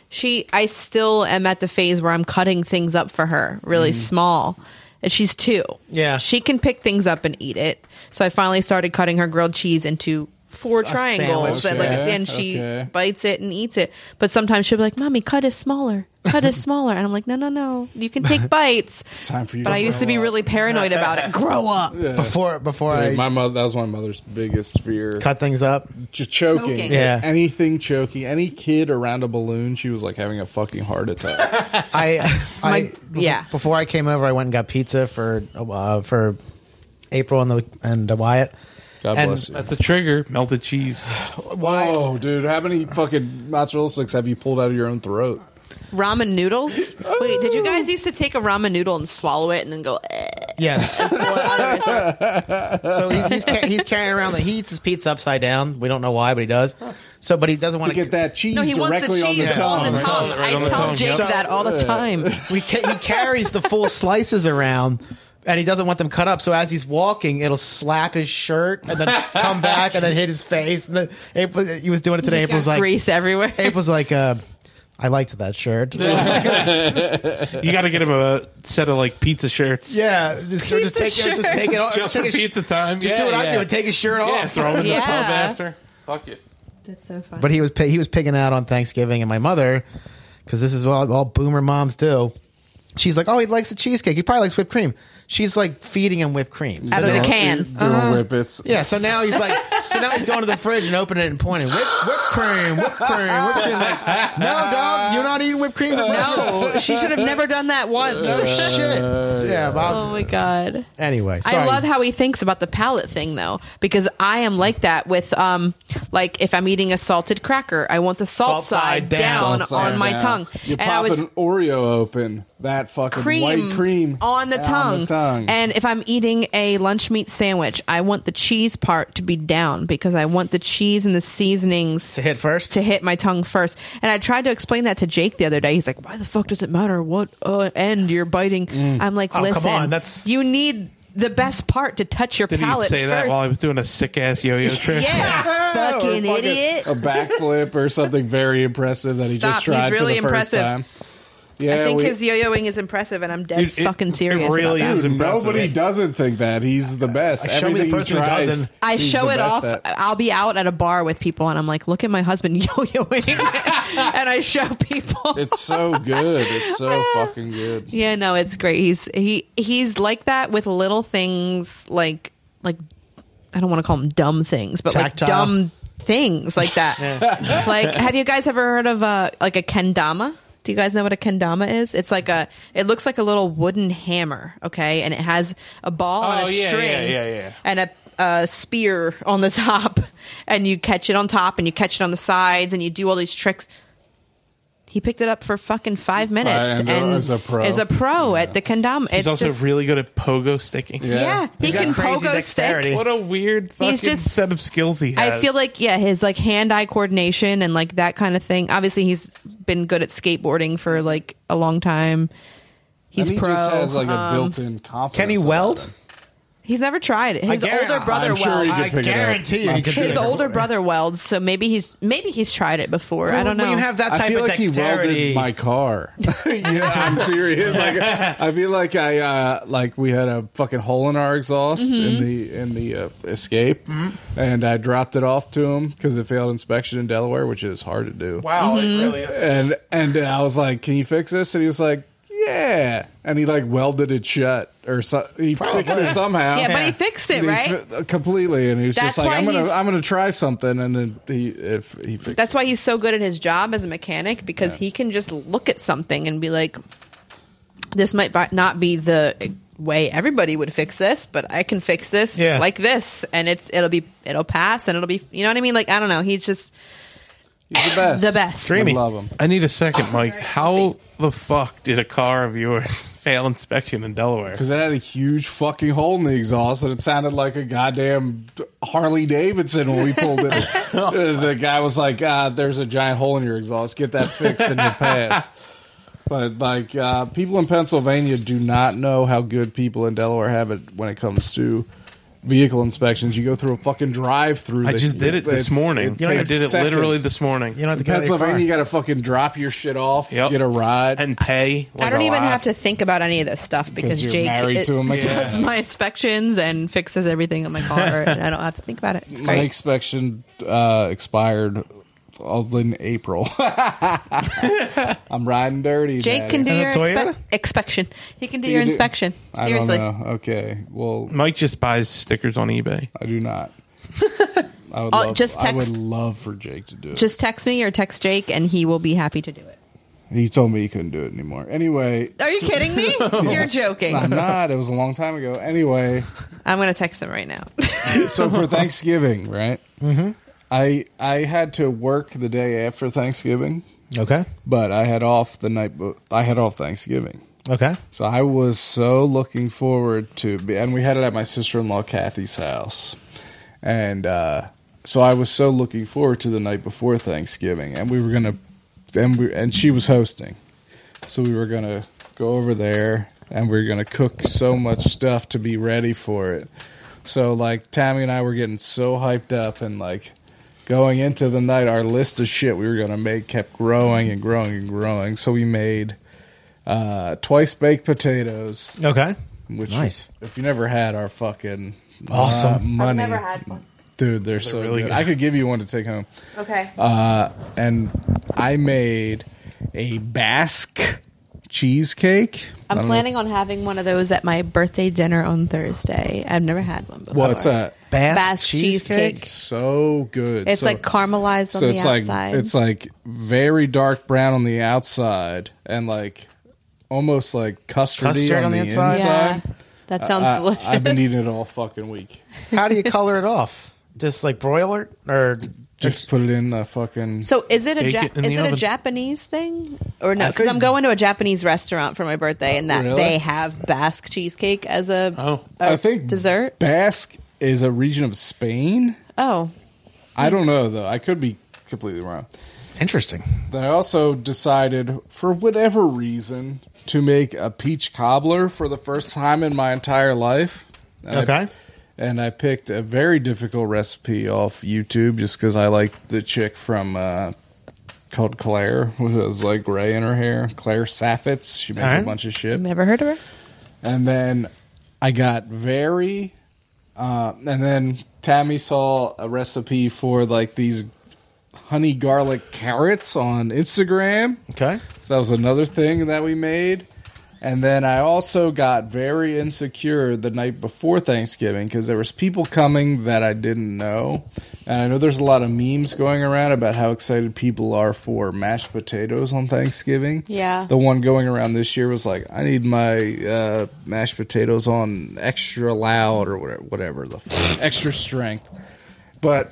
[SPEAKER 2] she I still am at the phase where I'm cutting things up for her
[SPEAKER 1] Mm.
[SPEAKER 2] really small. And she's two.
[SPEAKER 4] Yeah.
[SPEAKER 2] She can pick things up and eat it. So I finally started cutting her grilled cheese into four triangles
[SPEAKER 4] sandwich,
[SPEAKER 2] and like
[SPEAKER 1] yeah.
[SPEAKER 2] and she
[SPEAKER 1] Okay.
[SPEAKER 2] bites it and eats it. But sometimes she'll be like, Mommy, cut is smaller.
[SPEAKER 1] *laughs*
[SPEAKER 2] Cut is smaller. And I'm like, No, no, no. You can take bites.
[SPEAKER 1] it's time for you.
[SPEAKER 2] But I used to be
[SPEAKER 1] grow up.
[SPEAKER 2] really paranoid
[SPEAKER 1] *laughs*
[SPEAKER 2] about it. Grow up.
[SPEAKER 4] before before
[SPEAKER 1] Dude,
[SPEAKER 4] I
[SPEAKER 1] my mother. That was my mother's biggest fear.
[SPEAKER 4] cut things up,
[SPEAKER 1] Ch- choking.
[SPEAKER 2] Choking.
[SPEAKER 4] Yeah.
[SPEAKER 1] Anything choking. Any kid around a balloon, she was like having a fucking heart attack.
[SPEAKER 2] *laughs*
[SPEAKER 4] I, I
[SPEAKER 2] My- yeah.
[SPEAKER 4] Before I came over, I went and got pizza for uh, for April and the and Wyatt.
[SPEAKER 1] God
[SPEAKER 4] And-
[SPEAKER 1] bless you.
[SPEAKER 3] That's a trigger. Melted cheese.
[SPEAKER 1] Whoa, dude! How many fucking mozzarella sticks have you pulled out of your own throat?
[SPEAKER 2] ramen noodles. Wait, did you guys used to take a ramen noodle and swallow it and then go? Eh. *laughs*
[SPEAKER 4] Yes. so he's he's, ca- he's carrying around the he eats his pizza upside down. We don't know why, but he does. So, but he doesn't want
[SPEAKER 1] To get that cheese
[SPEAKER 2] No, he wants the
[SPEAKER 1] directly on the
[SPEAKER 2] cheese
[SPEAKER 1] tongue.
[SPEAKER 2] on the
[SPEAKER 3] right?
[SPEAKER 2] tongue.
[SPEAKER 3] Right on
[SPEAKER 2] I
[SPEAKER 3] the
[SPEAKER 2] tell
[SPEAKER 3] tongue,
[SPEAKER 2] Jake
[SPEAKER 3] yep.
[SPEAKER 2] that all the time.
[SPEAKER 4] We ca- he carries
[SPEAKER 1] *laughs*
[SPEAKER 4] the full slices around. And he doesn't want them cut up, so as he's walking, it'll slap his shirt and then come back and then hit his face. And then April, he was doing it today. April was like,
[SPEAKER 2] grease everywhere.
[SPEAKER 4] April's like, uh, I liked that shirt.
[SPEAKER 3] You got to get him a set of like pizza shirts.
[SPEAKER 4] yeah, just, or just take it, just take it off.
[SPEAKER 3] Just
[SPEAKER 4] Just, take
[SPEAKER 3] for
[SPEAKER 4] a sh-
[SPEAKER 3] pizza time.
[SPEAKER 4] just
[SPEAKER 3] yeah,
[SPEAKER 4] do what I
[SPEAKER 3] yeah.
[SPEAKER 4] do and take his shirt
[SPEAKER 3] Yeah,
[SPEAKER 4] off.
[SPEAKER 3] throw him in
[SPEAKER 2] Yeah.
[SPEAKER 3] the tub after. Fuck it.
[SPEAKER 2] That's so funny.
[SPEAKER 4] But he was pi- he was pigging out on Thanksgiving, and my mother, because this is what all boomer moms do. She's like, oh, he likes the cheesecake. He probably likes whipped cream. She's like feeding him whipped cream.
[SPEAKER 2] Out of the
[SPEAKER 1] Doing-
[SPEAKER 2] can.
[SPEAKER 1] Doing whippets.
[SPEAKER 4] Uh-huh. Yeah, so now he's like, so now he's going to the fridge and opening it and pointing, whipped, whipped cream, whipped cream, whipped cream. Like, no, dog, you're not eating whipped cream.
[SPEAKER 2] no,
[SPEAKER 4] *laughs*
[SPEAKER 2] she should have never done that once.
[SPEAKER 4] no shit.
[SPEAKER 3] Uh,
[SPEAKER 2] *laughs*
[SPEAKER 4] Yeah,
[SPEAKER 2] Oh
[SPEAKER 4] mom.
[SPEAKER 2] my god.
[SPEAKER 4] Anyway,
[SPEAKER 2] I
[SPEAKER 4] sorry.
[SPEAKER 2] love how he thinks about the palate thing though, because I am like that with um, like if I'm eating a salted cracker, I want the salt,
[SPEAKER 4] Salt
[SPEAKER 2] side,
[SPEAKER 4] side down.
[SPEAKER 2] down,
[SPEAKER 4] Salt
[SPEAKER 2] on my
[SPEAKER 1] Yeah.
[SPEAKER 2] tongue,
[SPEAKER 1] You
[SPEAKER 2] and
[SPEAKER 1] pop
[SPEAKER 2] I was
[SPEAKER 1] an Oreo open. That fucking
[SPEAKER 2] cream,
[SPEAKER 1] white cream
[SPEAKER 2] on the tongue.
[SPEAKER 1] On the tongue.
[SPEAKER 2] And if I'm eating a lunch meat sandwich, I want the cheese part to be down because I want the cheese and the seasonings
[SPEAKER 4] to hit first.
[SPEAKER 2] to hit my tongue first. And I tried to explain that to Jake the other day. He's like, "Why the fuck does it matter what uh, end you're biting?" I'm like,
[SPEAKER 4] Oh, come
[SPEAKER 2] "Listen,
[SPEAKER 4] on, that's-
[SPEAKER 2] you need the best part to touch your
[SPEAKER 3] Did he
[SPEAKER 2] palate
[SPEAKER 3] say
[SPEAKER 2] first.
[SPEAKER 3] that while I was doing a sick ass
[SPEAKER 4] *laughs*
[SPEAKER 3] yo-yo trip?
[SPEAKER 1] *laughs*
[SPEAKER 2] yeah,
[SPEAKER 1] *laughs* Oh,
[SPEAKER 2] fucking
[SPEAKER 1] or
[SPEAKER 2] idiot.
[SPEAKER 1] A backflip or something very impressive that he
[SPEAKER 2] Stop,
[SPEAKER 1] just
[SPEAKER 2] he's
[SPEAKER 1] tried
[SPEAKER 2] really
[SPEAKER 1] for the
[SPEAKER 2] impressive.
[SPEAKER 1] first time. Yeah,
[SPEAKER 2] I think
[SPEAKER 1] we-
[SPEAKER 2] his yo-yoing is impressive, and I'm dead
[SPEAKER 3] Dude, it-
[SPEAKER 2] fucking serious.
[SPEAKER 3] it really
[SPEAKER 2] about that.
[SPEAKER 3] is impressive.
[SPEAKER 1] Nobody doesn't think that he's the best.
[SPEAKER 4] show me the
[SPEAKER 1] Everything
[SPEAKER 4] person
[SPEAKER 1] he
[SPEAKER 4] who
[SPEAKER 1] tries,
[SPEAKER 4] doesn't.
[SPEAKER 2] I
[SPEAKER 1] he's
[SPEAKER 2] show
[SPEAKER 1] the
[SPEAKER 2] it
[SPEAKER 1] best
[SPEAKER 2] off.
[SPEAKER 1] at.
[SPEAKER 2] I'll be out at a bar with people, and I'm like, "Look at my husband *laughs* yo-yoing," and I show people.
[SPEAKER 1] It's so good. It's
[SPEAKER 2] *laughs*
[SPEAKER 1] so fucking good.
[SPEAKER 2] yeah, no, it's great. He's he he's like that with little things, like like I don't want to call them dumb things, but
[SPEAKER 4] Tactile.
[SPEAKER 2] like dumb things like that. *laughs*
[SPEAKER 3] *laughs*
[SPEAKER 2] like, have you guys ever heard of a like a kendama? Do you guys know what a kendama is? It's like a it looks like a little wooden hammer, okay, and it has a ball
[SPEAKER 3] Oh,
[SPEAKER 2] on a
[SPEAKER 3] yeah,
[SPEAKER 2] string
[SPEAKER 3] yeah, yeah, yeah.
[SPEAKER 2] and a uh, spear on the *laughs* top, and you catch it on top, and you catch it on the sides, and you do all these tricks. He picked it up for fucking five minutes,
[SPEAKER 1] I know,
[SPEAKER 2] and
[SPEAKER 1] as a pro.
[SPEAKER 2] as a pro at the condom. It's
[SPEAKER 3] He's also
[SPEAKER 2] just,
[SPEAKER 3] really good at pogo sticking.
[SPEAKER 1] Yeah.
[SPEAKER 2] yeah, he
[SPEAKER 4] He's got
[SPEAKER 2] can
[SPEAKER 4] crazy
[SPEAKER 2] pogo stick.
[SPEAKER 4] dexterity.
[SPEAKER 3] What a weird fucking
[SPEAKER 2] just-
[SPEAKER 3] set of skills he has.
[SPEAKER 2] I feel like yeah, his like hand-eye coordination and like that kind of thing. Obviously, he's been good at skateboarding for like a long time. He's
[SPEAKER 1] And he
[SPEAKER 2] pro.
[SPEAKER 1] just has like a
[SPEAKER 2] Um,
[SPEAKER 1] built-in confidence.
[SPEAKER 4] Can he
[SPEAKER 1] about
[SPEAKER 4] weld?
[SPEAKER 1] him.
[SPEAKER 2] He's never tried it. His
[SPEAKER 4] guarantee-
[SPEAKER 2] older brother
[SPEAKER 1] I'm sure he
[SPEAKER 2] welds.
[SPEAKER 1] could
[SPEAKER 4] I
[SPEAKER 1] pick it up.
[SPEAKER 4] guarantee you he
[SPEAKER 1] I'm
[SPEAKER 4] could
[SPEAKER 1] sure
[SPEAKER 4] pick
[SPEAKER 2] his
[SPEAKER 4] it up.
[SPEAKER 2] older brother welds, so maybe he's maybe he's tried it before. I don't know.
[SPEAKER 4] When you have that type
[SPEAKER 1] I feel
[SPEAKER 4] of
[SPEAKER 1] like
[SPEAKER 4] dexterity,
[SPEAKER 1] he welded my
[SPEAKER 4] *laughs*
[SPEAKER 1] car. *laughs* yeah, I'm serious. Like, I feel like I uh, like we had a fucking hole in our exhaust
[SPEAKER 2] Mm-hmm.
[SPEAKER 1] in the in the uh, escape,
[SPEAKER 4] Mm-hmm.
[SPEAKER 1] and I dropped it off to him because it failed inspection in Delaware, which is hard to do.
[SPEAKER 3] wow,
[SPEAKER 4] Mm-hmm.
[SPEAKER 3] it really is.
[SPEAKER 1] And and I was like, "Can you fix this?" And he was like, "Yeah." And he like welded it shut, or so, he fixed it somehow.
[SPEAKER 2] yeah, but
[SPEAKER 4] Yeah.
[SPEAKER 2] he fixed it
[SPEAKER 1] He
[SPEAKER 2] right.
[SPEAKER 1] fi- completely, and he was
[SPEAKER 2] That's
[SPEAKER 1] just like,
[SPEAKER 2] why
[SPEAKER 1] "I'm gonna,
[SPEAKER 2] he's-
[SPEAKER 1] I'm gonna try something," and then he, if he fixed
[SPEAKER 2] That's
[SPEAKER 1] it.
[SPEAKER 2] why he's so good at his job as a mechanic because he can just look at something and be like, "This might bi- not be the way everybody would fix this, but I can fix this
[SPEAKER 4] Yeah.
[SPEAKER 2] like this, and it's it'll be it'll pass, and it'll be you know what I mean? Like I don't know, he's just
[SPEAKER 1] He's the best.
[SPEAKER 2] the best.
[SPEAKER 1] I
[SPEAKER 4] Dreamy.
[SPEAKER 1] love him.
[SPEAKER 3] I need a
[SPEAKER 2] Oh,
[SPEAKER 3] second, Mike. How the fuck did a car of yours *laughs* fail inspection in Delaware?
[SPEAKER 1] Because it had a huge fucking hole in the exhaust, and it sounded like a goddamn Harley Davidson when we pulled
[SPEAKER 3] *laughs*
[SPEAKER 1] it. Uh, the guy was like, ah, "There's a giant hole in your exhaust. Get that fixed and you'll pass." But like, uh, people in Pennsylvania do not know how good people in Delaware have it when it comes to vehicle inspections. You go through a fucking drive-through.
[SPEAKER 3] I
[SPEAKER 1] They-
[SPEAKER 3] just did it this
[SPEAKER 1] it's-
[SPEAKER 3] morning.
[SPEAKER 1] takes
[SPEAKER 3] I did it
[SPEAKER 1] seconds.
[SPEAKER 3] literally this morning.
[SPEAKER 4] you don't have to
[SPEAKER 1] In
[SPEAKER 4] get out of your car.
[SPEAKER 1] Pennsylvania, you got to fucking drop your shit off,
[SPEAKER 3] Yep.
[SPEAKER 1] get a ride.
[SPEAKER 3] and pay. Was
[SPEAKER 2] I don't even
[SPEAKER 3] allowed.
[SPEAKER 2] have to think about any of this stuff because
[SPEAKER 1] you're
[SPEAKER 2] Jake
[SPEAKER 1] married
[SPEAKER 2] it-
[SPEAKER 1] to him again.
[SPEAKER 2] *laughs* does my inspections and fixes everything on
[SPEAKER 1] *laughs*
[SPEAKER 2] my car, and I don't have to think about it. It's
[SPEAKER 1] my
[SPEAKER 2] great.
[SPEAKER 1] inspection uh, expired all in April. *laughs* I'm riding dirty.
[SPEAKER 2] Jake
[SPEAKER 1] Daddy.
[SPEAKER 2] can do
[SPEAKER 4] And a
[SPEAKER 2] your
[SPEAKER 4] Toyota?
[SPEAKER 2] inspe- inspection. He can do
[SPEAKER 1] You
[SPEAKER 2] your
[SPEAKER 1] do-
[SPEAKER 2] inspection.
[SPEAKER 1] I
[SPEAKER 2] Seriously.
[SPEAKER 1] don't know. Okay. Well,
[SPEAKER 3] Mike just buys stickers on eBay.
[SPEAKER 1] I do
[SPEAKER 2] *laughs*
[SPEAKER 1] not. I would,
[SPEAKER 2] Oh,
[SPEAKER 1] love,
[SPEAKER 2] just
[SPEAKER 1] I would
[SPEAKER 2] text-
[SPEAKER 1] love for Jake to do it.
[SPEAKER 2] Just text me or text Jake, and he will be happy to do it.
[SPEAKER 1] he told me he couldn't do it anymore. Anyway,
[SPEAKER 2] Are you
[SPEAKER 1] *laughs*
[SPEAKER 2] kidding me? You're joking. *laughs*
[SPEAKER 1] I'm not. It was a long time ago. Anyway,
[SPEAKER 2] I'm going to text him right now.
[SPEAKER 1] so for Thanksgiving, right? Mm-hmm. I I had to work the day after Thanksgiving,
[SPEAKER 4] Okay.
[SPEAKER 1] but I had off the night. be- I had off Thanksgiving.
[SPEAKER 4] Okay.
[SPEAKER 1] So I was so looking forward to, be, and we had it at my sister in law Kathy's house, and uh, so I was so looking forward to the night before Thanksgiving, and we were gonna, and we and she was hosting, so we were gonna go over there, and we were gonna cook so much stuff to be ready for it. So like Tammy and I were getting so hyped up, and like going into the night, our list of shit we were gonna make kept growing and growing and growing. So we made uh, twice baked potatoes,
[SPEAKER 4] Okay.
[SPEAKER 1] which
[SPEAKER 4] Nice.
[SPEAKER 1] if you never had are fucking uh,
[SPEAKER 4] Awesome.
[SPEAKER 1] money,
[SPEAKER 2] had one.
[SPEAKER 1] dude. They're, so
[SPEAKER 3] really
[SPEAKER 1] good.
[SPEAKER 3] good.
[SPEAKER 1] I could give you one to take home.
[SPEAKER 2] *laughs* Okay.
[SPEAKER 1] Uh, and I made a Basque cheesecake. I
[SPEAKER 2] I'm
[SPEAKER 1] don't know-
[SPEAKER 2] planning on having one of those at my birthday dinner on Thursday. I've never had one before.
[SPEAKER 1] What's that?
[SPEAKER 4] Basque,
[SPEAKER 2] Basque cheesecake.
[SPEAKER 1] So good.
[SPEAKER 2] It's
[SPEAKER 1] So-
[SPEAKER 2] like caramelized
[SPEAKER 1] so
[SPEAKER 2] on the
[SPEAKER 1] it's like
[SPEAKER 2] outside.
[SPEAKER 1] it's like very dark brown on the outside and like almost like custardy
[SPEAKER 4] Custard
[SPEAKER 1] on, the, inside.
[SPEAKER 2] yeah. That sounds
[SPEAKER 1] I-
[SPEAKER 2] delicious.
[SPEAKER 1] I've been eating it all fucking week.
[SPEAKER 4] How do you color it off? Just like broil it, or
[SPEAKER 1] Just put it in the fucking.
[SPEAKER 2] So is it a
[SPEAKER 3] Bake
[SPEAKER 2] ja-
[SPEAKER 3] it in
[SPEAKER 2] is
[SPEAKER 3] the
[SPEAKER 2] it a
[SPEAKER 3] oven.
[SPEAKER 2] Japanese thing or no?
[SPEAKER 1] I
[SPEAKER 2] Because I'm
[SPEAKER 1] think-
[SPEAKER 2] going to a Japanese restaurant for my birthday, and that
[SPEAKER 1] Really?
[SPEAKER 2] they have Basque cheesecake as a
[SPEAKER 3] Oh.
[SPEAKER 2] a
[SPEAKER 1] I think
[SPEAKER 2] dessert.
[SPEAKER 1] Basque is a region of Spain.
[SPEAKER 2] Oh,
[SPEAKER 1] I don't know though. I could be completely wrong.
[SPEAKER 4] interesting.
[SPEAKER 1] Then I also decided, for whatever reason, to make a peach cobbler for the first time in my entire life. And I-
[SPEAKER 4] Okay.
[SPEAKER 1] and I picked a very difficult recipe off YouTube just because I like the chick from uh, called Claire, who has like gray in her hair. Claire Saffitz. She makes a
[SPEAKER 4] Alright.
[SPEAKER 1] bunch of shit.
[SPEAKER 2] never heard of her.
[SPEAKER 1] And then I got very, uh, and then Tammy saw a recipe for like these honey garlic carrots on Instagram.
[SPEAKER 4] Okay.
[SPEAKER 1] So that was another thing that we made. And then I also got very insecure the night before Thanksgiving because there was people coming that I didn't know. And I know there's a lot of memes going around about how excited people are for mashed potatoes on Thanksgiving.
[SPEAKER 2] Yeah.
[SPEAKER 1] The one going around this year was like, I need my uh, mashed potatoes on extra loud or whatever, whatever the fuck, extra strength. But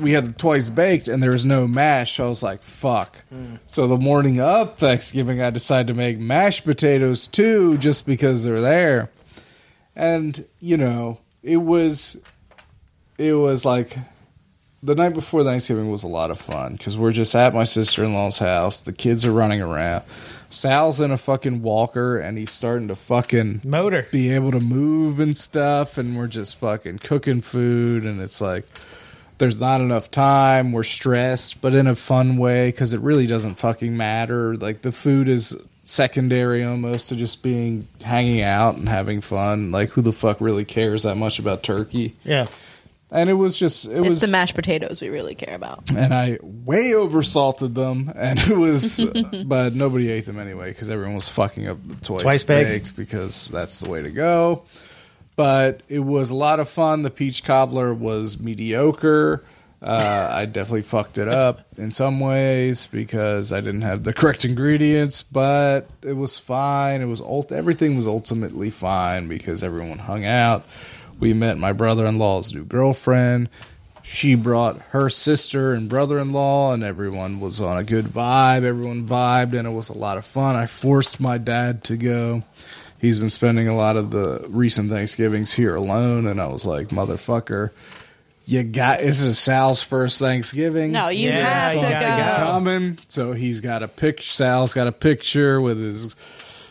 [SPEAKER 1] we had the twice baked and there was no mash. So I was like, fuck. So the morning of Thanksgiving, I decided to make mashed potatoes too, just because they're there. And, you know, it was, it was like, the night before Thanksgiving was a lot of fun because we're just at my sister in law's house. The kids are running around. Sal's in a fucking walker and he's starting to fucking
[SPEAKER 4] Motor.
[SPEAKER 1] be able to move and stuff and we're just fucking cooking food and it's like there's not enough time we're stressed but in a fun way because it really doesn't fucking matter like the food is secondary almost to just being hanging out and having fun like who the fuck really cares that much about turkey
[SPEAKER 4] Yeah.
[SPEAKER 1] and it was just it was
[SPEAKER 2] it's the mashed potatoes we really care about.
[SPEAKER 1] and I way oversalted them, and it was, *laughs* but nobody ate them anyway because everyone was fucking up the twice,
[SPEAKER 4] Twice baked.
[SPEAKER 1] because that's the way to go. But it was a lot of fun. The peach cobbler was mediocre. Uh, I definitely fucked it up in some ways because I didn't have the correct ingredients, but it was fine. It was ult- everything was ultimately fine because everyone hung out. We met my brother-in-law's new girlfriend she brought her sister and brother in law, and everyone was on a good vibe. Everyone vibed, and it was a lot of fun. I forced my dad to go. He's been spending a lot of the recent Thanksgivings here alone, and I was like, motherfucker, you got this is Sal's first Thanksgiving.
[SPEAKER 2] No, you
[SPEAKER 4] Yeah,
[SPEAKER 2] have
[SPEAKER 4] you
[SPEAKER 2] to
[SPEAKER 4] gotta
[SPEAKER 2] go.
[SPEAKER 4] go.
[SPEAKER 1] coming. So he's got a picture. Sal's got a picture with his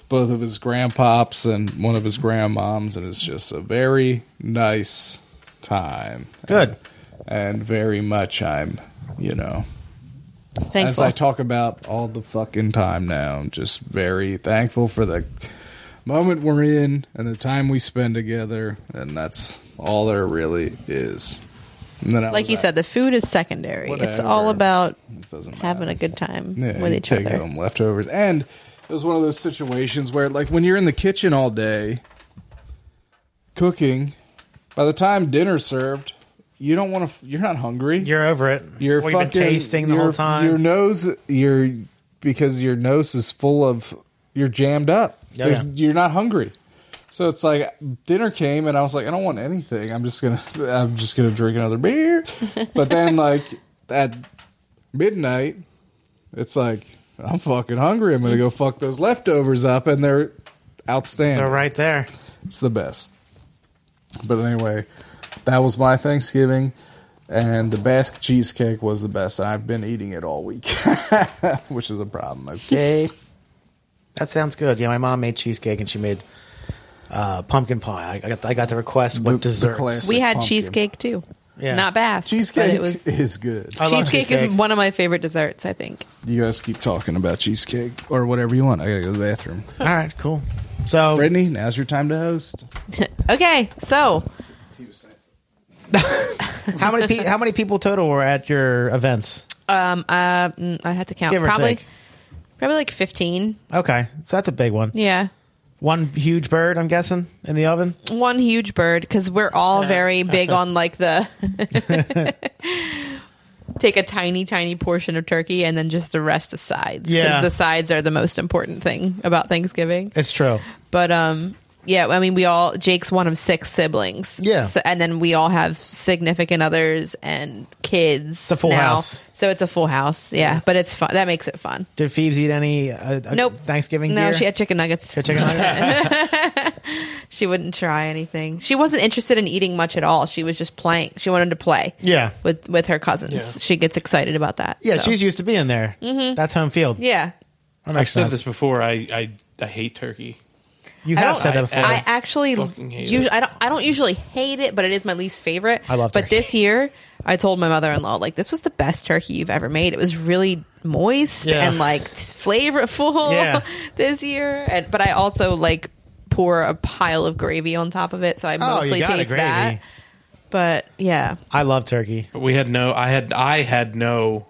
[SPEAKER 1] both of his grandpops and one of his grandmoms, and it's just a very nice time.
[SPEAKER 4] Good.
[SPEAKER 1] And, and very much, I'm you know, as
[SPEAKER 2] Thankful.
[SPEAKER 1] I talk about all the fucking time now, I'm just very thankful for the moment we're in and the time we spend together, and that's all there really is. And then I
[SPEAKER 2] like
[SPEAKER 1] was
[SPEAKER 2] you
[SPEAKER 1] at-
[SPEAKER 2] said, the food is secondary. It's all
[SPEAKER 1] Whatever.
[SPEAKER 2] about
[SPEAKER 1] it doesn't
[SPEAKER 2] having a good time with
[SPEAKER 1] you
[SPEAKER 2] each
[SPEAKER 1] take
[SPEAKER 2] other.
[SPEAKER 1] home leftovers. And it was one of those situations where, like, when you're in the kitchen all day cooking, by the time dinner's served, you don't want to. You're not hungry.
[SPEAKER 4] You're over it.
[SPEAKER 1] you're
[SPEAKER 4] Or you've
[SPEAKER 1] fucking
[SPEAKER 4] been tasting the
[SPEAKER 1] your-
[SPEAKER 4] whole time.
[SPEAKER 1] Your nose, your because your nose is full of. You're jammed up.
[SPEAKER 4] Yeah.
[SPEAKER 1] There's- You're not hungry. So it's like dinner came and I was like, I don't want anything. I'm just gonna, I'm just gonna drink another
[SPEAKER 4] *laughs*
[SPEAKER 1] beer. But then like at midnight, it's like I'm fucking hungry. I'm gonna go fuck those leftovers up, and they're outstanding.
[SPEAKER 4] They're right there.
[SPEAKER 1] It's the best. But anyway, that was my Thanksgiving, and the Basque cheesecake was the best. And I've been eating it all week, *laughs* which is a problem. Okay.
[SPEAKER 4] Okay. That sounds good. Yeah, my mom made cheesecake and she made uh, pumpkin pie. I, I got I got the request
[SPEAKER 1] The-
[SPEAKER 4] what
[SPEAKER 1] the
[SPEAKER 4] dessert.
[SPEAKER 1] classic.
[SPEAKER 2] we had
[SPEAKER 1] Pumpkin.
[SPEAKER 2] cheesecake too.
[SPEAKER 4] Yeah.
[SPEAKER 2] Not bad.
[SPEAKER 1] Cheesecake
[SPEAKER 2] *laughs* But it was
[SPEAKER 1] is good.
[SPEAKER 4] *laughs* I love
[SPEAKER 2] cheesecake is one of my favorite desserts. I think.
[SPEAKER 1] You guys keep talking about cheesecake or whatever you want. I gotta go to the
[SPEAKER 2] *laughs*
[SPEAKER 1] bathroom.
[SPEAKER 4] All right, cool. So
[SPEAKER 1] Brittany, now's your time to host.
[SPEAKER 2] Okay, so
[SPEAKER 4] how many pe- how many people total were at your events?
[SPEAKER 2] um, uh, mm, I have to count.
[SPEAKER 4] Give or
[SPEAKER 2] probably,
[SPEAKER 4] take.
[SPEAKER 2] probably like fifteen.
[SPEAKER 4] Okay, so that's a big one.
[SPEAKER 2] Yeah,
[SPEAKER 4] One huge bird, I'm guessing, in the oven.
[SPEAKER 2] one huge bird because we're all very big on like
[SPEAKER 4] *laughs*
[SPEAKER 2] the take a tiny, tiny portion of turkey and then just the rest of sides. 'cause
[SPEAKER 4] Yeah.
[SPEAKER 2] the sides are the most important thing about Thanksgiving.
[SPEAKER 4] It's true.
[SPEAKER 2] But um, yeah, I mean, we all Jake's one of six siblings.
[SPEAKER 4] Yeah.
[SPEAKER 2] so, and then we all have significant others and kids. It's
[SPEAKER 4] a full house.
[SPEAKER 2] so it's a full house. Yeah, but it's fun. That makes it fun.
[SPEAKER 4] Did Phoebes eat any? Uh, uh,
[SPEAKER 2] Nope.
[SPEAKER 4] Thanksgiving.
[SPEAKER 2] No,
[SPEAKER 4] gear?
[SPEAKER 2] she had chicken nuggets.
[SPEAKER 4] Chicken
[SPEAKER 2] *laughs*
[SPEAKER 4] nuggets?
[SPEAKER 2] She wouldn't try anything. She wasn't interested in eating much at all. She was just playing. She wanted to play.
[SPEAKER 4] Yeah.
[SPEAKER 2] with with her cousins.
[SPEAKER 3] Yeah.
[SPEAKER 2] She gets excited about that.
[SPEAKER 4] yeah,
[SPEAKER 2] so. Mm-hmm.
[SPEAKER 4] she's used to being there. That's home field.
[SPEAKER 2] yeah.
[SPEAKER 4] That
[SPEAKER 3] I've
[SPEAKER 4] makes
[SPEAKER 3] said
[SPEAKER 4] sense.
[SPEAKER 3] this before. I, I, I hate turkey.
[SPEAKER 4] You
[SPEAKER 2] I
[SPEAKER 4] have
[SPEAKER 2] don't-
[SPEAKER 4] said that before.
[SPEAKER 2] I actually
[SPEAKER 3] Fucking hate
[SPEAKER 2] usually
[SPEAKER 3] it.
[SPEAKER 2] I don't I don't usually hate it, but it is my least favorite.
[SPEAKER 4] I love
[SPEAKER 2] But
[SPEAKER 4] turkey.
[SPEAKER 2] this year, I told my mother in law like this was the best turkey you've ever made. It was really moist
[SPEAKER 4] Yeah.
[SPEAKER 2] and like flavorful
[SPEAKER 4] *laughs* Yeah.
[SPEAKER 2] *laughs* this year. And but I also like pour a pile of gravy on top of it, so I mostly
[SPEAKER 4] Oh, gotta
[SPEAKER 2] taste
[SPEAKER 4] gravy.
[SPEAKER 2] that. But yeah,
[SPEAKER 4] I love turkey.
[SPEAKER 3] But we had no. I had. I had no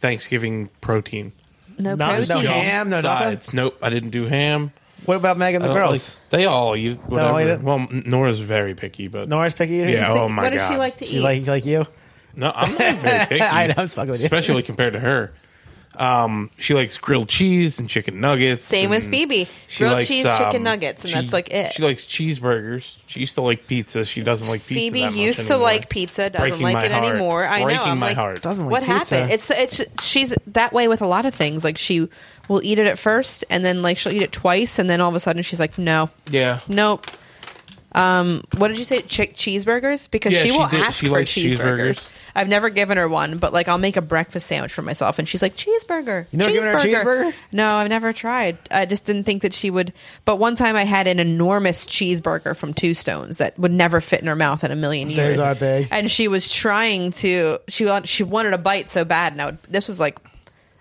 [SPEAKER 3] Thanksgiving protein.
[SPEAKER 2] no
[SPEAKER 4] Not- no
[SPEAKER 2] protein.
[SPEAKER 4] ham. no nothing?
[SPEAKER 3] Nope. I didn't do ham.
[SPEAKER 4] What about Megan
[SPEAKER 3] I
[SPEAKER 4] the
[SPEAKER 3] don't
[SPEAKER 4] girls?
[SPEAKER 3] like- they all eat whatever.
[SPEAKER 4] eat it?
[SPEAKER 3] well, N- Nora's very picky, but
[SPEAKER 4] Nora's picky eater.
[SPEAKER 3] yeah. Oh my
[SPEAKER 2] what
[SPEAKER 3] god.
[SPEAKER 2] does she like to eat?
[SPEAKER 4] She like like you?
[SPEAKER 3] No, I'm not
[SPEAKER 4] *laughs*
[SPEAKER 3] very picky.
[SPEAKER 4] I know, I'm just fucking with you.
[SPEAKER 3] especially compared to her. Um, she likes grilled cheese and chicken nuggets.
[SPEAKER 2] Same with
[SPEAKER 3] and
[SPEAKER 2] Phoebe.
[SPEAKER 3] she
[SPEAKER 2] Grilled
[SPEAKER 3] likes,
[SPEAKER 2] cheese,
[SPEAKER 3] um,
[SPEAKER 2] chicken nuggets, and
[SPEAKER 3] she-
[SPEAKER 2] that's like it.
[SPEAKER 3] She likes cheeseburgers. She used to like pizza. She doesn't like pizza.
[SPEAKER 2] Phoebe
[SPEAKER 3] that much
[SPEAKER 2] used to
[SPEAKER 3] anymore.
[SPEAKER 2] like pizza, doesn't
[SPEAKER 3] Breaking my
[SPEAKER 2] like it
[SPEAKER 3] heart.
[SPEAKER 2] anymore. I
[SPEAKER 3] Breaking
[SPEAKER 2] know. I'm
[SPEAKER 3] my
[SPEAKER 2] like,
[SPEAKER 3] heart.
[SPEAKER 4] Doesn't like
[SPEAKER 2] what
[SPEAKER 4] pizza.
[SPEAKER 2] happened? It's it's she's that way with a lot of things. Like she will eat it at first, and then like she'll eat it twice, and then all of a sudden she's like, no,
[SPEAKER 3] Yeah.
[SPEAKER 2] nope. Um, what did you say? Chick cheeseburgers? Because
[SPEAKER 3] Yeah,
[SPEAKER 2] she
[SPEAKER 3] she
[SPEAKER 2] will
[SPEAKER 3] did.
[SPEAKER 2] ask
[SPEAKER 3] She
[SPEAKER 2] for
[SPEAKER 3] likes
[SPEAKER 2] cheeseburgers.
[SPEAKER 3] cheeseburgers.
[SPEAKER 2] I've never given her one, but like I'll make a breakfast sandwich for myself, and she's like cheeseburger.
[SPEAKER 4] You never given her a cheeseburger?
[SPEAKER 2] No, I've never tried. I just didn't think that she would. But one time I had an enormous cheeseburger from Two Stones that would never fit in her mouth in a million years.
[SPEAKER 4] are big.
[SPEAKER 2] And she was trying to. She wa- she wanted a bite so bad. Now this was like,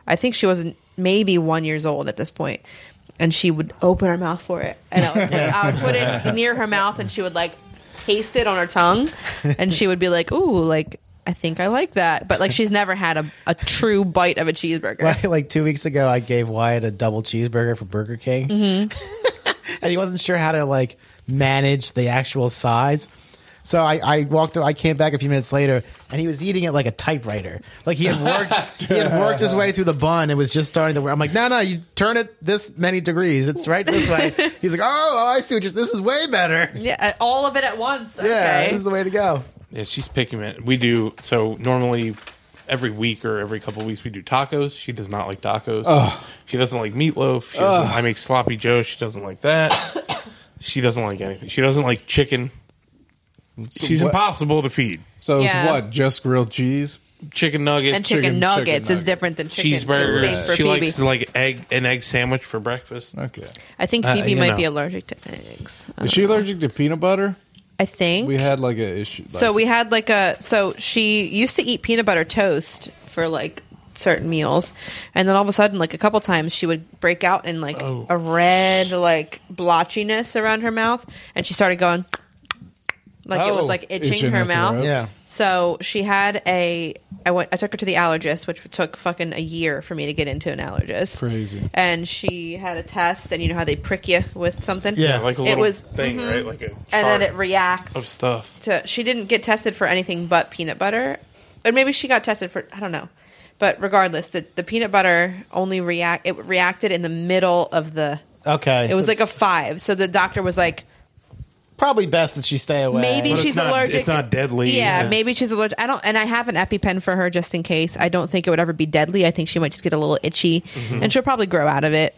[SPEAKER 2] I think she was maybe one years old at this point, and she would open her mouth for it, and I would, put it- I would put
[SPEAKER 3] *laughs*
[SPEAKER 2] it near her mouth, and she would like taste it on her tongue, and she would be like, "Ooh, like." I think I like that, but like she's never had a, a true bite of a cheeseburger.
[SPEAKER 4] Like, *laughs* like two weeks ago, I gave Wyatt a double cheeseburger for Burger King,
[SPEAKER 2] Mm-hmm.
[SPEAKER 4] *laughs* and he wasn't sure how to like manage the actual size. So I, I walked. I came back a few minutes later, and he was eating it like a typewriter. Like he had worked, he had worked his way through the bun and was just starting to. I'm like, no, no, you turn it this many degrees. It's right this way.
[SPEAKER 2] *laughs*
[SPEAKER 4] He's like, oh, I see. What you're, this is way better.
[SPEAKER 2] Yeah, uh, all of it at once.
[SPEAKER 4] Yeah,
[SPEAKER 2] okay.
[SPEAKER 4] this is the way to go.
[SPEAKER 3] Yeah, she's picky, man. We do so normally every week or every couple of weeks we do tacos. She does not like tacos. She doesn't like meatloaf. She doesn't, I make sloppy joe. She doesn't like that. she doesn't like anything. She doesn't like chicken. She's
[SPEAKER 1] what-
[SPEAKER 3] impossible to feed.
[SPEAKER 1] So it's
[SPEAKER 2] Yeah.
[SPEAKER 1] what? Just grilled cheese?
[SPEAKER 3] Chicken nuggets,
[SPEAKER 2] and chicken,
[SPEAKER 1] chicken
[SPEAKER 2] nuggets, is
[SPEAKER 1] nuggets.
[SPEAKER 2] different than chicken it's the same
[SPEAKER 3] cheeseburgers.
[SPEAKER 2] for
[SPEAKER 3] She
[SPEAKER 2] Phoebe.
[SPEAKER 3] likes like egg an egg sandwich for breakfast.
[SPEAKER 1] Okay.
[SPEAKER 2] I think
[SPEAKER 3] uh,
[SPEAKER 2] Phoebe
[SPEAKER 3] you
[SPEAKER 2] might
[SPEAKER 3] know.
[SPEAKER 2] be allergic to eggs. Uh,
[SPEAKER 1] Is she allergic to peanut butter?
[SPEAKER 2] I think
[SPEAKER 1] We had like a issue. Like,
[SPEAKER 2] so we had like a so she used to eat peanut butter toast for like certain meals and then all of a sudden like a couple times she would break out in like
[SPEAKER 3] Oh.
[SPEAKER 2] a red like blotchiness around her mouth and she started going like it was
[SPEAKER 1] Oh.
[SPEAKER 2] like itching,
[SPEAKER 1] Itching
[SPEAKER 2] her
[SPEAKER 1] her
[SPEAKER 2] mouth
[SPEAKER 1] throat.
[SPEAKER 4] Yeah.
[SPEAKER 2] so she had a I went I took her to the allergist which took fucking a year for me to get into an allergist
[SPEAKER 1] Crazy.
[SPEAKER 2] and she had a test and you know how they prick you with something
[SPEAKER 4] Yeah.
[SPEAKER 3] Yeah, like a
[SPEAKER 2] It
[SPEAKER 3] little
[SPEAKER 2] was- mm-hmm.
[SPEAKER 3] thing, right? Like a chart
[SPEAKER 2] and then it reacts
[SPEAKER 3] of stuff.
[SPEAKER 2] to she didn't get tested for anything but peanut butter or maybe she got tested for i don't know but regardless the, the peanut butter only react it reacted in the middle of the
[SPEAKER 4] Okay,
[SPEAKER 2] it was
[SPEAKER 4] so
[SPEAKER 2] like a
[SPEAKER 4] it's
[SPEAKER 2] five so the doctor was like
[SPEAKER 4] probably best that she stay away.
[SPEAKER 2] Maybe
[SPEAKER 3] But
[SPEAKER 2] she's
[SPEAKER 3] it's not,
[SPEAKER 2] allergic-
[SPEAKER 3] It's not deadly.
[SPEAKER 2] yeah
[SPEAKER 3] It's-
[SPEAKER 2] maybe she's allergic i don't and i have an epipen for her just in case i don't think it would ever be deadly i think she might just get a little itchy and she'll probably grow out of it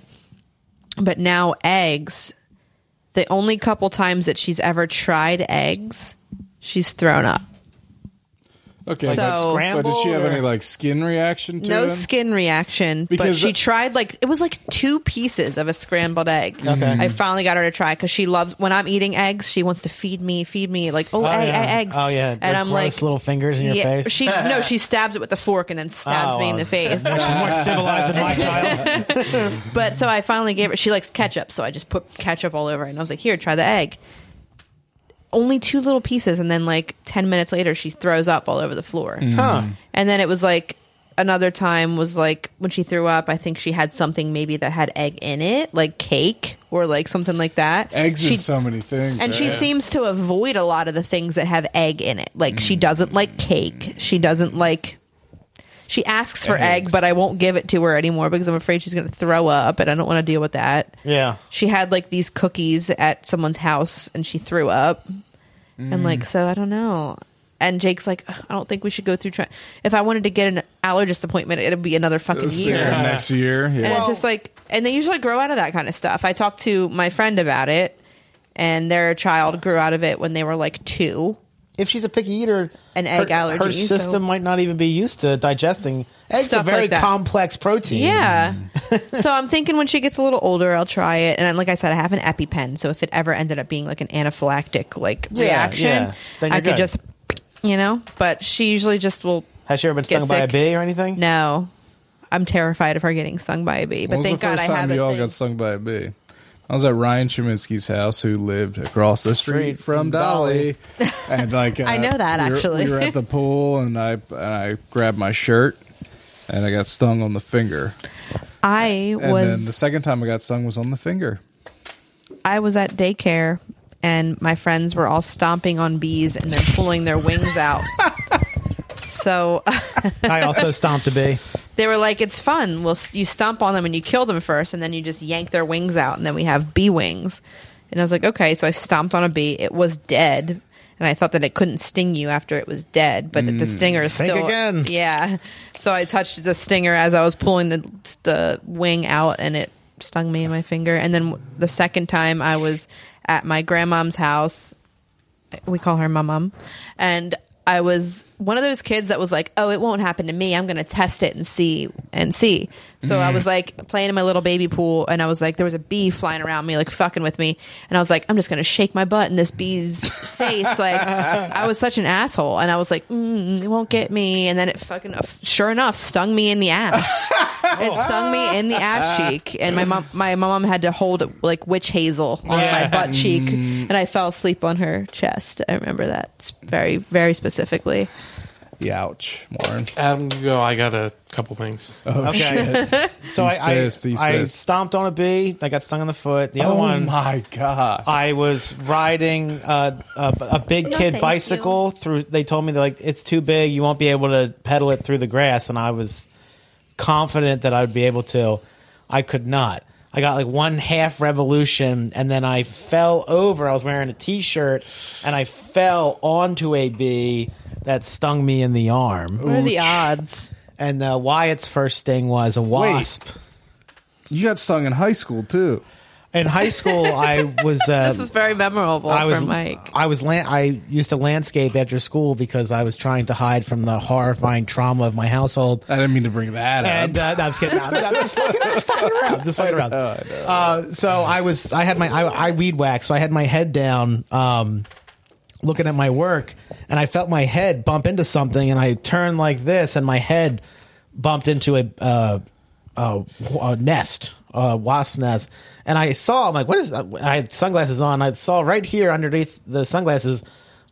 [SPEAKER 2] but now eggs the only couple times that she's ever tried eggs she's thrown up
[SPEAKER 1] Okay.
[SPEAKER 2] So-
[SPEAKER 1] that's- but did she have any
[SPEAKER 4] Scrambled or-
[SPEAKER 1] like skin reaction to
[SPEAKER 2] no
[SPEAKER 1] it?
[SPEAKER 2] skin reaction but
[SPEAKER 1] Because-
[SPEAKER 2] she tried like it was like two pieces of a scrambled egg
[SPEAKER 1] Mm-hmm.
[SPEAKER 4] Okay.
[SPEAKER 2] i finally got her to try because she loves when i'm eating eggs she wants to feed me feed me like oh, egg,
[SPEAKER 4] yeah.
[SPEAKER 2] egg, eggs
[SPEAKER 4] Oh yeah,
[SPEAKER 2] and
[SPEAKER 4] They're
[SPEAKER 2] i'm
[SPEAKER 4] gross
[SPEAKER 2] like
[SPEAKER 4] little fingers in your
[SPEAKER 2] yeah,
[SPEAKER 4] face.
[SPEAKER 2] she no she stabs it with the fork and then stabs
[SPEAKER 4] Oh,
[SPEAKER 2] me in the
[SPEAKER 4] well,
[SPEAKER 2] face
[SPEAKER 4] She's more civilized
[SPEAKER 2] *laughs*
[SPEAKER 4] than my child.
[SPEAKER 2] but so i finally gave her she likes ketchup so i just put ketchup all over it and i was like here try the egg only two little pieces and then like 10 minutes later she throws up all over the floor
[SPEAKER 1] Mm-hmm.
[SPEAKER 4] Huh.
[SPEAKER 2] And then it was like another time was like when she threw up, I think she had something maybe that had egg in it, like cake or like something like that.
[SPEAKER 1] Eggs
[SPEAKER 2] she,
[SPEAKER 1] and so many things.
[SPEAKER 2] And she
[SPEAKER 1] right?
[SPEAKER 2] seems to avoid a lot of the things that have egg in it. Like she doesn't
[SPEAKER 1] Mm.
[SPEAKER 2] like cake. She doesn't like she asks for egg,
[SPEAKER 1] Eggs.
[SPEAKER 2] but I won't give it to her anymore because I'm afraid she's going to throw up and I don't want to deal with that.
[SPEAKER 4] Yeah.
[SPEAKER 2] She had like these cookies at someone's house and she threw up. And like, so I don't know. And Jake's like, "Ugh, I don't think we should go through. Tri- if I wanted to get an allergist appointment, it'd be another fucking
[SPEAKER 1] Let's see
[SPEAKER 2] year.
[SPEAKER 1] her next year. Yeah.
[SPEAKER 2] And it's just like, and they usually grow out of that kind of stuff. I talked to my friend about it, and their child grew out of it when they were like two.
[SPEAKER 4] If she's a picky eater,
[SPEAKER 2] An egg
[SPEAKER 4] her,
[SPEAKER 2] allergy,
[SPEAKER 4] her
[SPEAKER 2] so-
[SPEAKER 4] system might not even be used to digesting. Eggs
[SPEAKER 2] Stuff
[SPEAKER 4] a very
[SPEAKER 2] like that.
[SPEAKER 4] complex protein.
[SPEAKER 2] Yeah.
[SPEAKER 1] Mm.
[SPEAKER 2] *laughs* so I'm thinking when she gets a little older, I'll try it. And like I said, I have an EpiPen, so if it ever ended up being like an anaphylactic like
[SPEAKER 4] Yeah,
[SPEAKER 2] reaction,
[SPEAKER 4] yeah. Then
[SPEAKER 2] I
[SPEAKER 4] you're
[SPEAKER 2] could
[SPEAKER 4] good.
[SPEAKER 2] just, you know. But she usually just will.
[SPEAKER 4] Has she ever been
[SPEAKER 2] Get
[SPEAKER 4] stung by a
[SPEAKER 2] sick.
[SPEAKER 4] bee or anything?
[SPEAKER 2] No, I'm terrified of her getting stung by a bee. But
[SPEAKER 1] when was
[SPEAKER 2] thank
[SPEAKER 1] the
[SPEAKER 2] God
[SPEAKER 1] first
[SPEAKER 2] I
[SPEAKER 1] time
[SPEAKER 2] have
[SPEAKER 1] you all
[SPEAKER 2] it.
[SPEAKER 1] got stung by a bee? I was at Ryan Chiminski's house, who lived across the street
[SPEAKER 4] Street
[SPEAKER 1] from
[SPEAKER 4] from Dolly.
[SPEAKER 1] Dolly, *laughs* and like uh,
[SPEAKER 2] *laughs* I know that,
[SPEAKER 1] we were-
[SPEAKER 2] actually.
[SPEAKER 1] we were
[SPEAKER 2] *laughs*
[SPEAKER 1] at the pool, and I and I grabbed my shirt, and I got stung on the finger.
[SPEAKER 2] I
[SPEAKER 1] And then the
[SPEAKER 2] was
[SPEAKER 1] second time I got stung was on the finger.
[SPEAKER 2] I was at daycare and my friends were all stomping on bees and they're pulling their
[SPEAKER 1] *laughs*
[SPEAKER 2] wings out. so
[SPEAKER 4] I also stomped a bee.
[SPEAKER 2] they were like, "It's fun. Well, s- you stomp on them and you kill them first, and then you just yank their wings out, and then we have bee wings." And I was like, "Okay." So I stomped on a bee. It was dead, and I thought that it couldn't sting you after it was dead, but the stinger is
[SPEAKER 4] Hmm. Think
[SPEAKER 2] still
[SPEAKER 4] again.
[SPEAKER 2] Yeah. So I touched the stinger as I was pulling the the wing out, and it stung me in my finger. And then w- the second time, I was at my grandmom's house we call her my mom and i was one of those kids that was like oh it won't happen to me i'm going to test it and see and see so i was like playing in my little baby pool and i was like there was a bee flying around me like fucking with me and i was like i'm just going to shake my butt in this bee's face like i was such an asshole and i was like mm, it won't get me and then it fucking uh, sure enough stung me in the ass
[SPEAKER 4] Oh.
[SPEAKER 2] it stung me in the
[SPEAKER 4] *laughs*
[SPEAKER 2] ass cheek and my mom my mom had to hold like witch hazel on my
[SPEAKER 4] Yeah. Mm.
[SPEAKER 2] butt cheek and I fell asleep on her chest. I remember that very, very specifically.
[SPEAKER 1] Ouch, Warren. *laughs*
[SPEAKER 3] Adam, you go. I got a couple things.
[SPEAKER 4] Okay. *laughs* so I, I,
[SPEAKER 1] pissed, he's
[SPEAKER 4] I
[SPEAKER 1] pissed.
[SPEAKER 4] stomped on a bee. I got stung in the foot. The other
[SPEAKER 1] Oh
[SPEAKER 4] one.
[SPEAKER 1] my god!
[SPEAKER 4] I was riding a, a, a big kid
[SPEAKER 7] thank
[SPEAKER 4] bicycle through. They told me they're like it's too big. You won't be able to pedal it through the grass, and I was confident that I would be able to. I could not. I got like one half revolution, and then I fell over. I was wearing a t-shirt, and I fell onto a bee that stung me in the arm.
[SPEAKER 2] What are the odds?
[SPEAKER 4] And uh, Wyatt's first sting was a wasp.
[SPEAKER 1] you got stung in high school too.
[SPEAKER 4] In high school, I
[SPEAKER 2] *laughs*
[SPEAKER 4] was. Uh,
[SPEAKER 2] This is very memorable
[SPEAKER 4] I was
[SPEAKER 2] for Mike.
[SPEAKER 4] I was lan- I used to landscape after school because I was trying to hide from the horrifying trauma of my household.
[SPEAKER 1] I didn't mean to bring that
[SPEAKER 4] And
[SPEAKER 1] up.
[SPEAKER 4] uh, no, I'm just kidding. I'm, I'm just, fucking, just fucking around. Just
[SPEAKER 1] *laughs*
[SPEAKER 4] fucking around.
[SPEAKER 1] Oh,
[SPEAKER 4] Uh, so I was. I had my. I, I weed whack. So I had my head down, um, looking at my work, and I felt my head bump into something, and I turned like this, and my head bumped into a uh, a, a nest, a wasp nest, and I saw. I'm like, what is? That? I had sunglasses on. I saw right here underneath the sunglasses.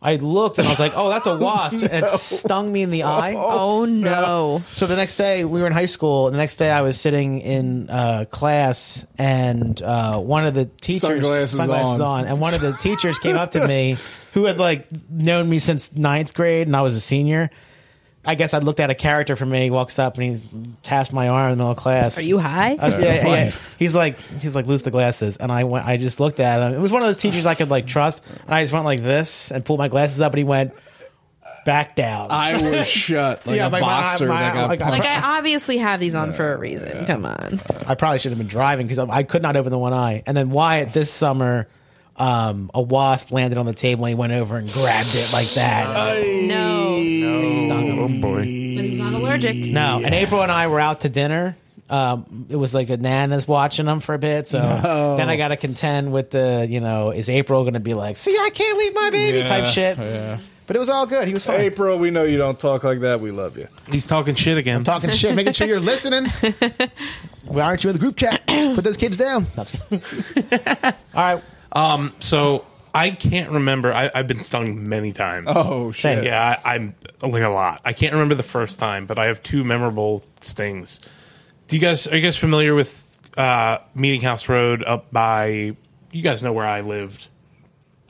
[SPEAKER 4] I looked and I was like, "Oh, that's a wasp!"
[SPEAKER 1] *laughs*
[SPEAKER 4] And it stung me in the eye.
[SPEAKER 2] Oh no!
[SPEAKER 4] So the next day, we were in high school. And the next day, I was sitting in uh, class, and uh, one of the teachers
[SPEAKER 1] Sunglasses on.
[SPEAKER 4] and one of the teachers came up to me, who had like known me since ninth grade, and I was a senior. I guess I looked at a character for me. He walks up and he's taps my arm in the class.
[SPEAKER 2] Are you high?
[SPEAKER 4] Uh, yeah, yeah, yeah. He's like, he's like, lose the glasses, and I went. I just looked at him. It was one of those teachers I could like trust, and I just went like this and pulled my glasses up, and he went back down.
[SPEAKER 1] I
[SPEAKER 4] *laughs*
[SPEAKER 1] was shut like
[SPEAKER 4] uh, Yeah,
[SPEAKER 1] a
[SPEAKER 4] like my-
[SPEAKER 1] boxer
[SPEAKER 4] my-
[SPEAKER 1] that got
[SPEAKER 4] like,
[SPEAKER 1] punched.
[SPEAKER 2] like I obviously have these on for a reason. Come on.
[SPEAKER 4] I probably should have been driving because I, I could not open the one eye. And then Wyatt this summer, um, a wasp landed on the table and he went over and grabbed it like that.
[SPEAKER 2] No,
[SPEAKER 3] Oh, boy.
[SPEAKER 7] He's not allergic.
[SPEAKER 4] No, and April and I were out to dinner. Um, it was like a nana's watching them for a bit. So then I got to contend with the, you know, is April going to be like, see, I can't leave my baby
[SPEAKER 1] Yeah,
[SPEAKER 4] type shit.
[SPEAKER 1] yeah.
[SPEAKER 4] But it was all good. He was fine.
[SPEAKER 1] April, we know you don't talk like that. We love you.
[SPEAKER 3] He's talking shit again.
[SPEAKER 4] Talking shit, making sure you're listening. Why aren't you in the group chat? Put those kids down. all right.
[SPEAKER 3] so I can't remember. I, I've been stung many times.
[SPEAKER 1] Oh shit!
[SPEAKER 4] Same.
[SPEAKER 3] Yeah, I, I'm like a lot. I can't remember the first time, but I have two memorable stings. Do you guys are you guys familiar with uh, Meeting House Road up by? You guys know where I lived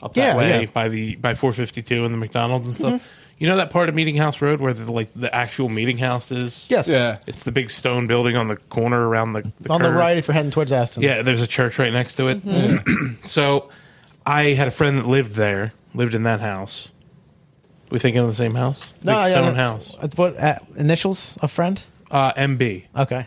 [SPEAKER 3] up that
[SPEAKER 4] Yeah,
[SPEAKER 3] way
[SPEAKER 4] yeah. Mm-hmm.
[SPEAKER 3] by the by 452 and the McDonald's and stuff. You know that part of Meeting House Road where the like the actual meeting house is.
[SPEAKER 4] Yes.
[SPEAKER 1] Yeah.
[SPEAKER 3] it's the big stone building on the corner around the, the
[SPEAKER 4] On the
[SPEAKER 3] curve.
[SPEAKER 4] right if you're heading towards Aston.
[SPEAKER 3] Yeah, there's a church right next to it. *clears throat* so I had a friend that lived there, lived in that house. We thinking of the same house?
[SPEAKER 4] No,
[SPEAKER 3] Big
[SPEAKER 4] yeah,
[SPEAKER 3] stone
[SPEAKER 4] no.
[SPEAKER 3] house.
[SPEAKER 4] Uh, What uh, initials? A friend?
[SPEAKER 3] Uh, MB.
[SPEAKER 4] Okay.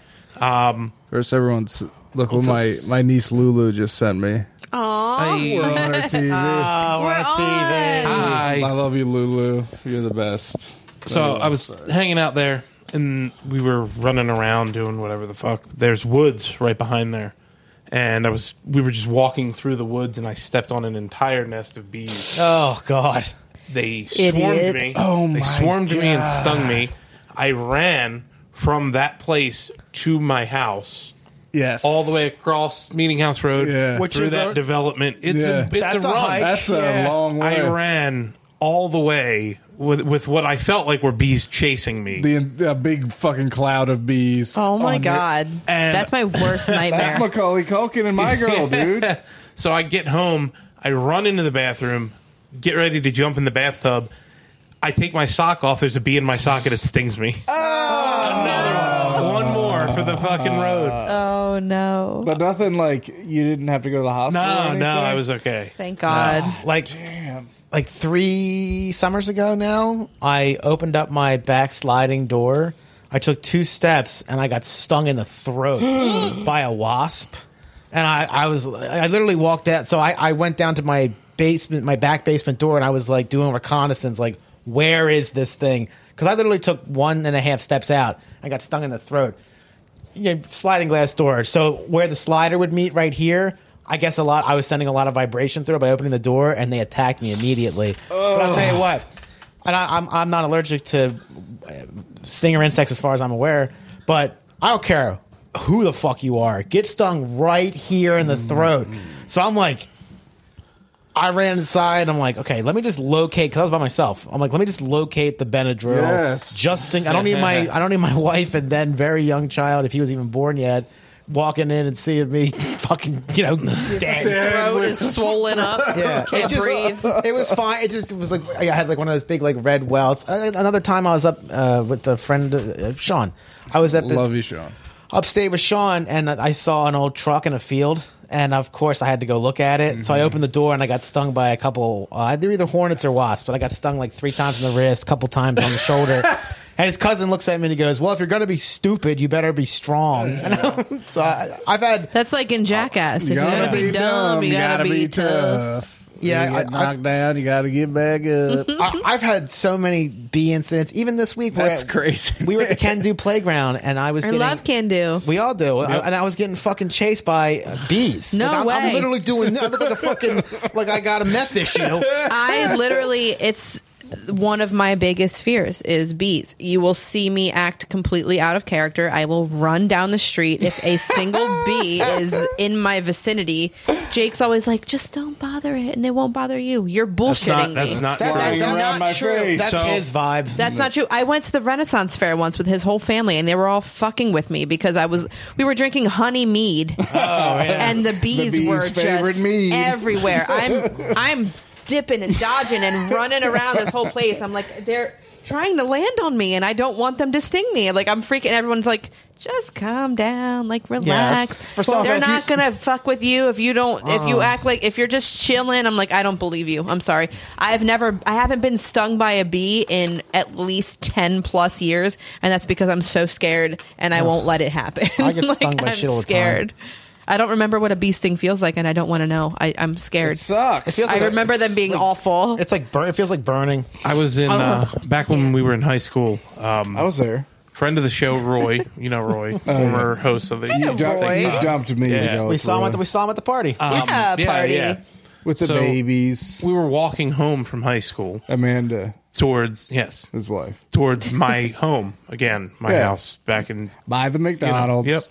[SPEAKER 1] First, everyone's look what my my niece Lulu just sent me.
[SPEAKER 3] Hey.
[SPEAKER 1] We're on her
[SPEAKER 3] *laughs*
[SPEAKER 1] TV.
[SPEAKER 4] Oh, we're, on TV.
[SPEAKER 1] I
[SPEAKER 3] Hi.
[SPEAKER 1] love you, Lulu. You're the best.
[SPEAKER 3] So I was hanging out there, and we were running around doing whatever the fuck. There's woods right behind there, and I was we were just walking through the woods, and I stepped on an entire nest of bees.
[SPEAKER 4] Oh God.
[SPEAKER 3] They
[SPEAKER 2] Idiot.
[SPEAKER 3] swarmed me.
[SPEAKER 1] Oh,
[SPEAKER 3] They
[SPEAKER 1] my
[SPEAKER 3] swarmed me and stung me. I ran from that place to my house,
[SPEAKER 1] yes,
[SPEAKER 3] all the way across Meeting House Road,
[SPEAKER 1] Yeah.
[SPEAKER 4] Which
[SPEAKER 3] through
[SPEAKER 4] is
[SPEAKER 3] that
[SPEAKER 4] a-
[SPEAKER 3] development. It's
[SPEAKER 1] Yeah.
[SPEAKER 3] a it's
[SPEAKER 4] That's
[SPEAKER 3] a
[SPEAKER 4] a
[SPEAKER 3] run.
[SPEAKER 4] hike.
[SPEAKER 1] That's a
[SPEAKER 4] Yeah.
[SPEAKER 1] long way.
[SPEAKER 3] I ran all the way with with what I felt like were bees chasing me.
[SPEAKER 1] The a big fucking cloud of bees.
[SPEAKER 2] Oh my
[SPEAKER 1] on the-
[SPEAKER 2] god,
[SPEAKER 3] And-
[SPEAKER 2] that's my worst
[SPEAKER 1] That's
[SPEAKER 2] nightmare.
[SPEAKER 1] Macaulay Culkin and my
[SPEAKER 3] *laughs*
[SPEAKER 1] girl, dude.
[SPEAKER 3] so I get home, I run into the bathroom, get ready to jump in the bathtub. I take my sock off. There's a bee in my socket. It stings me.
[SPEAKER 4] Oh.
[SPEAKER 3] Another one, one more for the fucking road.
[SPEAKER 2] oh no,
[SPEAKER 1] But nothing like you didn't have to go to the hospital. or
[SPEAKER 3] No,
[SPEAKER 1] anything?
[SPEAKER 3] no, I was okay.
[SPEAKER 2] thank God.
[SPEAKER 4] like like three summers ago now i opened up my backsliding door i took two steps and i got stung in the throat by a wasp and i, I was i literally walked out so I, I went down to my basement my back basement door and i was like doing reconnaissance like where is this thing because i literally took one and a half steps out and got stung in the throat you know, sliding glass door. So where the slider would meet right here, I guess a lot. I was sending a lot of vibration through it by opening the door, and they attacked me immediately. But I'll tell you what, and I, I'm I'm not allergic to uh, stinger insects as far as I'm aware. But I don't care who the fuck you are, get stung right here in the throat. So I'm like. I ran inside. I'm like, okay, let me just locate because I was by myself. I'm like, let me just locate the Benadryl.
[SPEAKER 1] Yes.
[SPEAKER 4] Just Sting- I don't need my I don't need my *laughs* wife and then very young child if he was even born yet walking in and seeing me *laughs* fucking you know dead.
[SPEAKER 2] Throat is swollen up. can't
[SPEAKER 4] it just,
[SPEAKER 2] breathe.
[SPEAKER 4] It was fine. It just it was like I had like one of those big like red welts. Uh, Another time I was up uh, with a friend uh, Sean. I was up
[SPEAKER 1] Love you, Sean.
[SPEAKER 4] upstate with Sean, and I saw an old truck in a field. And of course, I had to go look at it. So I
[SPEAKER 1] Mm-hmm.
[SPEAKER 4] opened the door and I got stung by a couple. Uh, they're either hornets or wasps, but I got stung like three times in the wrist, a couple times on
[SPEAKER 1] *laughs*
[SPEAKER 4] the shoulder. And his cousin looks at me and he goes, "Well, if you're going to be stupid, you better be strong." And so I, I've had,
[SPEAKER 2] That's like in Jackass. If you gotta be dumb, you gotta, be tough.
[SPEAKER 4] Yeah,
[SPEAKER 1] you get
[SPEAKER 4] I- I-
[SPEAKER 1] knocked down. You gotta get back
[SPEAKER 2] *laughs*
[SPEAKER 1] up.
[SPEAKER 4] I, I've had so many bee incidents. Even this week, we're
[SPEAKER 1] That's
[SPEAKER 4] at-
[SPEAKER 1] crazy.
[SPEAKER 4] We were at the Can Do playground, and I was
[SPEAKER 2] I
[SPEAKER 4] getting
[SPEAKER 2] love can do.
[SPEAKER 4] We all do. And I was getting fucking chased by uh, bees.
[SPEAKER 2] No
[SPEAKER 4] like, I'm, I'm
[SPEAKER 2] way.
[SPEAKER 4] literally doing this. I look like a fucking, *laughs* like I got a meth issue.
[SPEAKER 2] *laughs* I literally, it's one of my biggest fears is bees. You will see me act completely out of character. I will run down the street if a single *laughs* bee is in my vicinity. Jake's always like, just don't bother it, and it won't bother you. You're bullshitting
[SPEAKER 3] not-
[SPEAKER 2] me.
[SPEAKER 3] that's not
[SPEAKER 1] Flying
[SPEAKER 4] That's
[SPEAKER 1] around
[SPEAKER 4] not
[SPEAKER 1] my
[SPEAKER 4] true.
[SPEAKER 1] face.
[SPEAKER 4] That's
[SPEAKER 3] So-
[SPEAKER 4] his vibe.
[SPEAKER 2] That's not true. I went to the Renaissance Fair once with his whole family, and they were all fucking with me because I was. We were drinking honey mead,
[SPEAKER 4] Oh,
[SPEAKER 2] and Oh, the bees,
[SPEAKER 1] bees'
[SPEAKER 2] were
[SPEAKER 1] favorite
[SPEAKER 2] just
[SPEAKER 1] mead.
[SPEAKER 2] everywhere.
[SPEAKER 4] *laughs*
[SPEAKER 2] I'm I'm dipping and dodging and running around this whole place. I'm like they're trying to land on me, and I don't want them to sting me. Like I'm freaking. Everyone's like. Just calm down, like relax.
[SPEAKER 4] it's- for some Uh-uh. of
[SPEAKER 2] They're not
[SPEAKER 4] us-
[SPEAKER 2] gonna fuck with you if you don't. If you act like if you're just chilling, I'm like, I don't believe you. I'm sorry. I've never, I haven't been stung by a bee in at least ten plus years, and that's because I'm so scared and I won't let it happen. *laughs*
[SPEAKER 4] I get stung by shit all the time.
[SPEAKER 2] I don't remember what a bee sting feels like, and I don't want to know. I, I'm
[SPEAKER 1] uh, It
[SPEAKER 2] scared.
[SPEAKER 1] sucks.
[SPEAKER 4] feels
[SPEAKER 2] I
[SPEAKER 4] like-
[SPEAKER 2] remember them being awful.
[SPEAKER 4] It's like burn, it feels like burning.
[SPEAKER 3] I was
[SPEAKER 1] Oh.
[SPEAKER 3] in uh, back when we were in high school. Um,
[SPEAKER 1] I was there.
[SPEAKER 3] friend of the show, Roy. You
[SPEAKER 1] *laughs*
[SPEAKER 3] know
[SPEAKER 1] Oh,
[SPEAKER 3] Roy, former host of the.
[SPEAKER 1] You, dumped,
[SPEAKER 2] Roy.
[SPEAKER 1] you dumped me.
[SPEAKER 3] Yeah.
[SPEAKER 1] though,
[SPEAKER 4] We saw him at
[SPEAKER 1] Troy.
[SPEAKER 4] the, we saw him at the party.
[SPEAKER 3] Uh,
[SPEAKER 2] yeah, party.
[SPEAKER 1] with the
[SPEAKER 3] So-
[SPEAKER 1] babies.
[SPEAKER 3] Um, We were walking home from high school
[SPEAKER 1] Amanda,
[SPEAKER 3] towards yes
[SPEAKER 1] his wife, *laughs*
[SPEAKER 3] towards my home again, my
[SPEAKER 1] Yeah.
[SPEAKER 3] house back in
[SPEAKER 1] by the
[SPEAKER 3] you know,
[SPEAKER 1] McDonald's.
[SPEAKER 3] Yep.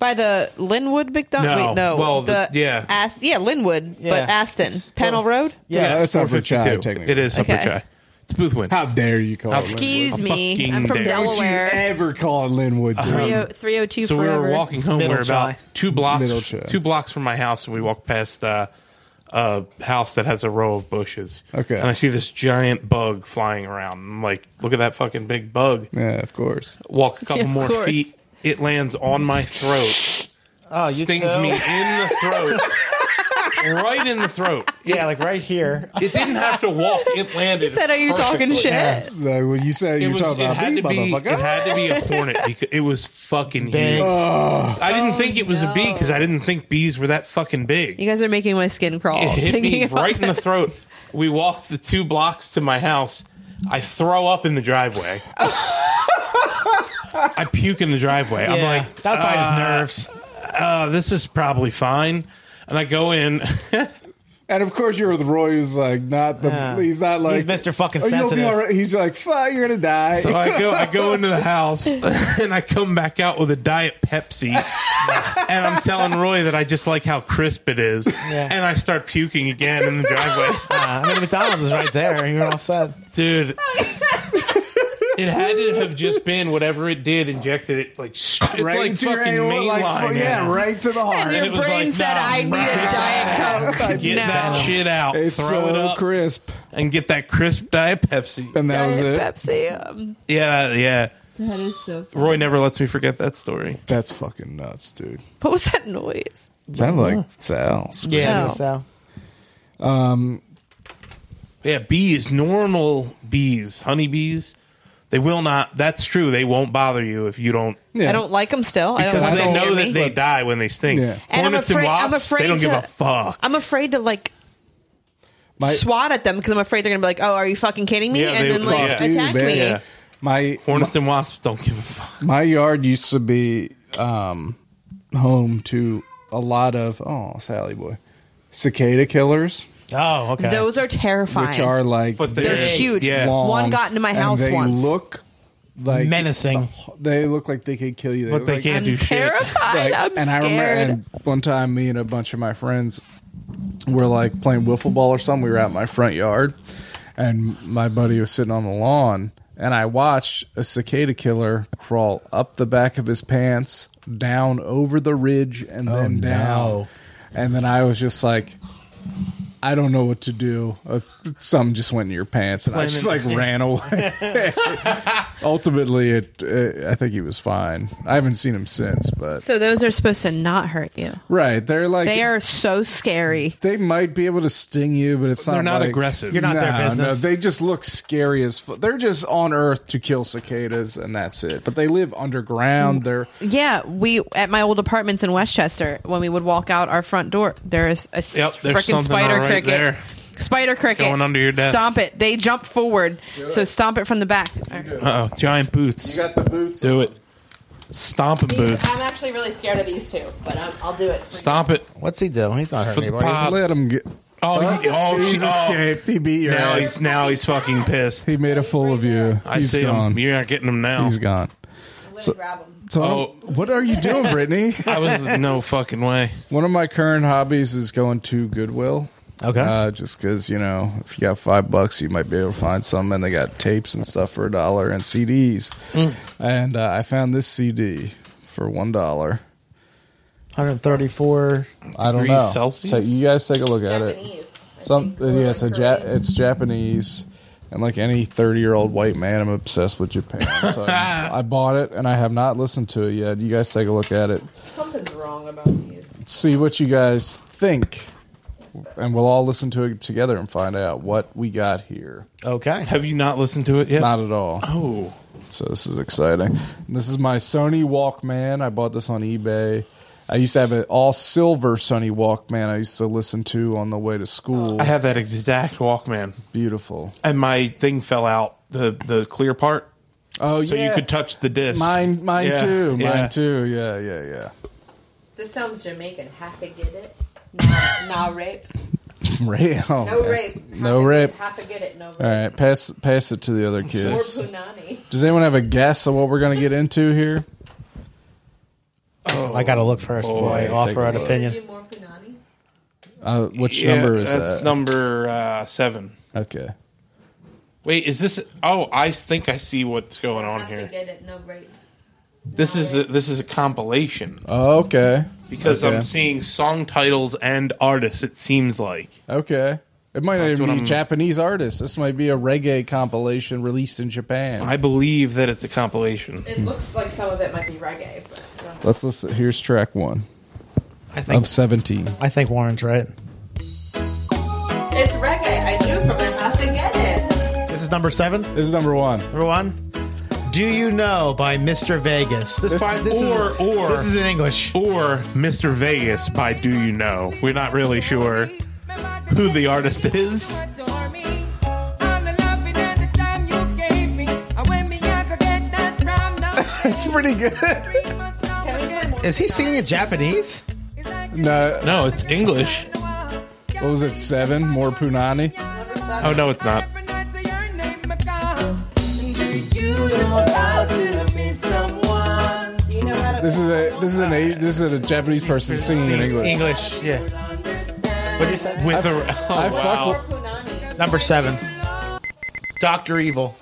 [SPEAKER 2] By the Linwood McDonald.
[SPEAKER 3] No.
[SPEAKER 2] Wait, no.
[SPEAKER 3] Well, the- yeah.
[SPEAKER 2] Ast- yeah, Linwood,
[SPEAKER 4] Yeah.
[SPEAKER 2] but Aston. Pennell Road?
[SPEAKER 1] Yeah, that's Upper Chai,
[SPEAKER 3] 452.
[SPEAKER 1] technically.
[SPEAKER 3] It is Upper
[SPEAKER 2] Okay.
[SPEAKER 3] Chai. It's Boothwin.
[SPEAKER 1] How dare you call it?
[SPEAKER 2] Excuse
[SPEAKER 3] Linwood.
[SPEAKER 2] me.
[SPEAKER 3] Fucking
[SPEAKER 2] I'm from
[SPEAKER 3] dare. Uh-huh.
[SPEAKER 1] Linwood? Don't you
[SPEAKER 2] Delaware. oh,
[SPEAKER 1] ever call it Linwood? dude.
[SPEAKER 2] 30- 302
[SPEAKER 3] so we
[SPEAKER 2] forever.
[SPEAKER 3] were walking home. We
[SPEAKER 4] Middle
[SPEAKER 3] were about
[SPEAKER 4] Chai.
[SPEAKER 3] two blocks
[SPEAKER 1] Middle Chai.
[SPEAKER 3] two blocks from my house, and we walked past uh, a house that has a row of bushes.
[SPEAKER 1] Okay.
[SPEAKER 3] And I see this giant bug flying around. I'm like, look at that fucking big bug.
[SPEAKER 1] yeah, of course.
[SPEAKER 3] Walk a couple
[SPEAKER 2] *laughs* Of
[SPEAKER 3] more
[SPEAKER 2] course.
[SPEAKER 3] feet. It lands on my throat.
[SPEAKER 4] oh, you
[SPEAKER 3] Stings
[SPEAKER 4] too?
[SPEAKER 3] me in the
[SPEAKER 1] *laughs*
[SPEAKER 3] throat. right in the throat.
[SPEAKER 4] Yeah, like right here.
[SPEAKER 3] It didn't have to walk. It
[SPEAKER 2] *laughs*
[SPEAKER 3] landed.
[SPEAKER 2] said, "Are you talking
[SPEAKER 3] perfectly.
[SPEAKER 2] shit?"
[SPEAKER 1] So when you say
[SPEAKER 3] It
[SPEAKER 1] you're
[SPEAKER 3] was. It
[SPEAKER 1] talking about
[SPEAKER 3] had
[SPEAKER 1] me,
[SPEAKER 3] to be. It
[SPEAKER 1] motherfucker,
[SPEAKER 3] had to be a hornet because it was fucking
[SPEAKER 4] Big.
[SPEAKER 3] huge. I didn't think it was a
[SPEAKER 2] Oh,
[SPEAKER 3] bee because I didn't think bees were that fucking big.
[SPEAKER 2] You guys are making my skin crawl.
[SPEAKER 3] It hit me
[SPEAKER 2] Oh, thinking about
[SPEAKER 3] right in the
[SPEAKER 2] that.
[SPEAKER 3] throat. We walked the two blocks to my house. I throw up in the driveway. I puke in the driveway. I'm
[SPEAKER 4] Yeah.
[SPEAKER 3] like,
[SPEAKER 4] that was probably his nerves.
[SPEAKER 3] uh, this is probably fine. And I go in.
[SPEAKER 1] And of course, you're with Roy, who's like not the.
[SPEAKER 4] Yeah.
[SPEAKER 1] He's not like "Oh,
[SPEAKER 4] He's Mr. fucking
[SPEAKER 1] you'll be
[SPEAKER 4] sensitive."
[SPEAKER 1] all right." He's like, "Fuck, you're gonna die."
[SPEAKER 3] *laughs*
[SPEAKER 1] *laughs*
[SPEAKER 3] So I go, I go into the house *laughs* and I come back out with a diet Pepsi, and I'm telling Roy that I just like how crisp it is, and I start puking again in the driveway.
[SPEAKER 4] I mean, McDonald's is right there. You're all set.
[SPEAKER 2] *laughs*
[SPEAKER 3] dude.
[SPEAKER 2] Oh
[SPEAKER 3] It had to have just been whatever it did injected it like sh- it's
[SPEAKER 1] right
[SPEAKER 3] like
[SPEAKER 1] to your
[SPEAKER 3] fucking
[SPEAKER 1] aorta, like,
[SPEAKER 3] mainline.
[SPEAKER 1] fu- yeah, right to the heart.
[SPEAKER 3] And it was
[SPEAKER 2] brain
[SPEAKER 3] like,
[SPEAKER 2] said,
[SPEAKER 3] nah,
[SPEAKER 2] "I need a diet coke."
[SPEAKER 3] Get
[SPEAKER 2] No.
[SPEAKER 3] that shit out,
[SPEAKER 1] It's
[SPEAKER 3] throw it
[SPEAKER 1] so
[SPEAKER 3] up,
[SPEAKER 1] crisp,
[SPEAKER 3] and get that crisp diet Pepsi.
[SPEAKER 1] and that was it.
[SPEAKER 2] Pepsi. Um,
[SPEAKER 3] Yeah, yeah.
[SPEAKER 7] That is so.
[SPEAKER 3] Roy never lets me forget that story.
[SPEAKER 1] That's fucking nuts, dude.
[SPEAKER 2] what was that noise?
[SPEAKER 1] Sounded like Sal.
[SPEAKER 4] Yeah.
[SPEAKER 2] Oh.
[SPEAKER 4] So
[SPEAKER 3] Yeah, bees, normal bees, honeybees, they will not. That's true. They won't bother you if you don't,
[SPEAKER 1] Yeah.
[SPEAKER 2] I don't like them still. I
[SPEAKER 3] because
[SPEAKER 2] don't.
[SPEAKER 3] they
[SPEAKER 2] want 'em
[SPEAKER 3] know
[SPEAKER 2] near
[SPEAKER 3] that
[SPEAKER 2] me.
[SPEAKER 3] they die when they sting.
[SPEAKER 1] Yeah.
[SPEAKER 2] And I'm
[SPEAKER 3] Hornets
[SPEAKER 2] afraid- I'm
[SPEAKER 3] and wasps,
[SPEAKER 2] afraid
[SPEAKER 3] they don't give a
[SPEAKER 2] to-
[SPEAKER 3] fuck.
[SPEAKER 2] I'm afraid to like
[SPEAKER 1] My-
[SPEAKER 2] swat at them because I'm afraid they're gonna be like, "Oh, are you fucking kidding me?"
[SPEAKER 3] Yeah,
[SPEAKER 2] and
[SPEAKER 3] they-
[SPEAKER 2] then like
[SPEAKER 3] fuck
[SPEAKER 1] you,
[SPEAKER 2] attack
[SPEAKER 1] bitch.
[SPEAKER 2] me.
[SPEAKER 3] Yeah.
[SPEAKER 1] My
[SPEAKER 3] Hornets and wasps don't give a fuck.
[SPEAKER 1] my yard used to be um, home to a lot of oh Sally boy cicada killers,
[SPEAKER 4] oh okay.
[SPEAKER 2] Those are terrifying.
[SPEAKER 1] which are like
[SPEAKER 3] But
[SPEAKER 1] big,
[SPEAKER 3] they're
[SPEAKER 2] huge.
[SPEAKER 3] Yeah.
[SPEAKER 1] long,
[SPEAKER 2] One got into my
[SPEAKER 1] and
[SPEAKER 2] house
[SPEAKER 1] they
[SPEAKER 2] once.
[SPEAKER 1] Look like
[SPEAKER 4] menacing.
[SPEAKER 1] They look like they could kill you. They
[SPEAKER 3] But
[SPEAKER 1] look
[SPEAKER 3] they
[SPEAKER 1] like-
[SPEAKER 3] can't
[SPEAKER 2] I'm
[SPEAKER 3] do
[SPEAKER 1] *laughs*
[SPEAKER 3] shit.
[SPEAKER 2] terrified.
[SPEAKER 1] like-
[SPEAKER 2] I'm
[SPEAKER 1] and
[SPEAKER 2] scared.
[SPEAKER 1] I remember and one time me and a bunch of my friends were like playing wiffle ball or something. We were out in my front yard and my buddy was sitting on the lawn and I watched a cicada killer crawl up the back of his pants, down over the ridge and then down. And then I was just like I don't know what to do. Uh, something just went in your pants, and I just like ran away. *laughs* Ultimately, it, it. I think he was fine. I haven't seen him since, but
[SPEAKER 7] So those are supposed to not hurt you.
[SPEAKER 1] Right. They're like
[SPEAKER 7] They
[SPEAKER 1] they
[SPEAKER 7] are so scary.
[SPEAKER 1] might be able to sting you, but it's not.
[SPEAKER 3] They're not
[SPEAKER 1] like-
[SPEAKER 3] aggressive.
[SPEAKER 4] You're not their business.
[SPEAKER 1] they just look scary as fuck. They're just on Earth to kill cicadas, and that's it. But they live underground. They're
[SPEAKER 7] Yeah, we at my old apartments in Westchester, when we would walk out our front door, there is a s-
[SPEAKER 3] Yep, there's
[SPEAKER 7] frickin'
[SPEAKER 3] something
[SPEAKER 7] spider
[SPEAKER 3] all right
[SPEAKER 7] cricket.
[SPEAKER 3] there.
[SPEAKER 7] Spider cricket
[SPEAKER 3] Going under your desk.
[SPEAKER 7] Stomp it. They jump forward, so stomp it from the back.
[SPEAKER 3] Uh oh, giant boots.
[SPEAKER 1] the boots.
[SPEAKER 3] do it. Stomping boots.
[SPEAKER 7] actually really scared of these two, but i I'll do it.
[SPEAKER 3] Stomp it.
[SPEAKER 4] What's he do? He's not hurting
[SPEAKER 3] For the
[SPEAKER 4] anybody.
[SPEAKER 3] pop.
[SPEAKER 1] Let him get.
[SPEAKER 3] Oh, he, oh,
[SPEAKER 1] he's
[SPEAKER 3] she, oh.
[SPEAKER 1] escaped. He beat your
[SPEAKER 3] Now
[SPEAKER 1] ass.
[SPEAKER 3] he's now he's fucking pissed.
[SPEAKER 1] he made a fool of you.
[SPEAKER 3] I
[SPEAKER 1] he's
[SPEAKER 3] see
[SPEAKER 1] gone.
[SPEAKER 3] him. You're not getting him now.
[SPEAKER 1] He's gone. So, so
[SPEAKER 3] Oh.
[SPEAKER 1] what are you doing,
[SPEAKER 3] *laughs*
[SPEAKER 1] Brittany?
[SPEAKER 3] I was no fucking way.
[SPEAKER 1] One of my current hobbies is going to Goodwill.
[SPEAKER 4] Okay.
[SPEAKER 1] Uh, just because, you know, if you got five bucks, you might be able to find some. And they got tapes and stuff for a dollar and CDs. And uh, I found this CD for one dollar.
[SPEAKER 4] 134.
[SPEAKER 1] I don't
[SPEAKER 3] Degrees
[SPEAKER 1] know.
[SPEAKER 3] Celsius?
[SPEAKER 1] So you guys take a look at it. Some uh, yeah, it's a ja- it's Japanese. And like any thirty-year-old white man, I'm obsessed with
[SPEAKER 3] *laughs*
[SPEAKER 1] Japan. So I, I bought it, and I have not listened to it yet. You guys take a look at it.
[SPEAKER 7] Something's wrong about these.
[SPEAKER 1] see what you guys think, and we'll all listen to it together and find out what we got here.
[SPEAKER 4] Okay.
[SPEAKER 3] Have you not listened to it yet?
[SPEAKER 1] Not at all.
[SPEAKER 3] oh,
[SPEAKER 1] So this is exciting. This is my Sony Walkman. I bought this on eBay. I used to have an all silver Sony Walkman. I used to listen to on the way to school.
[SPEAKER 3] I have that exact Walkman,
[SPEAKER 1] Beautiful.
[SPEAKER 3] and my thing fell out the the clear part,
[SPEAKER 1] Oh
[SPEAKER 3] so
[SPEAKER 1] yeah,
[SPEAKER 3] you could touch the disc.
[SPEAKER 1] mine. Mine
[SPEAKER 3] Yeah,
[SPEAKER 1] too.
[SPEAKER 3] yeah.
[SPEAKER 1] Mine too. Yeah, yeah, yeah. *laughs*
[SPEAKER 7] This sounds Jamaican. Half a get it. Nah, rape.
[SPEAKER 1] Rape. Oh, man. No rape.
[SPEAKER 7] Half a get it. No
[SPEAKER 1] All right, pass pass it to the other kids.
[SPEAKER 7] punani.
[SPEAKER 1] Does anyone have a guess of what we're gonna get into here?
[SPEAKER 4] I got to look first before I
[SPEAKER 1] take
[SPEAKER 4] offer
[SPEAKER 1] a
[SPEAKER 4] an
[SPEAKER 1] look.
[SPEAKER 4] opinion.
[SPEAKER 7] more punani.
[SPEAKER 1] Uh, which
[SPEAKER 3] Yeah,
[SPEAKER 1] number is
[SPEAKER 3] that's
[SPEAKER 1] that?
[SPEAKER 3] number uh, seven.
[SPEAKER 1] okay.
[SPEAKER 3] Wait, is this? Oh, I think I see what's going on here.
[SPEAKER 7] get it. No rape.
[SPEAKER 3] This is a, this is a compilation
[SPEAKER 4] Oh,
[SPEAKER 1] Okay.
[SPEAKER 3] because
[SPEAKER 1] Okay.
[SPEAKER 3] I'm seeing song titles and artists. It seems like
[SPEAKER 1] Okay. It might not
[SPEAKER 3] That's
[SPEAKER 1] even
[SPEAKER 3] what
[SPEAKER 1] be
[SPEAKER 3] I'm-
[SPEAKER 1] Japanese artists. This might be a reggae compilation released in Japan.
[SPEAKER 3] I believe that it's a compilation.
[SPEAKER 7] It looks like some of it might be reggae, but I don't know.
[SPEAKER 1] Let's listen. Here's track one
[SPEAKER 4] I think
[SPEAKER 1] of 17.
[SPEAKER 4] I think Warren's right.
[SPEAKER 7] it's reggae. I knew from it. Half a get it.
[SPEAKER 4] This is number seven.
[SPEAKER 1] This is number one.
[SPEAKER 4] Number one. Do you know by Mr. Vegas? This,
[SPEAKER 1] This-
[SPEAKER 4] by- this
[SPEAKER 3] or-
[SPEAKER 4] is,
[SPEAKER 3] or-
[SPEAKER 4] this is in English.
[SPEAKER 3] or Mr. Vegas by Do You Know. We're not really sure who the artist is.
[SPEAKER 1] *laughs* It's pretty good.
[SPEAKER 4] Is he singing in Japanese?
[SPEAKER 1] no,
[SPEAKER 3] No, it's English.
[SPEAKER 1] What was it? Seven more punani.
[SPEAKER 3] Oh no, it's not.
[SPEAKER 1] This is a this is an a, this is a Japanese person singing in English.
[SPEAKER 4] English, yeah. What'd you say?
[SPEAKER 3] With a *laughs* oh,
[SPEAKER 1] I
[SPEAKER 3] wow.
[SPEAKER 1] fuck with,
[SPEAKER 4] Number seven. Doctor Evil.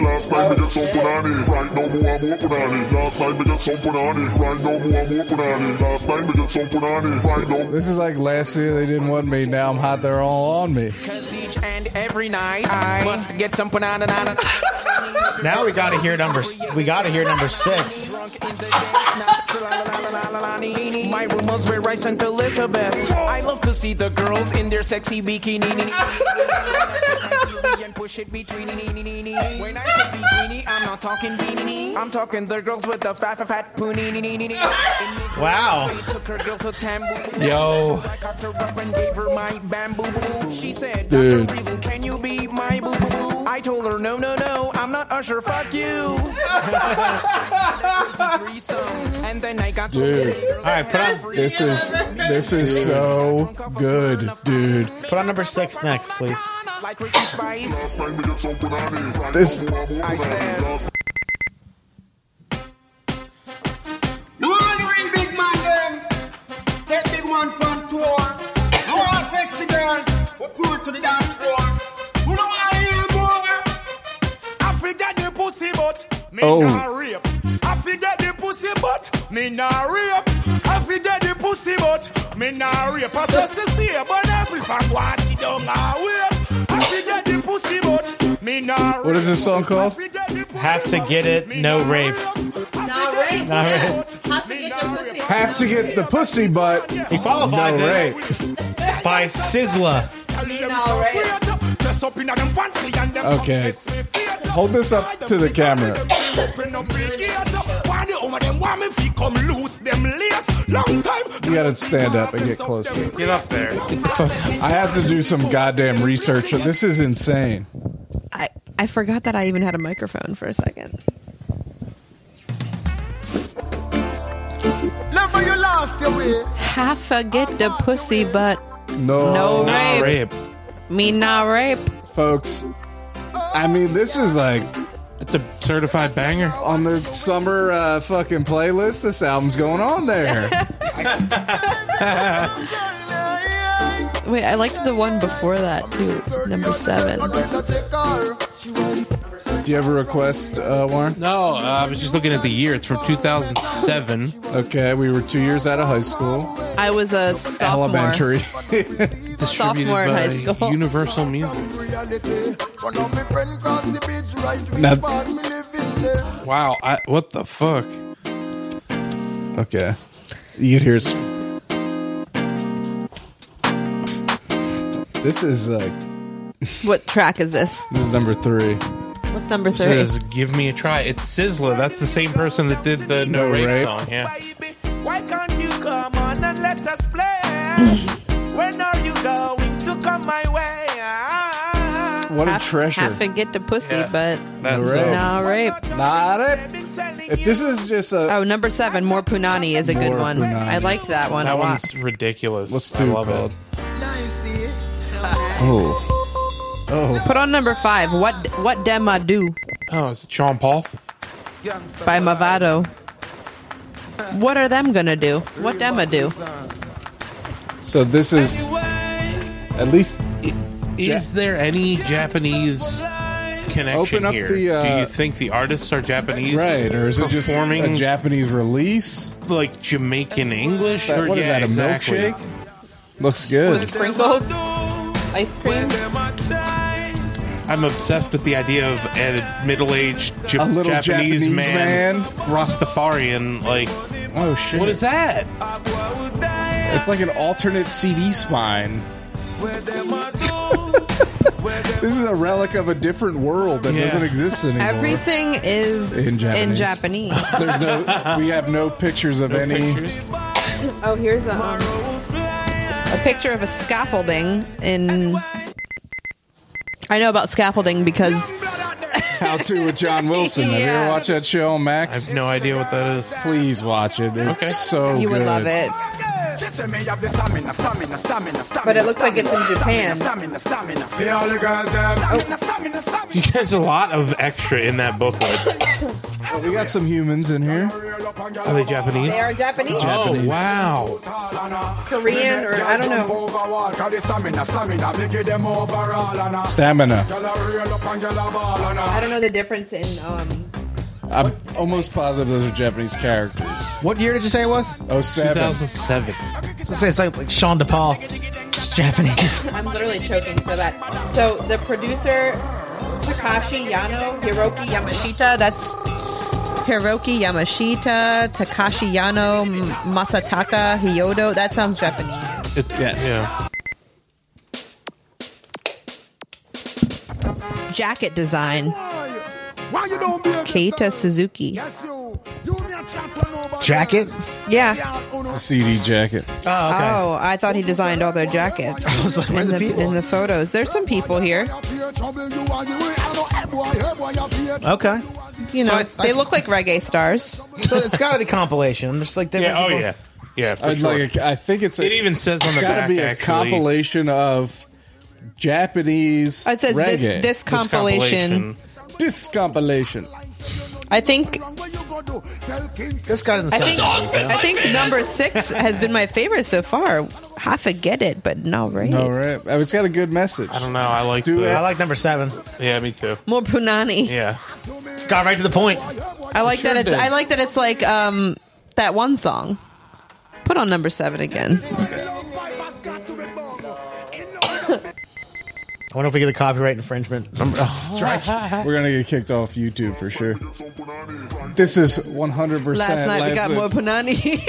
[SPEAKER 9] Last night we got some punani, right now we have more punani. Last night we got some punani, right now we have more punani. Last night we got some punani, right now.
[SPEAKER 1] this is like last year they didn't want me. Now I'm hot. They're all on me.
[SPEAKER 10] Cause each and every night I must get some banana.
[SPEAKER 4] Now we gotta hear number. We gotta hear number *laughs* six.
[SPEAKER 10] My room was where I sent Elizabeth. I love to see the girls in their sexy bikini. *laughs* And push it between. When I say betweeny, I'm not talking beanie. I'm talking the girls with the fat, fat, fat poonini.
[SPEAKER 4] Wow.
[SPEAKER 10] Took her girl to Tambu.
[SPEAKER 3] Yo.
[SPEAKER 10] I cocked her up and gave her my bamboo. She said,
[SPEAKER 1] Dude.
[SPEAKER 10] Dr. Evil, can you be my boo boo boo? I told her, no, no, no, I'm not Usher, fuck
[SPEAKER 4] *laughs*
[SPEAKER 10] you. and then I got
[SPEAKER 1] Dude.
[SPEAKER 10] All
[SPEAKER 4] right, put on-
[SPEAKER 1] This is this is so good, dude.
[SPEAKER 4] Put on number six next, please.
[SPEAKER 10] Like Ricky Spice.
[SPEAKER 9] Last night we got some punani, right
[SPEAKER 1] This-
[SPEAKER 9] now we have more
[SPEAKER 10] I said-
[SPEAKER 9] punani. Last
[SPEAKER 11] No one ring big man them. Take big one from tour. No one sexy girl. We pull to the dance floor. Who know I am more?
[SPEAKER 10] I forget the pussy but me
[SPEAKER 1] Oh.
[SPEAKER 10] not rape. I forget the pussy but me not rape. I forget the pussy but me not rape. I said sister, but that's me from what you don't wait. I forget the pussy but me not rape.
[SPEAKER 1] What is this song called?
[SPEAKER 4] Have to get it, no rape.
[SPEAKER 10] Not
[SPEAKER 7] rape.
[SPEAKER 4] Not rape.
[SPEAKER 7] Have to get the pussy.
[SPEAKER 1] Have to get the pussy butt.
[SPEAKER 4] He qualifies
[SPEAKER 1] No
[SPEAKER 4] it
[SPEAKER 1] rape.
[SPEAKER 4] by Sizzla.
[SPEAKER 7] not rape.
[SPEAKER 1] Okay. Hold this up to the camera. You
[SPEAKER 10] You
[SPEAKER 1] gotta stand up and get closer.
[SPEAKER 3] Get up there.
[SPEAKER 1] I have to do some goddamn research. This is insane.
[SPEAKER 2] I, I forgot that I even had a microphone for a second.
[SPEAKER 11] Love you lost your way.
[SPEAKER 2] Half a get the pussy, but
[SPEAKER 1] No,
[SPEAKER 2] no
[SPEAKER 3] Nah,
[SPEAKER 2] rape.
[SPEAKER 3] rape.
[SPEAKER 2] Me not rape.
[SPEAKER 1] folks. I mean, this is like
[SPEAKER 3] It's a certified banger.
[SPEAKER 1] on the summer uh, fucking playlist. This album's going on
[SPEAKER 2] *laughs*
[SPEAKER 1] there.
[SPEAKER 2] Wait, I liked the one before that too. Number seven.
[SPEAKER 1] Do you ever request uh, Warren?
[SPEAKER 3] No, uh, I was just looking at the year. It's from 2007.
[SPEAKER 1] Okay, we were two years out of high school,
[SPEAKER 2] I was a sophomore.
[SPEAKER 1] elementary.
[SPEAKER 2] Sophomore in high
[SPEAKER 3] Distributed by
[SPEAKER 2] school. *laughs*
[SPEAKER 3] Universal Music.
[SPEAKER 1] Now-
[SPEAKER 3] Wow. I, what the fuck?
[SPEAKER 1] okay, you could hear. s- This is like
[SPEAKER 2] What track is this?
[SPEAKER 1] this is number three.
[SPEAKER 2] What's number three?
[SPEAKER 3] Says, give me a try. It's Sizzler. That's the same person that did the No,
[SPEAKER 1] No
[SPEAKER 3] rape,
[SPEAKER 1] Rape.
[SPEAKER 3] song. Yeah.
[SPEAKER 10] Why can't you come on and let us
[SPEAKER 1] *laughs*
[SPEAKER 10] play? when are you going to come my way?
[SPEAKER 1] What a
[SPEAKER 2] half,
[SPEAKER 1] treasure!
[SPEAKER 2] Half and get the pussy,
[SPEAKER 3] Yeah.
[SPEAKER 2] but
[SPEAKER 1] No
[SPEAKER 3] That's
[SPEAKER 1] Rape.
[SPEAKER 2] no rape.
[SPEAKER 1] Not it. If this is just a,
[SPEAKER 2] Oh, number seven, more punani is a good
[SPEAKER 1] More
[SPEAKER 2] one.
[SPEAKER 1] Punani.
[SPEAKER 2] I liked that one
[SPEAKER 3] That
[SPEAKER 2] a lot.
[SPEAKER 3] one's ridiculous.
[SPEAKER 1] what's
[SPEAKER 3] I
[SPEAKER 1] two
[SPEAKER 3] love
[SPEAKER 1] called?
[SPEAKER 3] it.
[SPEAKER 1] Oh, oh,
[SPEAKER 2] Put on number five. What what dem I do
[SPEAKER 3] Oh, it's Sean Paul.
[SPEAKER 2] by Movado. What are them gonna do? What dem I do?
[SPEAKER 1] so this is at least
[SPEAKER 3] Is there any Japanese
[SPEAKER 1] Open
[SPEAKER 3] connection
[SPEAKER 1] up
[SPEAKER 3] here?
[SPEAKER 1] the, uh,
[SPEAKER 3] Do you think the artists are Japanese?
[SPEAKER 1] right, or is it just
[SPEAKER 3] performing
[SPEAKER 1] a Japanese release?
[SPEAKER 3] like Jamaican English?
[SPEAKER 1] That,
[SPEAKER 3] or,
[SPEAKER 1] what is
[SPEAKER 3] yeah,
[SPEAKER 1] that? A
[SPEAKER 3] exactly.
[SPEAKER 1] milkshake? Looks good.
[SPEAKER 2] Sprinkles, ice cream.
[SPEAKER 3] I'm obsessed with the idea of a middle-aged Ja-
[SPEAKER 1] A little
[SPEAKER 3] Japanese,
[SPEAKER 1] Japanese
[SPEAKER 3] man,
[SPEAKER 1] man.
[SPEAKER 3] Rastafarian. Like,
[SPEAKER 1] Oh shit!
[SPEAKER 3] what is that?
[SPEAKER 1] It's like an alternate CD spine. *laughs* this is a relic of a different world that
[SPEAKER 3] Yeah.
[SPEAKER 1] doesn't exist anymore.
[SPEAKER 2] Everything is
[SPEAKER 1] In
[SPEAKER 2] in Japanese.
[SPEAKER 1] Japanese. *laughs* There's no. We have no pictures of any.
[SPEAKER 3] Pictures?
[SPEAKER 2] oh, here's a um, a picture of a scaffolding in. I know about scaffolding because
[SPEAKER 1] How to with John Wilson. Have you ever
[SPEAKER 2] *laughs* Yeah.
[SPEAKER 1] watched that show on
[SPEAKER 3] I
[SPEAKER 1] Max?
[SPEAKER 3] have no idea what that is. *laughs*
[SPEAKER 1] Please watch it. It's so
[SPEAKER 2] You
[SPEAKER 1] Oh, good.
[SPEAKER 2] would love it.
[SPEAKER 10] But
[SPEAKER 2] But it looks like it's in Japan.
[SPEAKER 3] um,
[SPEAKER 1] Oh.
[SPEAKER 3] You *laughs* guys, a lot of extra in that booklet.
[SPEAKER 1] We got some humans in here.
[SPEAKER 3] Are they Japanese?
[SPEAKER 2] They are Japanese,
[SPEAKER 3] Oh
[SPEAKER 1] Japanese.
[SPEAKER 3] wow!
[SPEAKER 2] Korean, or I don't know.
[SPEAKER 1] Stamina.
[SPEAKER 2] I don't know the difference in. Um,
[SPEAKER 1] I'm almost positive those are Japanese characters.
[SPEAKER 4] What year did you say it was?
[SPEAKER 1] Oh seven.
[SPEAKER 3] 2007.
[SPEAKER 4] Let's say it's like, like Sean DePaul. It's Japanese.
[SPEAKER 2] I'm literally choking so bad. So the producer Takashi Yano, Hiroki Yamashita. That's Hiroki Yamashita, Takashi Yano, M- Masataka Hiyodo. That sounds Japanese.
[SPEAKER 3] It,
[SPEAKER 1] Yes.
[SPEAKER 3] Yeah.
[SPEAKER 2] Jacket design Keita
[SPEAKER 10] Keita
[SPEAKER 2] Suzuki.
[SPEAKER 4] Jacket?
[SPEAKER 2] Yeah.
[SPEAKER 10] oh,
[SPEAKER 1] CD jacket.
[SPEAKER 4] Oh, okay.
[SPEAKER 2] Oh, I thought he designed all their jackets.
[SPEAKER 4] *laughs* I was like, where
[SPEAKER 2] in
[SPEAKER 4] are the people?
[SPEAKER 2] in the photos, there's some people here.
[SPEAKER 4] Okay.
[SPEAKER 2] You
[SPEAKER 4] So
[SPEAKER 2] know,
[SPEAKER 4] I- I-
[SPEAKER 2] they look like reggae stars.
[SPEAKER 4] So it's got to be compilation. I'm just like different.
[SPEAKER 3] Yeah. Oh
[SPEAKER 4] people.
[SPEAKER 3] yeah. Yeah. For
[SPEAKER 1] I'd
[SPEAKER 3] sure.
[SPEAKER 1] like a, I think it's a,
[SPEAKER 3] it even says on
[SPEAKER 1] it's
[SPEAKER 3] the
[SPEAKER 1] got to
[SPEAKER 3] back.
[SPEAKER 1] be a
[SPEAKER 3] actually,
[SPEAKER 1] compilation of Japanese
[SPEAKER 2] Oh, It says this,
[SPEAKER 1] reggae.
[SPEAKER 2] this, compilation.
[SPEAKER 1] this compilation.
[SPEAKER 2] I think
[SPEAKER 4] This guy doesn't
[SPEAKER 2] I
[SPEAKER 4] sound
[SPEAKER 2] think I think number six has been my favorite so far. I forget it, but no, right?
[SPEAKER 1] No, right? I mean, it's got a good message.
[SPEAKER 3] I don't know. I like.
[SPEAKER 1] Do
[SPEAKER 3] the,
[SPEAKER 1] it.
[SPEAKER 4] I like number seven.
[SPEAKER 3] Yeah, me too.
[SPEAKER 2] More punani.
[SPEAKER 3] Yeah.
[SPEAKER 4] Got right to the point.
[SPEAKER 2] I like
[SPEAKER 1] Sure
[SPEAKER 2] that it's.
[SPEAKER 1] did.
[SPEAKER 2] I like that it's like um that one song. Put on number seven again.
[SPEAKER 4] I wonder if we get a copyright infringement. strike.
[SPEAKER 1] We're gonna get kicked off YouTube for sure. This is 100.
[SPEAKER 2] Last
[SPEAKER 1] percent
[SPEAKER 2] night we got more punani.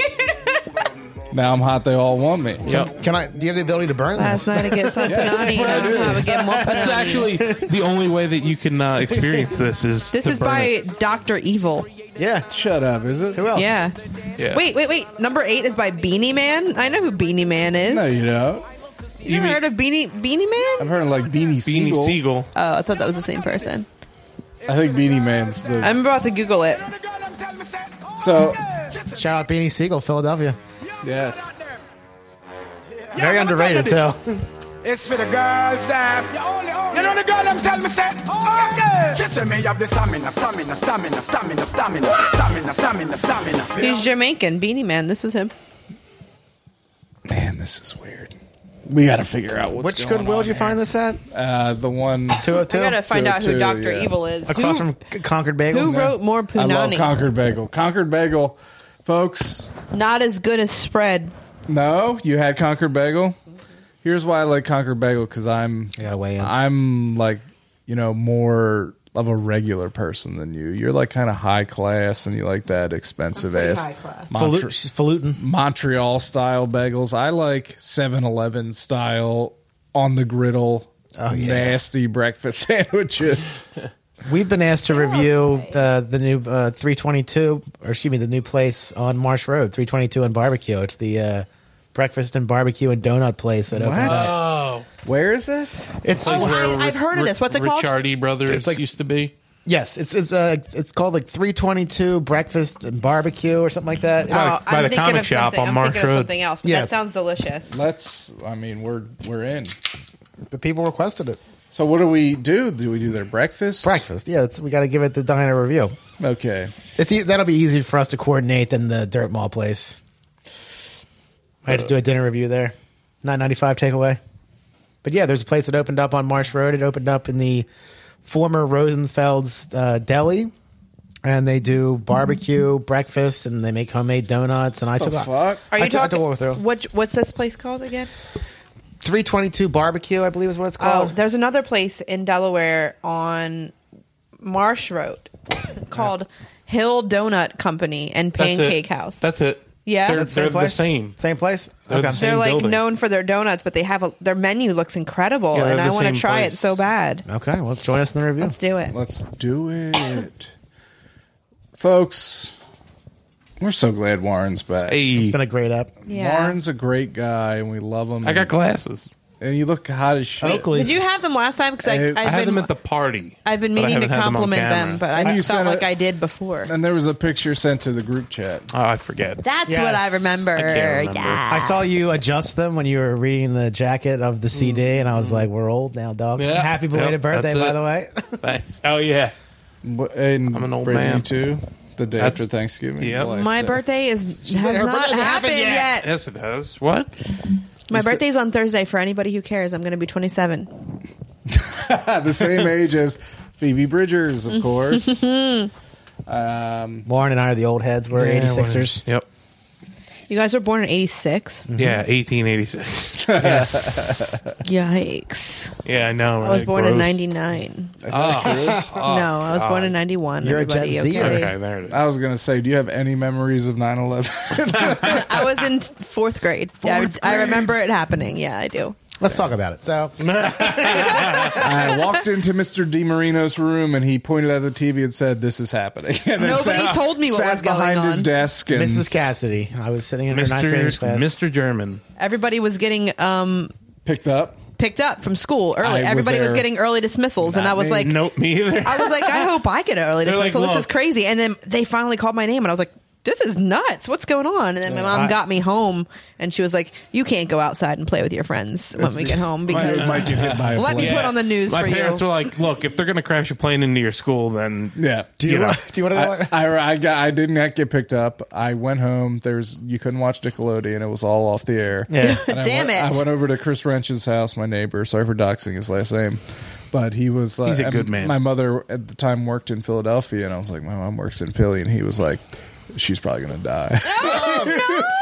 [SPEAKER 1] Now I'm hot. They all want me.
[SPEAKER 3] Yep.
[SPEAKER 4] Can I? Do you have the ability to burn
[SPEAKER 2] Last
[SPEAKER 4] this?
[SPEAKER 2] night I get some
[SPEAKER 1] Yes.
[SPEAKER 2] punani. and I don't know how to get more
[SPEAKER 3] That's
[SPEAKER 2] punani.
[SPEAKER 3] actually *laughs* the only way that you can uh, experience this is.
[SPEAKER 2] This
[SPEAKER 3] to
[SPEAKER 2] is
[SPEAKER 3] burn
[SPEAKER 2] by
[SPEAKER 3] it.
[SPEAKER 2] Doctor Evil.
[SPEAKER 4] Yeah.
[SPEAKER 1] Shut up. Is it?
[SPEAKER 4] Who else?
[SPEAKER 2] Yeah.
[SPEAKER 3] Yeah.
[SPEAKER 2] Wait, wait, wait. Number eight is by Beanie Man. I know who Beanie Man is.
[SPEAKER 1] No, you don't.
[SPEAKER 2] you ever
[SPEAKER 3] mean-
[SPEAKER 2] heard of Beanie Beanie Man?
[SPEAKER 1] I've heard of, like Beanie,
[SPEAKER 3] Beanie
[SPEAKER 1] Siegel.
[SPEAKER 3] Siegel.
[SPEAKER 2] Oh, I thought that was the same person.
[SPEAKER 1] I think Beanie Man's the.
[SPEAKER 2] I'm about to Google it.
[SPEAKER 10] "Oh,
[SPEAKER 1] so
[SPEAKER 4] Shout out Beanie Siegel, Philadelphia.
[SPEAKER 1] yes,
[SPEAKER 4] Very underrated too.
[SPEAKER 10] It's for the girls that you know the girl them tell me say okay. She say me have the stamina, stamina, stamina, stamina, stamina, stamina, stamina, stamina.
[SPEAKER 2] He's Jamaican. Beanie Man. This is him.
[SPEAKER 1] man, this is weird. We got to figure out what's
[SPEAKER 4] Which
[SPEAKER 1] going
[SPEAKER 4] Goodwill
[SPEAKER 1] on
[SPEAKER 4] did you
[SPEAKER 1] here.
[SPEAKER 4] find this at?
[SPEAKER 1] Uh, the one
[SPEAKER 4] Two hundred
[SPEAKER 2] I gotta
[SPEAKER 4] two.
[SPEAKER 2] find
[SPEAKER 1] two,
[SPEAKER 2] out who
[SPEAKER 1] two,
[SPEAKER 2] Doctor
[SPEAKER 1] yeah.
[SPEAKER 2] Evil is.
[SPEAKER 4] Across
[SPEAKER 2] who,
[SPEAKER 4] from C- Concord Bagel.
[SPEAKER 2] who wrote more
[SPEAKER 1] I love
[SPEAKER 2] Punani?
[SPEAKER 1] Concord Bagel. Concord Bagel, folks.
[SPEAKER 2] Not as good as spread.
[SPEAKER 1] No, you had Concord Bagel. Here's why I like Concord Bagel because I'm
[SPEAKER 4] I gotta weigh in.
[SPEAKER 1] I'm like, you know, more of a regular person than you. You're like kind of high class and you like that expensive ass
[SPEAKER 2] high class.
[SPEAKER 1] Montre-
[SPEAKER 4] Falut- she's falutin.
[SPEAKER 1] Montreal style bagels. I like 7 Eleven style on the griddle,
[SPEAKER 4] yeah.
[SPEAKER 1] nasty breakfast *laughs* sandwiches.
[SPEAKER 4] We've been asked to review uh, the new uh, 322, or excuse me, the new place on Marsh Road, 322 and Barbecue. It's the uh, breakfast and barbecue and donut place that opened.
[SPEAKER 1] What?
[SPEAKER 3] Oh.
[SPEAKER 1] Where is this?
[SPEAKER 4] It's
[SPEAKER 2] Oh, I- I've heard of this. What's it called?
[SPEAKER 3] Richardi Brothers
[SPEAKER 4] It's like-
[SPEAKER 3] used to be.
[SPEAKER 4] yes, it's it's uh, it's called like 322 breakfast and barbecue or something like that.
[SPEAKER 3] By the-
[SPEAKER 2] Oh,
[SPEAKER 3] by the
[SPEAKER 2] thinking
[SPEAKER 3] comic
[SPEAKER 2] of
[SPEAKER 3] shop
[SPEAKER 2] something-
[SPEAKER 3] on
[SPEAKER 2] I'm
[SPEAKER 3] Marsh
[SPEAKER 2] thinking of
[SPEAKER 3] Road.
[SPEAKER 2] Something else, but
[SPEAKER 4] Yeah.
[SPEAKER 2] that sounds delicious.
[SPEAKER 1] Let's I mean, we're we're in.
[SPEAKER 4] the people requested it.
[SPEAKER 1] So what do we do? Do we do their breakfast?
[SPEAKER 4] Breakfast, yeah, it's, we got to give it the diner review.
[SPEAKER 1] Okay.
[SPEAKER 4] It's e- that'll be easier for us to coordinate than the Dirt Mall place. I had to do a dinner review there. Nine ninety five takeaway. But yeah, there's a place that opened up on Marsh Road. It opened up in the former Rosenfeld's uh, deli, and they do barbecue breakfast and they make homemade donuts. And I took
[SPEAKER 1] The fuck?
[SPEAKER 2] Are you
[SPEAKER 4] I took- I took one through.
[SPEAKER 2] talking? What, what's this place called again?
[SPEAKER 4] three twenty two barbecue, I believe is what it's
[SPEAKER 2] Oh,
[SPEAKER 4] called.
[SPEAKER 2] there's another place in Delaware on Marsh Road *coughs* called Hill Donut Company and
[SPEAKER 3] That's
[SPEAKER 2] Pancake
[SPEAKER 3] it.
[SPEAKER 2] House.
[SPEAKER 3] That's it.
[SPEAKER 2] Yeah.
[SPEAKER 3] They're,
[SPEAKER 2] That's
[SPEAKER 3] they're the same.
[SPEAKER 4] Same place.
[SPEAKER 3] They're the
[SPEAKER 2] They're
[SPEAKER 3] same
[SPEAKER 2] like
[SPEAKER 3] building.
[SPEAKER 2] known for their donuts, but they have a, their menu looks incredible,
[SPEAKER 3] Yeah, they're
[SPEAKER 2] and I
[SPEAKER 3] the
[SPEAKER 2] want
[SPEAKER 3] same
[SPEAKER 2] to try it
[SPEAKER 3] place.
[SPEAKER 2] so bad.
[SPEAKER 4] Okay, well, join us in the review.
[SPEAKER 2] Let's do it.
[SPEAKER 1] Let's do it. Folks, we're so glad Warren's back.
[SPEAKER 3] Hey,
[SPEAKER 4] It's been a great app.
[SPEAKER 2] Yeah.
[SPEAKER 1] Warren's a great guy and we love him.
[SPEAKER 3] I got glasses.
[SPEAKER 1] and you look hot as shit.
[SPEAKER 4] Oakley.
[SPEAKER 2] Did you have them last time? Because
[SPEAKER 1] I-
[SPEAKER 2] I've,
[SPEAKER 1] I
[SPEAKER 3] I had
[SPEAKER 2] been,
[SPEAKER 3] them at the party.
[SPEAKER 2] I've been
[SPEAKER 3] but I
[SPEAKER 2] meaning to
[SPEAKER 3] haven't had them on
[SPEAKER 2] compliment them,
[SPEAKER 3] camera.
[SPEAKER 2] but
[SPEAKER 1] And
[SPEAKER 2] I
[SPEAKER 1] you
[SPEAKER 2] felt
[SPEAKER 1] sent
[SPEAKER 2] like
[SPEAKER 1] it-
[SPEAKER 2] I did before.
[SPEAKER 1] And there was a picture sent to the group chat.
[SPEAKER 3] Oh, I forget.
[SPEAKER 2] That's
[SPEAKER 4] Yes.
[SPEAKER 2] what I remember.
[SPEAKER 3] I can't remember.
[SPEAKER 2] Yeah.
[SPEAKER 4] I saw you adjust them when you were reading the jacket of the CD, and I was like, "We're old now, dog."
[SPEAKER 3] Mm-hmm. Yeah.
[SPEAKER 4] Happy belated
[SPEAKER 3] Yep,
[SPEAKER 4] birthday,
[SPEAKER 3] that's
[SPEAKER 4] by
[SPEAKER 3] it.
[SPEAKER 4] the way. *laughs*
[SPEAKER 3] Thanks. Oh yeah.
[SPEAKER 1] Wh- And
[SPEAKER 3] I'm an old
[SPEAKER 1] Brittany
[SPEAKER 3] man.
[SPEAKER 1] too. The day
[SPEAKER 3] That's-
[SPEAKER 1] after Thanksgiving.
[SPEAKER 3] Yep.
[SPEAKER 1] July
[SPEAKER 7] My
[SPEAKER 1] seventh.
[SPEAKER 7] birthday is has
[SPEAKER 2] Her
[SPEAKER 7] not
[SPEAKER 2] birthday
[SPEAKER 7] happened,
[SPEAKER 2] hasn't happened
[SPEAKER 7] yet.
[SPEAKER 2] yet.
[SPEAKER 3] Yes, it does. What?
[SPEAKER 7] My birthday's on Thursday. For anybody who cares, I'm going to be 27.
[SPEAKER 1] *laughs* the same age as Phoebe Bridgers, of course. um,
[SPEAKER 4] Lauren and I are the old heads. We're
[SPEAKER 3] Yeah,
[SPEAKER 4] 86ers.
[SPEAKER 3] Yep.
[SPEAKER 7] You guys were born in 86.
[SPEAKER 1] Mm-hmm.
[SPEAKER 2] *laughs*
[SPEAKER 3] Yeah, 1886.
[SPEAKER 7] Yikes!
[SPEAKER 3] yeah, I know.
[SPEAKER 7] I was
[SPEAKER 3] right?
[SPEAKER 7] born in
[SPEAKER 3] Gross.
[SPEAKER 7] 99.
[SPEAKER 3] Oh.
[SPEAKER 7] no, I was born in 91.
[SPEAKER 4] You're a
[SPEAKER 7] everybody,
[SPEAKER 4] Gen Z.
[SPEAKER 7] okay?
[SPEAKER 3] okay, there it is.
[SPEAKER 1] I was gonna say, do you have any memories of 9-11?
[SPEAKER 7] *laughs* I was in fourth grade. Yeah, I, I remember it happening. Yeah, I do.
[SPEAKER 4] Let's talk about it. So,
[SPEAKER 7] *laughs*
[SPEAKER 1] I walked into Mr. DiMarino's room and he pointed at the TV and said, "This is happening." *laughs* And then
[SPEAKER 7] Nobody told me what
[SPEAKER 1] sat
[SPEAKER 7] was going
[SPEAKER 1] behind his
[SPEAKER 7] on.
[SPEAKER 1] desk and
[SPEAKER 4] Mrs. Cassidy, I was sitting in her ninth grade
[SPEAKER 3] Mr.
[SPEAKER 4] class.
[SPEAKER 3] Mr. German.
[SPEAKER 7] Everybody was getting um,
[SPEAKER 1] picked up.
[SPEAKER 7] picked up from school
[SPEAKER 1] I
[SPEAKER 7] early.
[SPEAKER 1] was
[SPEAKER 7] Everybody was
[SPEAKER 1] there.
[SPEAKER 7] getting early dismissals, and
[SPEAKER 1] Not
[SPEAKER 7] I was
[SPEAKER 1] me.
[SPEAKER 7] like,
[SPEAKER 3] Nope, me either.
[SPEAKER 7] I was like, I hope I get an early
[SPEAKER 3] They're like,
[SPEAKER 7] dismissal. this is
[SPEAKER 3] "Look."
[SPEAKER 7] crazy. And then they finally called my name, and I was like, this is nuts. What's going on? And then my mom
[SPEAKER 4] I-
[SPEAKER 7] got me home, and she was like, you can't go outside and play with your friends when we get home because
[SPEAKER 1] Might get hit by a
[SPEAKER 7] *laughs* Let me
[SPEAKER 1] plane.
[SPEAKER 7] put on the news
[SPEAKER 3] My
[SPEAKER 7] for
[SPEAKER 3] parents
[SPEAKER 7] you.
[SPEAKER 3] were like, "Look, if they're going to crash a plane into your school, then
[SPEAKER 1] Yeah. Do
[SPEAKER 3] you know,
[SPEAKER 4] Do you want to know?
[SPEAKER 1] I, I, I got I did not get picked up. I went home. There's you couldn't watch Nickelodeon. It was all off the air.
[SPEAKER 4] Yeah.
[SPEAKER 1] And I
[SPEAKER 7] Damn
[SPEAKER 1] went-
[SPEAKER 7] it.
[SPEAKER 1] I went over to Chris Wrench's house, my neighbor. Sorry for doxing his last name, but he was like,
[SPEAKER 3] He's a
[SPEAKER 1] and
[SPEAKER 3] good man.
[SPEAKER 1] My mother at the time worked in Philadelphia, and I was like, my mom works in Philly, and he was like, she's probably gonna
[SPEAKER 7] *laughs*
[SPEAKER 1] die.
[SPEAKER 7] Oh,
[SPEAKER 1] *laughs*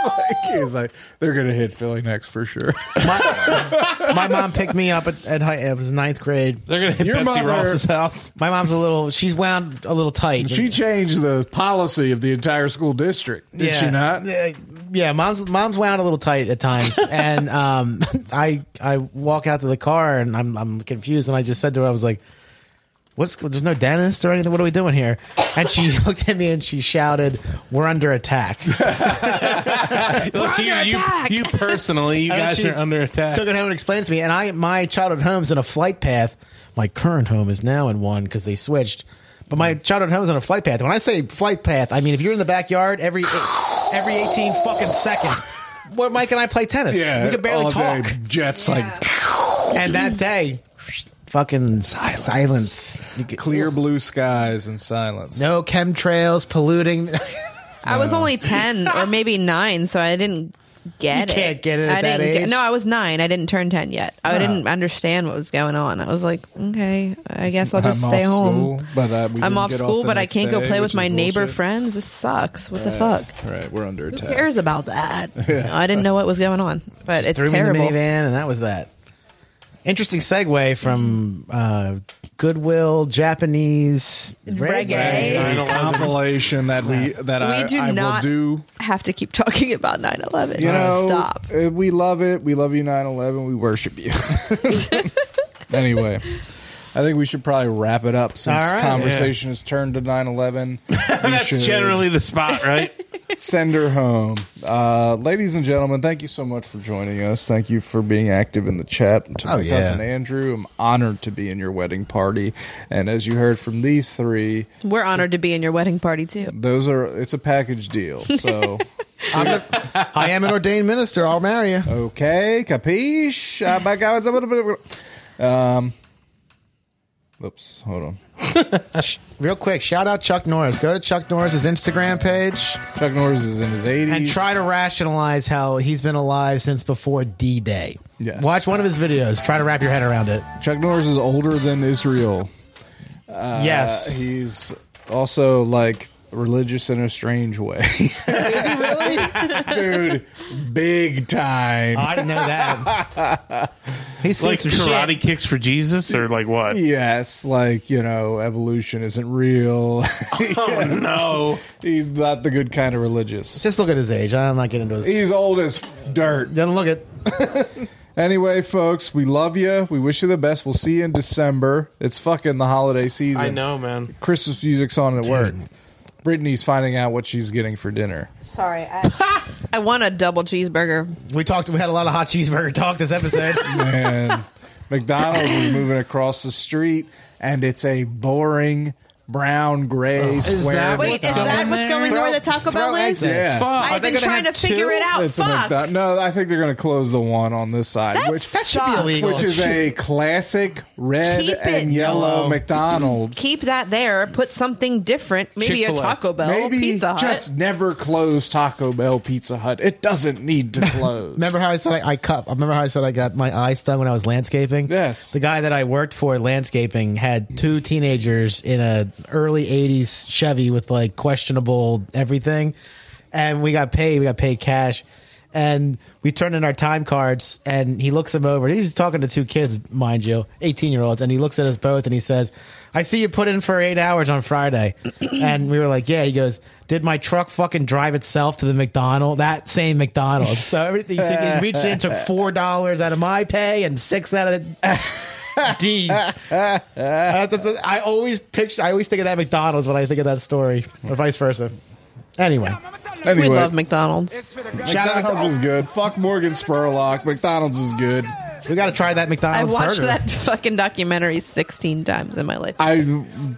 [SPEAKER 1] He's like, he's like, they're gonna hit Philly next for
[SPEAKER 7] *laughs*
[SPEAKER 1] sure.
[SPEAKER 4] my, my mom picked me up at, at high, it was ninth grade.
[SPEAKER 3] they're going to hit
[SPEAKER 1] Your
[SPEAKER 3] Betsy
[SPEAKER 1] mother-
[SPEAKER 3] Ross's house."
[SPEAKER 4] My mom's a little, she's wound a little tight.
[SPEAKER 1] she changed the policy of the entire school district, did she not?
[SPEAKER 4] Yeah, yeah, mom's mom's wound a little tight
[SPEAKER 1] *laughs*
[SPEAKER 4] at times, and um, I I walk out to the car and I'm I'm confused, and I just said to her, I was like, "What's there's no dentist or anything? What are we doing here?" And she *laughs* looked at me and she shouted, "We're under attack."
[SPEAKER 3] Look, you, you, you personally, you
[SPEAKER 4] And
[SPEAKER 3] guys
[SPEAKER 4] she
[SPEAKER 3] are under attack.
[SPEAKER 4] Took it home and explained it to me, and I my childhood home's in a flight path. My current home is now in one because they switched. But my childhood home's on a flight path. When I say flight path, I mean if you're in the backyard every eight, every eighteen fucking seconds. Well, Mike and I play tennis. we could barely
[SPEAKER 1] all
[SPEAKER 4] talk.
[SPEAKER 1] day, Jets like
[SPEAKER 4] And that day, fucking silence. You
[SPEAKER 1] *laughs*
[SPEAKER 4] get-
[SPEAKER 1] clear blue skies and silence.
[SPEAKER 4] No chemtrails, polluting. *laughs*
[SPEAKER 7] I was only 10 or maybe 9, so I didn't get
[SPEAKER 4] You
[SPEAKER 7] it.
[SPEAKER 4] can't get it at
[SPEAKER 7] I
[SPEAKER 4] that
[SPEAKER 7] didn't
[SPEAKER 4] age.
[SPEAKER 7] Get, no, I was 9. I didn't turn 10 yet. I
[SPEAKER 1] No.
[SPEAKER 7] didn't understand what was going on. I was like, okay, I guess I'll
[SPEAKER 1] I'm
[SPEAKER 7] just stay
[SPEAKER 1] off
[SPEAKER 7] home.
[SPEAKER 1] school, but uh, we
[SPEAKER 7] I'm
[SPEAKER 1] didn't
[SPEAKER 7] off
[SPEAKER 1] get
[SPEAKER 7] school,
[SPEAKER 1] the
[SPEAKER 7] but I
[SPEAKER 1] next
[SPEAKER 7] can't go
[SPEAKER 1] day,
[SPEAKER 7] play
[SPEAKER 1] which
[SPEAKER 7] with
[SPEAKER 1] is
[SPEAKER 7] my neighbor
[SPEAKER 1] bullshit.
[SPEAKER 7] friends. This sucks. What the
[SPEAKER 1] Right.
[SPEAKER 7] fuck?
[SPEAKER 1] Right, we're under attack.
[SPEAKER 7] Who cares
[SPEAKER 4] *laughs*
[SPEAKER 7] about that? I didn't know what was going on, but it's
[SPEAKER 4] Threw me in the
[SPEAKER 7] terrible.
[SPEAKER 4] minivan, and that was that. Interesting segue from uh, Goodwill Japanese
[SPEAKER 7] Reggae.
[SPEAKER 1] A
[SPEAKER 3] Nine eleven.
[SPEAKER 1] compilation that we that
[SPEAKER 7] We
[SPEAKER 1] I,
[SPEAKER 7] do
[SPEAKER 1] I
[SPEAKER 7] not
[SPEAKER 1] will do.
[SPEAKER 7] have to keep talking about 9/11.
[SPEAKER 1] You know,
[SPEAKER 7] Stop.
[SPEAKER 1] uh, we love it. We love you, 9/11. We worship
[SPEAKER 7] *laughs*
[SPEAKER 1] you. anyway, I think we should probably wrap it up since
[SPEAKER 4] All right.
[SPEAKER 1] conversation has turned to
[SPEAKER 4] *laughs*
[SPEAKER 1] 9/11. We
[SPEAKER 3] That's
[SPEAKER 1] should
[SPEAKER 3] generally the spot, right?
[SPEAKER 1] send her home, uh, ladies and gentlemen. Thank you so much for joining us. Thank you for being active in the chat. And to
[SPEAKER 4] Oh,
[SPEAKER 1] my
[SPEAKER 4] yeah.
[SPEAKER 1] cousin Andrew, I'm honored to be in your wedding party. And as you heard from these three,
[SPEAKER 7] We're honored to be in your wedding party too.
[SPEAKER 1] those are it's a package deal.
[SPEAKER 4] *laughs*
[SPEAKER 1] So
[SPEAKER 4] I am an ordained minister. I'll marry you.
[SPEAKER 1] okay, capiche? Uh, my God, it's a little bit. of- Um, oops, hold on.
[SPEAKER 4] Real quick, shout out Chuck Norris. Go to Chuck Norris's Instagram page
[SPEAKER 1] Chuck Norris is in his 80s.
[SPEAKER 4] and try to rationalize how he's been alive since before D Day.
[SPEAKER 1] Yes.
[SPEAKER 4] Watch one of his videos. Try to wrap your head around it.
[SPEAKER 1] Chuck Norris is older than Israel.
[SPEAKER 4] yes.
[SPEAKER 1] Uh, he's also like religious in a strange way. is he really? *laughs* Dude, big time.
[SPEAKER 4] I didn't know that. *laughs* He's seen
[SPEAKER 3] like
[SPEAKER 4] some
[SPEAKER 3] karate
[SPEAKER 4] shit.
[SPEAKER 3] kicks for Jesus, or like what?
[SPEAKER 1] yes, like, you know, evolution isn't real. *laughs*
[SPEAKER 3] Oh *laughs* no!
[SPEAKER 1] he's not the good kind of religious.
[SPEAKER 4] Just look at his age. I'm not getting into his.
[SPEAKER 1] He's old as f- dirt.
[SPEAKER 4] Doesn't look it.
[SPEAKER 1] Anyway, folks, we love you. We wish you the best. We'll see you in December. It's fucking the holiday season.
[SPEAKER 3] I know, man.
[SPEAKER 1] Christmas music's on at work. Brittany's finding out what she's getting for dinner.
[SPEAKER 2] Sorry, I, *laughs* I want a double cheeseburger.
[SPEAKER 4] We talked. We had a lot of hot cheeseburger talk this *laughs* episode.
[SPEAKER 1] And McDonald's is moving across the street, and it's a boring brown gray square.
[SPEAKER 4] that
[SPEAKER 2] Wait,
[SPEAKER 4] What's
[SPEAKER 2] is that
[SPEAKER 4] going
[SPEAKER 2] what's
[SPEAKER 4] there?
[SPEAKER 2] going on where the Taco Bell
[SPEAKER 4] eggs
[SPEAKER 2] is?
[SPEAKER 4] in.
[SPEAKER 1] yeah.
[SPEAKER 4] Fuck. Are
[SPEAKER 2] I've
[SPEAKER 4] they
[SPEAKER 2] been
[SPEAKER 4] gonna
[SPEAKER 2] trying to
[SPEAKER 4] have
[SPEAKER 2] figure
[SPEAKER 4] two?
[SPEAKER 2] it out.
[SPEAKER 1] It's a
[SPEAKER 2] Fuck.
[SPEAKER 1] McDo- no, I think they're going to close the one on this side,
[SPEAKER 2] That
[SPEAKER 1] which
[SPEAKER 2] sucks.
[SPEAKER 4] should be illegal.
[SPEAKER 1] which is a classic red
[SPEAKER 2] Keep it
[SPEAKER 1] and yellow
[SPEAKER 4] yellow.
[SPEAKER 1] McDonald's.
[SPEAKER 2] Keep that there. Put something different. Maybe
[SPEAKER 4] Chick-fil-A.
[SPEAKER 2] a Taco Bell,
[SPEAKER 1] Maybe
[SPEAKER 2] Pizza Hut.
[SPEAKER 1] just never close Taco Bell, Pizza Hut. It doesn't
[SPEAKER 3] *laughs*
[SPEAKER 1] need to close.
[SPEAKER 4] Remember how I said I, I cup? I remember how I said I got my eye stung when I was landscaping.
[SPEAKER 1] Yes.
[SPEAKER 4] the guy that I worked for landscaping had two teenagers in a early '80s Chevy with like questionable everything, and we got paid. We got paid cash, and we turned in our time cards. And he looks them over. He's talking to two kids, mind you, 18 year olds, and he looks at us both and he says. I see you put in for eight hours on Friday. And we were like, yeah. He goes, did my truck fucking drive itself to the McDonald, that same McDonald's? So everything, he, took, he reached in, took $4 out of my pay and six out of D's. That's- Uh, that's- I always picture, I always think of that McDonald's when I think of that story, or vice versa. Anyway,
[SPEAKER 1] Anyway,
[SPEAKER 2] we love McDonald's.
[SPEAKER 1] McDonald's is good. Fuck Morgan Spurlock. McDonald's is good.
[SPEAKER 4] we got to try that
[SPEAKER 2] I
[SPEAKER 4] McDonald's
[SPEAKER 2] watched
[SPEAKER 4] burger.
[SPEAKER 2] that *laughs* fucking documentary 16 times in my life.
[SPEAKER 1] I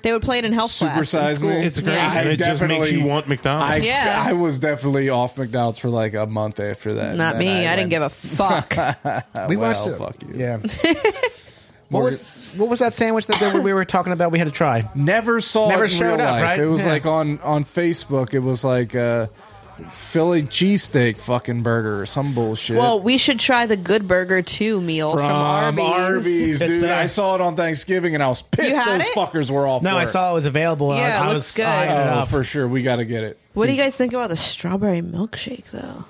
[SPEAKER 2] They would play it in health class. in
[SPEAKER 1] supersize
[SPEAKER 2] school.
[SPEAKER 1] me.
[SPEAKER 3] It's great.
[SPEAKER 1] I
[SPEAKER 3] and it just makes
[SPEAKER 1] definitely-
[SPEAKER 3] you want
[SPEAKER 1] I,
[SPEAKER 3] McDonald's.
[SPEAKER 2] Yeah.
[SPEAKER 1] I was definitely off McDonald's for like a month after that.
[SPEAKER 2] Not me. I, didn't give a fuck.
[SPEAKER 4] *laughs* we
[SPEAKER 1] well,
[SPEAKER 4] watched it.
[SPEAKER 1] fuck you.
[SPEAKER 4] Yeah. *laughs* what was what was that sandwich that they- we were talking about? We had to try.
[SPEAKER 1] Never saw
[SPEAKER 4] Never
[SPEAKER 1] it in
[SPEAKER 4] showed
[SPEAKER 1] real
[SPEAKER 4] up,
[SPEAKER 1] life.
[SPEAKER 4] right?
[SPEAKER 1] It was
[SPEAKER 4] Yeah.
[SPEAKER 1] like on on Facebook. It was like a Philly cheesesteak fucking burger or some bullshit.
[SPEAKER 2] well, we should try the Good Burger 2 meal from, Arby's.
[SPEAKER 1] Arby's,
[SPEAKER 4] It's
[SPEAKER 1] dude.
[SPEAKER 4] there.
[SPEAKER 1] I saw it on Thanksgiving and I was pissed
[SPEAKER 2] You had
[SPEAKER 1] those
[SPEAKER 2] it?
[SPEAKER 1] fuckers were off.
[SPEAKER 4] No, I
[SPEAKER 1] work.
[SPEAKER 4] saw it was available. and
[SPEAKER 2] Yeah,
[SPEAKER 4] I,
[SPEAKER 2] it
[SPEAKER 4] I
[SPEAKER 2] looks
[SPEAKER 4] was
[SPEAKER 2] good.
[SPEAKER 4] eyeing it
[SPEAKER 1] Oh,
[SPEAKER 4] up.
[SPEAKER 1] for sure. We got to get it.
[SPEAKER 2] What do you guys think about the strawberry milkshake, though?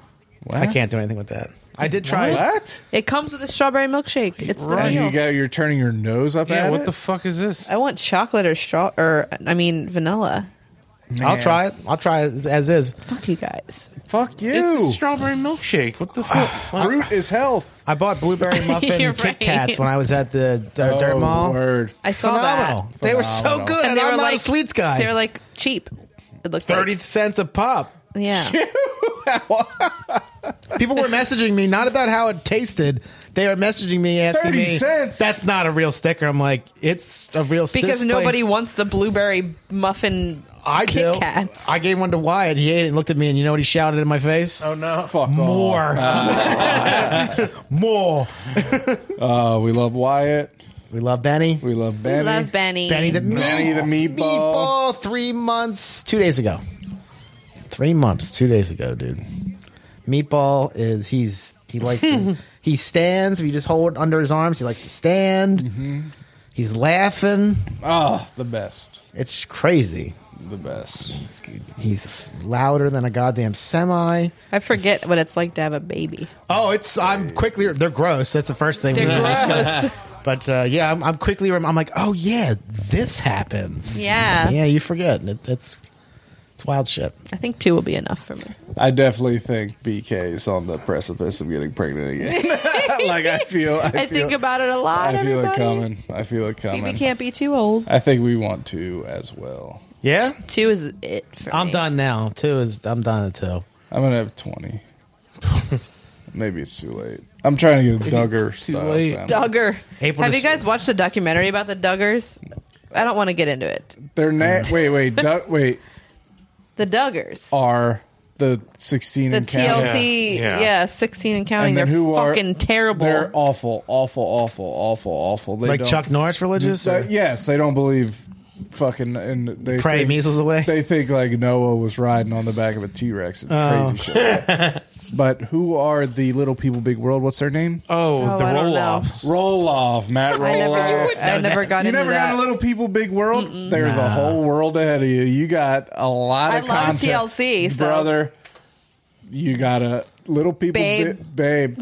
[SPEAKER 4] I can't do anything with that. I did try. it.
[SPEAKER 1] What?
[SPEAKER 2] It comes with a strawberry milkshake. It's the
[SPEAKER 1] And
[SPEAKER 2] meal.
[SPEAKER 1] you got you're turning your nose up
[SPEAKER 3] Yeah,
[SPEAKER 1] at
[SPEAKER 3] what
[SPEAKER 1] it?
[SPEAKER 3] the fuck is this?
[SPEAKER 2] I want chocolate or straw, or I mean vanilla.
[SPEAKER 4] I'll try it. I'll try it as- as is.
[SPEAKER 2] Fuck you guys.
[SPEAKER 1] fuck
[SPEAKER 3] It's a
[SPEAKER 1] you.
[SPEAKER 3] strawberry milkshake. What the fuck?
[SPEAKER 1] *sighs* Fruit is health.
[SPEAKER 4] I
[SPEAKER 2] *laughs*
[SPEAKER 4] bought blueberry muffin
[SPEAKER 2] You're
[SPEAKER 4] Kit
[SPEAKER 2] right.
[SPEAKER 4] Kats when I was at the uh, Dirt
[SPEAKER 1] Oh,
[SPEAKER 4] Mall.
[SPEAKER 1] Word.
[SPEAKER 2] I saw
[SPEAKER 4] Phenomenal.
[SPEAKER 2] Oh,
[SPEAKER 4] They were so
[SPEAKER 1] Phenomenal.
[SPEAKER 4] good.
[SPEAKER 2] that,
[SPEAKER 4] And,
[SPEAKER 2] and they
[SPEAKER 4] I'm
[SPEAKER 2] were
[SPEAKER 4] not
[SPEAKER 2] like
[SPEAKER 4] a sweets guy.
[SPEAKER 2] They were like cheap. It looked
[SPEAKER 4] thirty
[SPEAKER 2] Like,
[SPEAKER 4] cents a pop.
[SPEAKER 2] *laughs* yeah,
[SPEAKER 4] People were messaging me not about how it tasted. They were messaging me asking
[SPEAKER 1] 30
[SPEAKER 4] me,
[SPEAKER 1] cents?
[SPEAKER 4] "That's not a real sticker." I'm like, "It's a real sticker."
[SPEAKER 2] because nobody wants the blueberry muffin
[SPEAKER 4] I
[SPEAKER 2] Kit
[SPEAKER 4] do.
[SPEAKER 2] Kats.
[SPEAKER 4] I gave one to Wyatt. He ate it and looked at me, and you know what he shouted in my face?
[SPEAKER 1] Oh
[SPEAKER 2] Uh,
[SPEAKER 1] no. Fuck off.
[SPEAKER 4] More, more.
[SPEAKER 1] Uh, we love Wyatt.
[SPEAKER 4] We love Benny.
[SPEAKER 1] We love Benny.
[SPEAKER 2] Love Benny.
[SPEAKER 4] Benny the
[SPEAKER 1] Benny the meatball.
[SPEAKER 4] meatball three months, two days ago. Three months, two days ago, dude. Meatball is he's he likes *laughs* to, he stands. If you just hold under his arms, he likes to stand. He's laughing.
[SPEAKER 1] Oh, the best.
[SPEAKER 4] It's crazy.
[SPEAKER 1] The best.
[SPEAKER 4] He's louder than a goddamn semi.
[SPEAKER 2] I forget what it's like to have a baby.
[SPEAKER 4] Oh, it's I'm quickly. They're gross. That's the first thing.
[SPEAKER 2] They're
[SPEAKER 4] we
[SPEAKER 2] *laughs* gross.
[SPEAKER 4] But uh, yeah, I'm, I'm quickly. rem- I'm like, oh yeah, this happens.
[SPEAKER 2] Yeah.
[SPEAKER 4] yeah. You forget. It, it's it's wild shit.
[SPEAKER 2] I think two will be enough for me.
[SPEAKER 1] I definitely think BK is on the precipice of getting pregnant
[SPEAKER 2] *laughs*
[SPEAKER 1] again. *laughs* like I feel. I,
[SPEAKER 2] I,
[SPEAKER 1] feel,
[SPEAKER 2] think about it a lot.
[SPEAKER 1] I feel
[SPEAKER 2] everybody.
[SPEAKER 1] it coming. I feel it
[SPEAKER 2] We
[SPEAKER 1] coming.
[SPEAKER 2] can't be too old.
[SPEAKER 1] I think we want to as well.
[SPEAKER 4] Yeah.
[SPEAKER 2] Two is it for
[SPEAKER 4] I'm
[SPEAKER 2] me.
[SPEAKER 4] done now. Two is I'm done at two.
[SPEAKER 1] I'm gonna have
[SPEAKER 4] *laughs*
[SPEAKER 1] twenty. Maybe it's too late. I'm trying to get a Duggar style.
[SPEAKER 3] late.
[SPEAKER 1] family.
[SPEAKER 2] Duggar.
[SPEAKER 4] April
[SPEAKER 2] have
[SPEAKER 4] to-
[SPEAKER 2] you guys watched the documentary about the Duggars? I don't want to get into it.
[SPEAKER 1] They're na- wait, wait, Dug- wait.
[SPEAKER 2] The Duggars.
[SPEAKER 1] Are the sixteen
[SPEAKER 2] the
[SPEAKER 1] and counting?
[SPEAKER 2] TLC,
[SPEAKER 3] Yeah,
[SPEAKER 2] yeah,
[SPEAKER 3] yeah.
[SPEAKER 2] 16 and counting. They're fucking terrible.
[SPEAKER 1] They're awful, awful, awful, awful, awful. They
[SPEAKER 4] Like
[SPEAKER 1] don't-
[SPEAKER 4] Chuck Norris religious?
[SPEAKER 1] Uh,
[SPEAKER 4] or-
[SPEAKER 1] yes, they don't believe fucking and they
[SPEAKER 4] Pray
[SPEAKER 1] think,
[SPEAKER 4] measles away?
[SPEAKER 1] They think like Noah was riding on the back of a T Rex and
[SPEAKER 4] Oh.
[SPEAKER 1] crazy shit.
[SPEAKER 4] *laughs*
[SPEAKER 1] but who are the little people, big world? What's their name?
[SPEAKER 3] Oh,
[SPEAKER 2] Oh,
[SPEAKER 3] the
[SPEAKER 2] I don't know.
[SPEAKER 3] roll offs.
[SPEAKER 1] Roll off, Matt. Roll
[SPEAKER 2] *laughs* I never,
[SPEAKER 1] off.
[SPEAKER 2] I never got
[SPEAKER 1] You
[SPEAKER 2] into
[SPEAKER 1] never
[SPEAKER 2] that.
[SPEAKER 1] got a little people, big world. There's a whole world ahead of you. You got a lot
[SPEAKER 2] I
[SPEAKER 1] of
[SPEAKER 2] love
[SPEAKER 1] content,
[SPEAKER 2] TLC, so-
[SPEAKER 1] brother. You got a little people,
[SPEAKER 2] Babe.
[SPEAKER 1] Bi-
[SPEAKER 2] *laughs*
[SPEAKER 1] babe.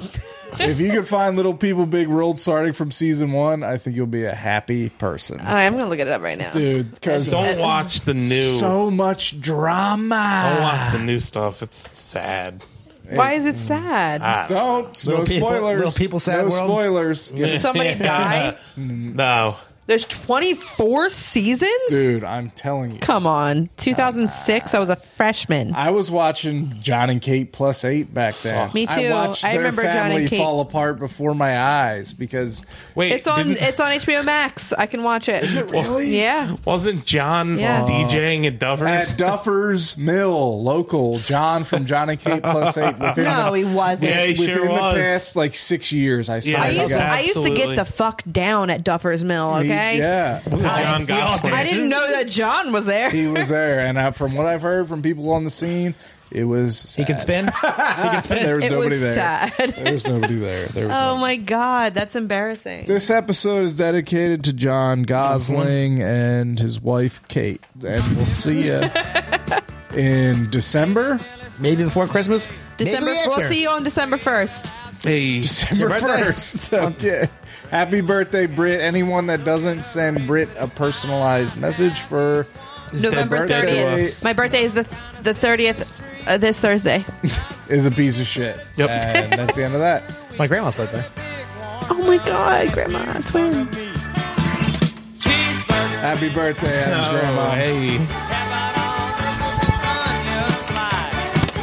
[SPEAKER 1] if you could find little people, big world starting from season one, I think you'll be a happy person,
[SPEAKER 2] All right, I'm gonna look it up right now.
[SPEAKER 1] dude. Because
[SPEAKER 3] Don't watch the new.
[SPEAKER 1] so much
[SPEAKER 4] Oh,
[SPEAKER 3] don't
[SPEAKER 1] drama.
[SPEAKER 3] watch the new stuff. It's sad.
[SPEAKER 2] Why is it sad?
[SPEAKER 3] Ah,
[SPEAKER 1] Don't
[SPEAKER 4] Little
[SPEAKER 1] no
[SPEAKER 4] people-
[SPEAKER 1] spoilers.
[SPEAKER 4] little people sad
[SPEAKER 1] no
[SPEAKER 4] world.
[SPEAKER 1] spoilers. Get
[SPEAKER 2] Did somebody die?
[SPEAKER 3] no,
[SPEAKER 2] There's 24 seasons?
[SPEAKER 1] Dude, I'm telling you.
[SPEAKER 7] Come on. 2006, I was a freshman.
[SPEAKER 1] I was watching John and Kate plus eight back then.
[SPEAKER 7] Me
[SPEAKER 1] I
[SPEAKER 7] too.
[SPEAKER 1] watched
[SPEAKER 7] I
[SPEAKER 1] their
[SPEAKER 7] remember John and
[SPEAKER 1] family
[SPEAKER 7] Kate.
[SPEAKER 1] fall apart before my eyes because
[SPEAKER 3] Wait,
[SPEAKER 7] It's on
[SPEAKER 3] didn't-
[SPEAKER 7] it's on HBO Max. I can watch it.
[SPEAKER 3] really?
[SPEAKER 7] Yeah.
[SPEAKER 3] Wasn't John
[SPEAKER 7] Yeah.
[SPEAKER 3] DJing at Dover's?
[SPEAKER 1] at Duffer's Mill, local John from John and Kate plus eight. Within
[SPEAKER 2] No,
[SPEAKER 1] the,
[SPEAKER 2] he wasn't.
[SPEAKER 3] Yeah, he
[SPEAKER 1] within
[SPEAKER 3] sure
[SPEAKER 1] the
[SPEAKER 3] was.
[SPEAKER 1] past like six years, I saw.
[SPEAKER 3] Yeah,
[SPEAKER 2] I
[SPEAKER 1] that
[SPEAKER 2] used,
[SPEAKER 1] guy.
[SPEAKER 2] I used to get
[SPEAKER 3] Absolutely.
[SPEAKER 2] the fuck down at Duffer's Mill,
[SPEAKER 1] He-
[SPEAKER 2] okay?
[SPEAKER 1] yeah.
[SPEAKER 3] Wasn't John
[SPEAKER 2] I
[SPEAKER 3] Gosling?
[SPEAKER 2] didn't know that John was there.
[SPEAKER 1] He was there, and I, from what I've heard from people on the scene, it was sad.
[SPEAKER 4] He can spin. he can
[SPEAKER 1] *laughs*
[SPEAKER 4] spin.
[SPEAKER 1] There was
[SPEAKER 2] It
[SPEAKER 1] nobody
[SPEAKER 2] was
[SPEAKER 1] there.
[SPEAKER 2] sad.
[SPEAKER 1] There was nobody there. There was
[SPEAKER 2] Oh
[SPEAKER 1] no-
[SPEAKER 2] my god, that's embarrassing.
[SPEAKER 1] This episode is dedicated to John
[SPEAKER 3] Mm-hmm.
[SPEAKER 1] Gosling and his wife Kate, and we'll see
[SPEAKER 3] *laughs*
[SPEAKER 1] you in December.
[SPEAKER 4] Maybe before Christmas.
[SPEAKER 2] December.
[SPEAKER 4] Maybe after.
[SPEAKER 2] We'll see you on December first.
[SPEAKER 3] Hey,
[SPEAKER 1] December first. *laughs* Okay. Happy birthday, Brit! Anyone that doesn't send Brit a personalized message for
[SPEAKER 2] November
[SPEAKER 1] birthday to
[SPEAKER 2] thirtieth.
[SPEAKER 1] us.
[SPEAKER 2] My birthday is the the thirtieth. Uh, this Thursday.
[SPEAKER 1] is a piece of shit.
[SPEAKER 3] Yep.
[SPEAKER 1] And that's the end of that.
[SPEAKER 4] It's my grandma's birthday.
[SPEAKER 2] Oh my god, Grandma, twin.
[SPEAKER 3] *laughs*
[SPEAKER 1] Happy birthday, Adam's grandma.
[SPEAKER 3] hey.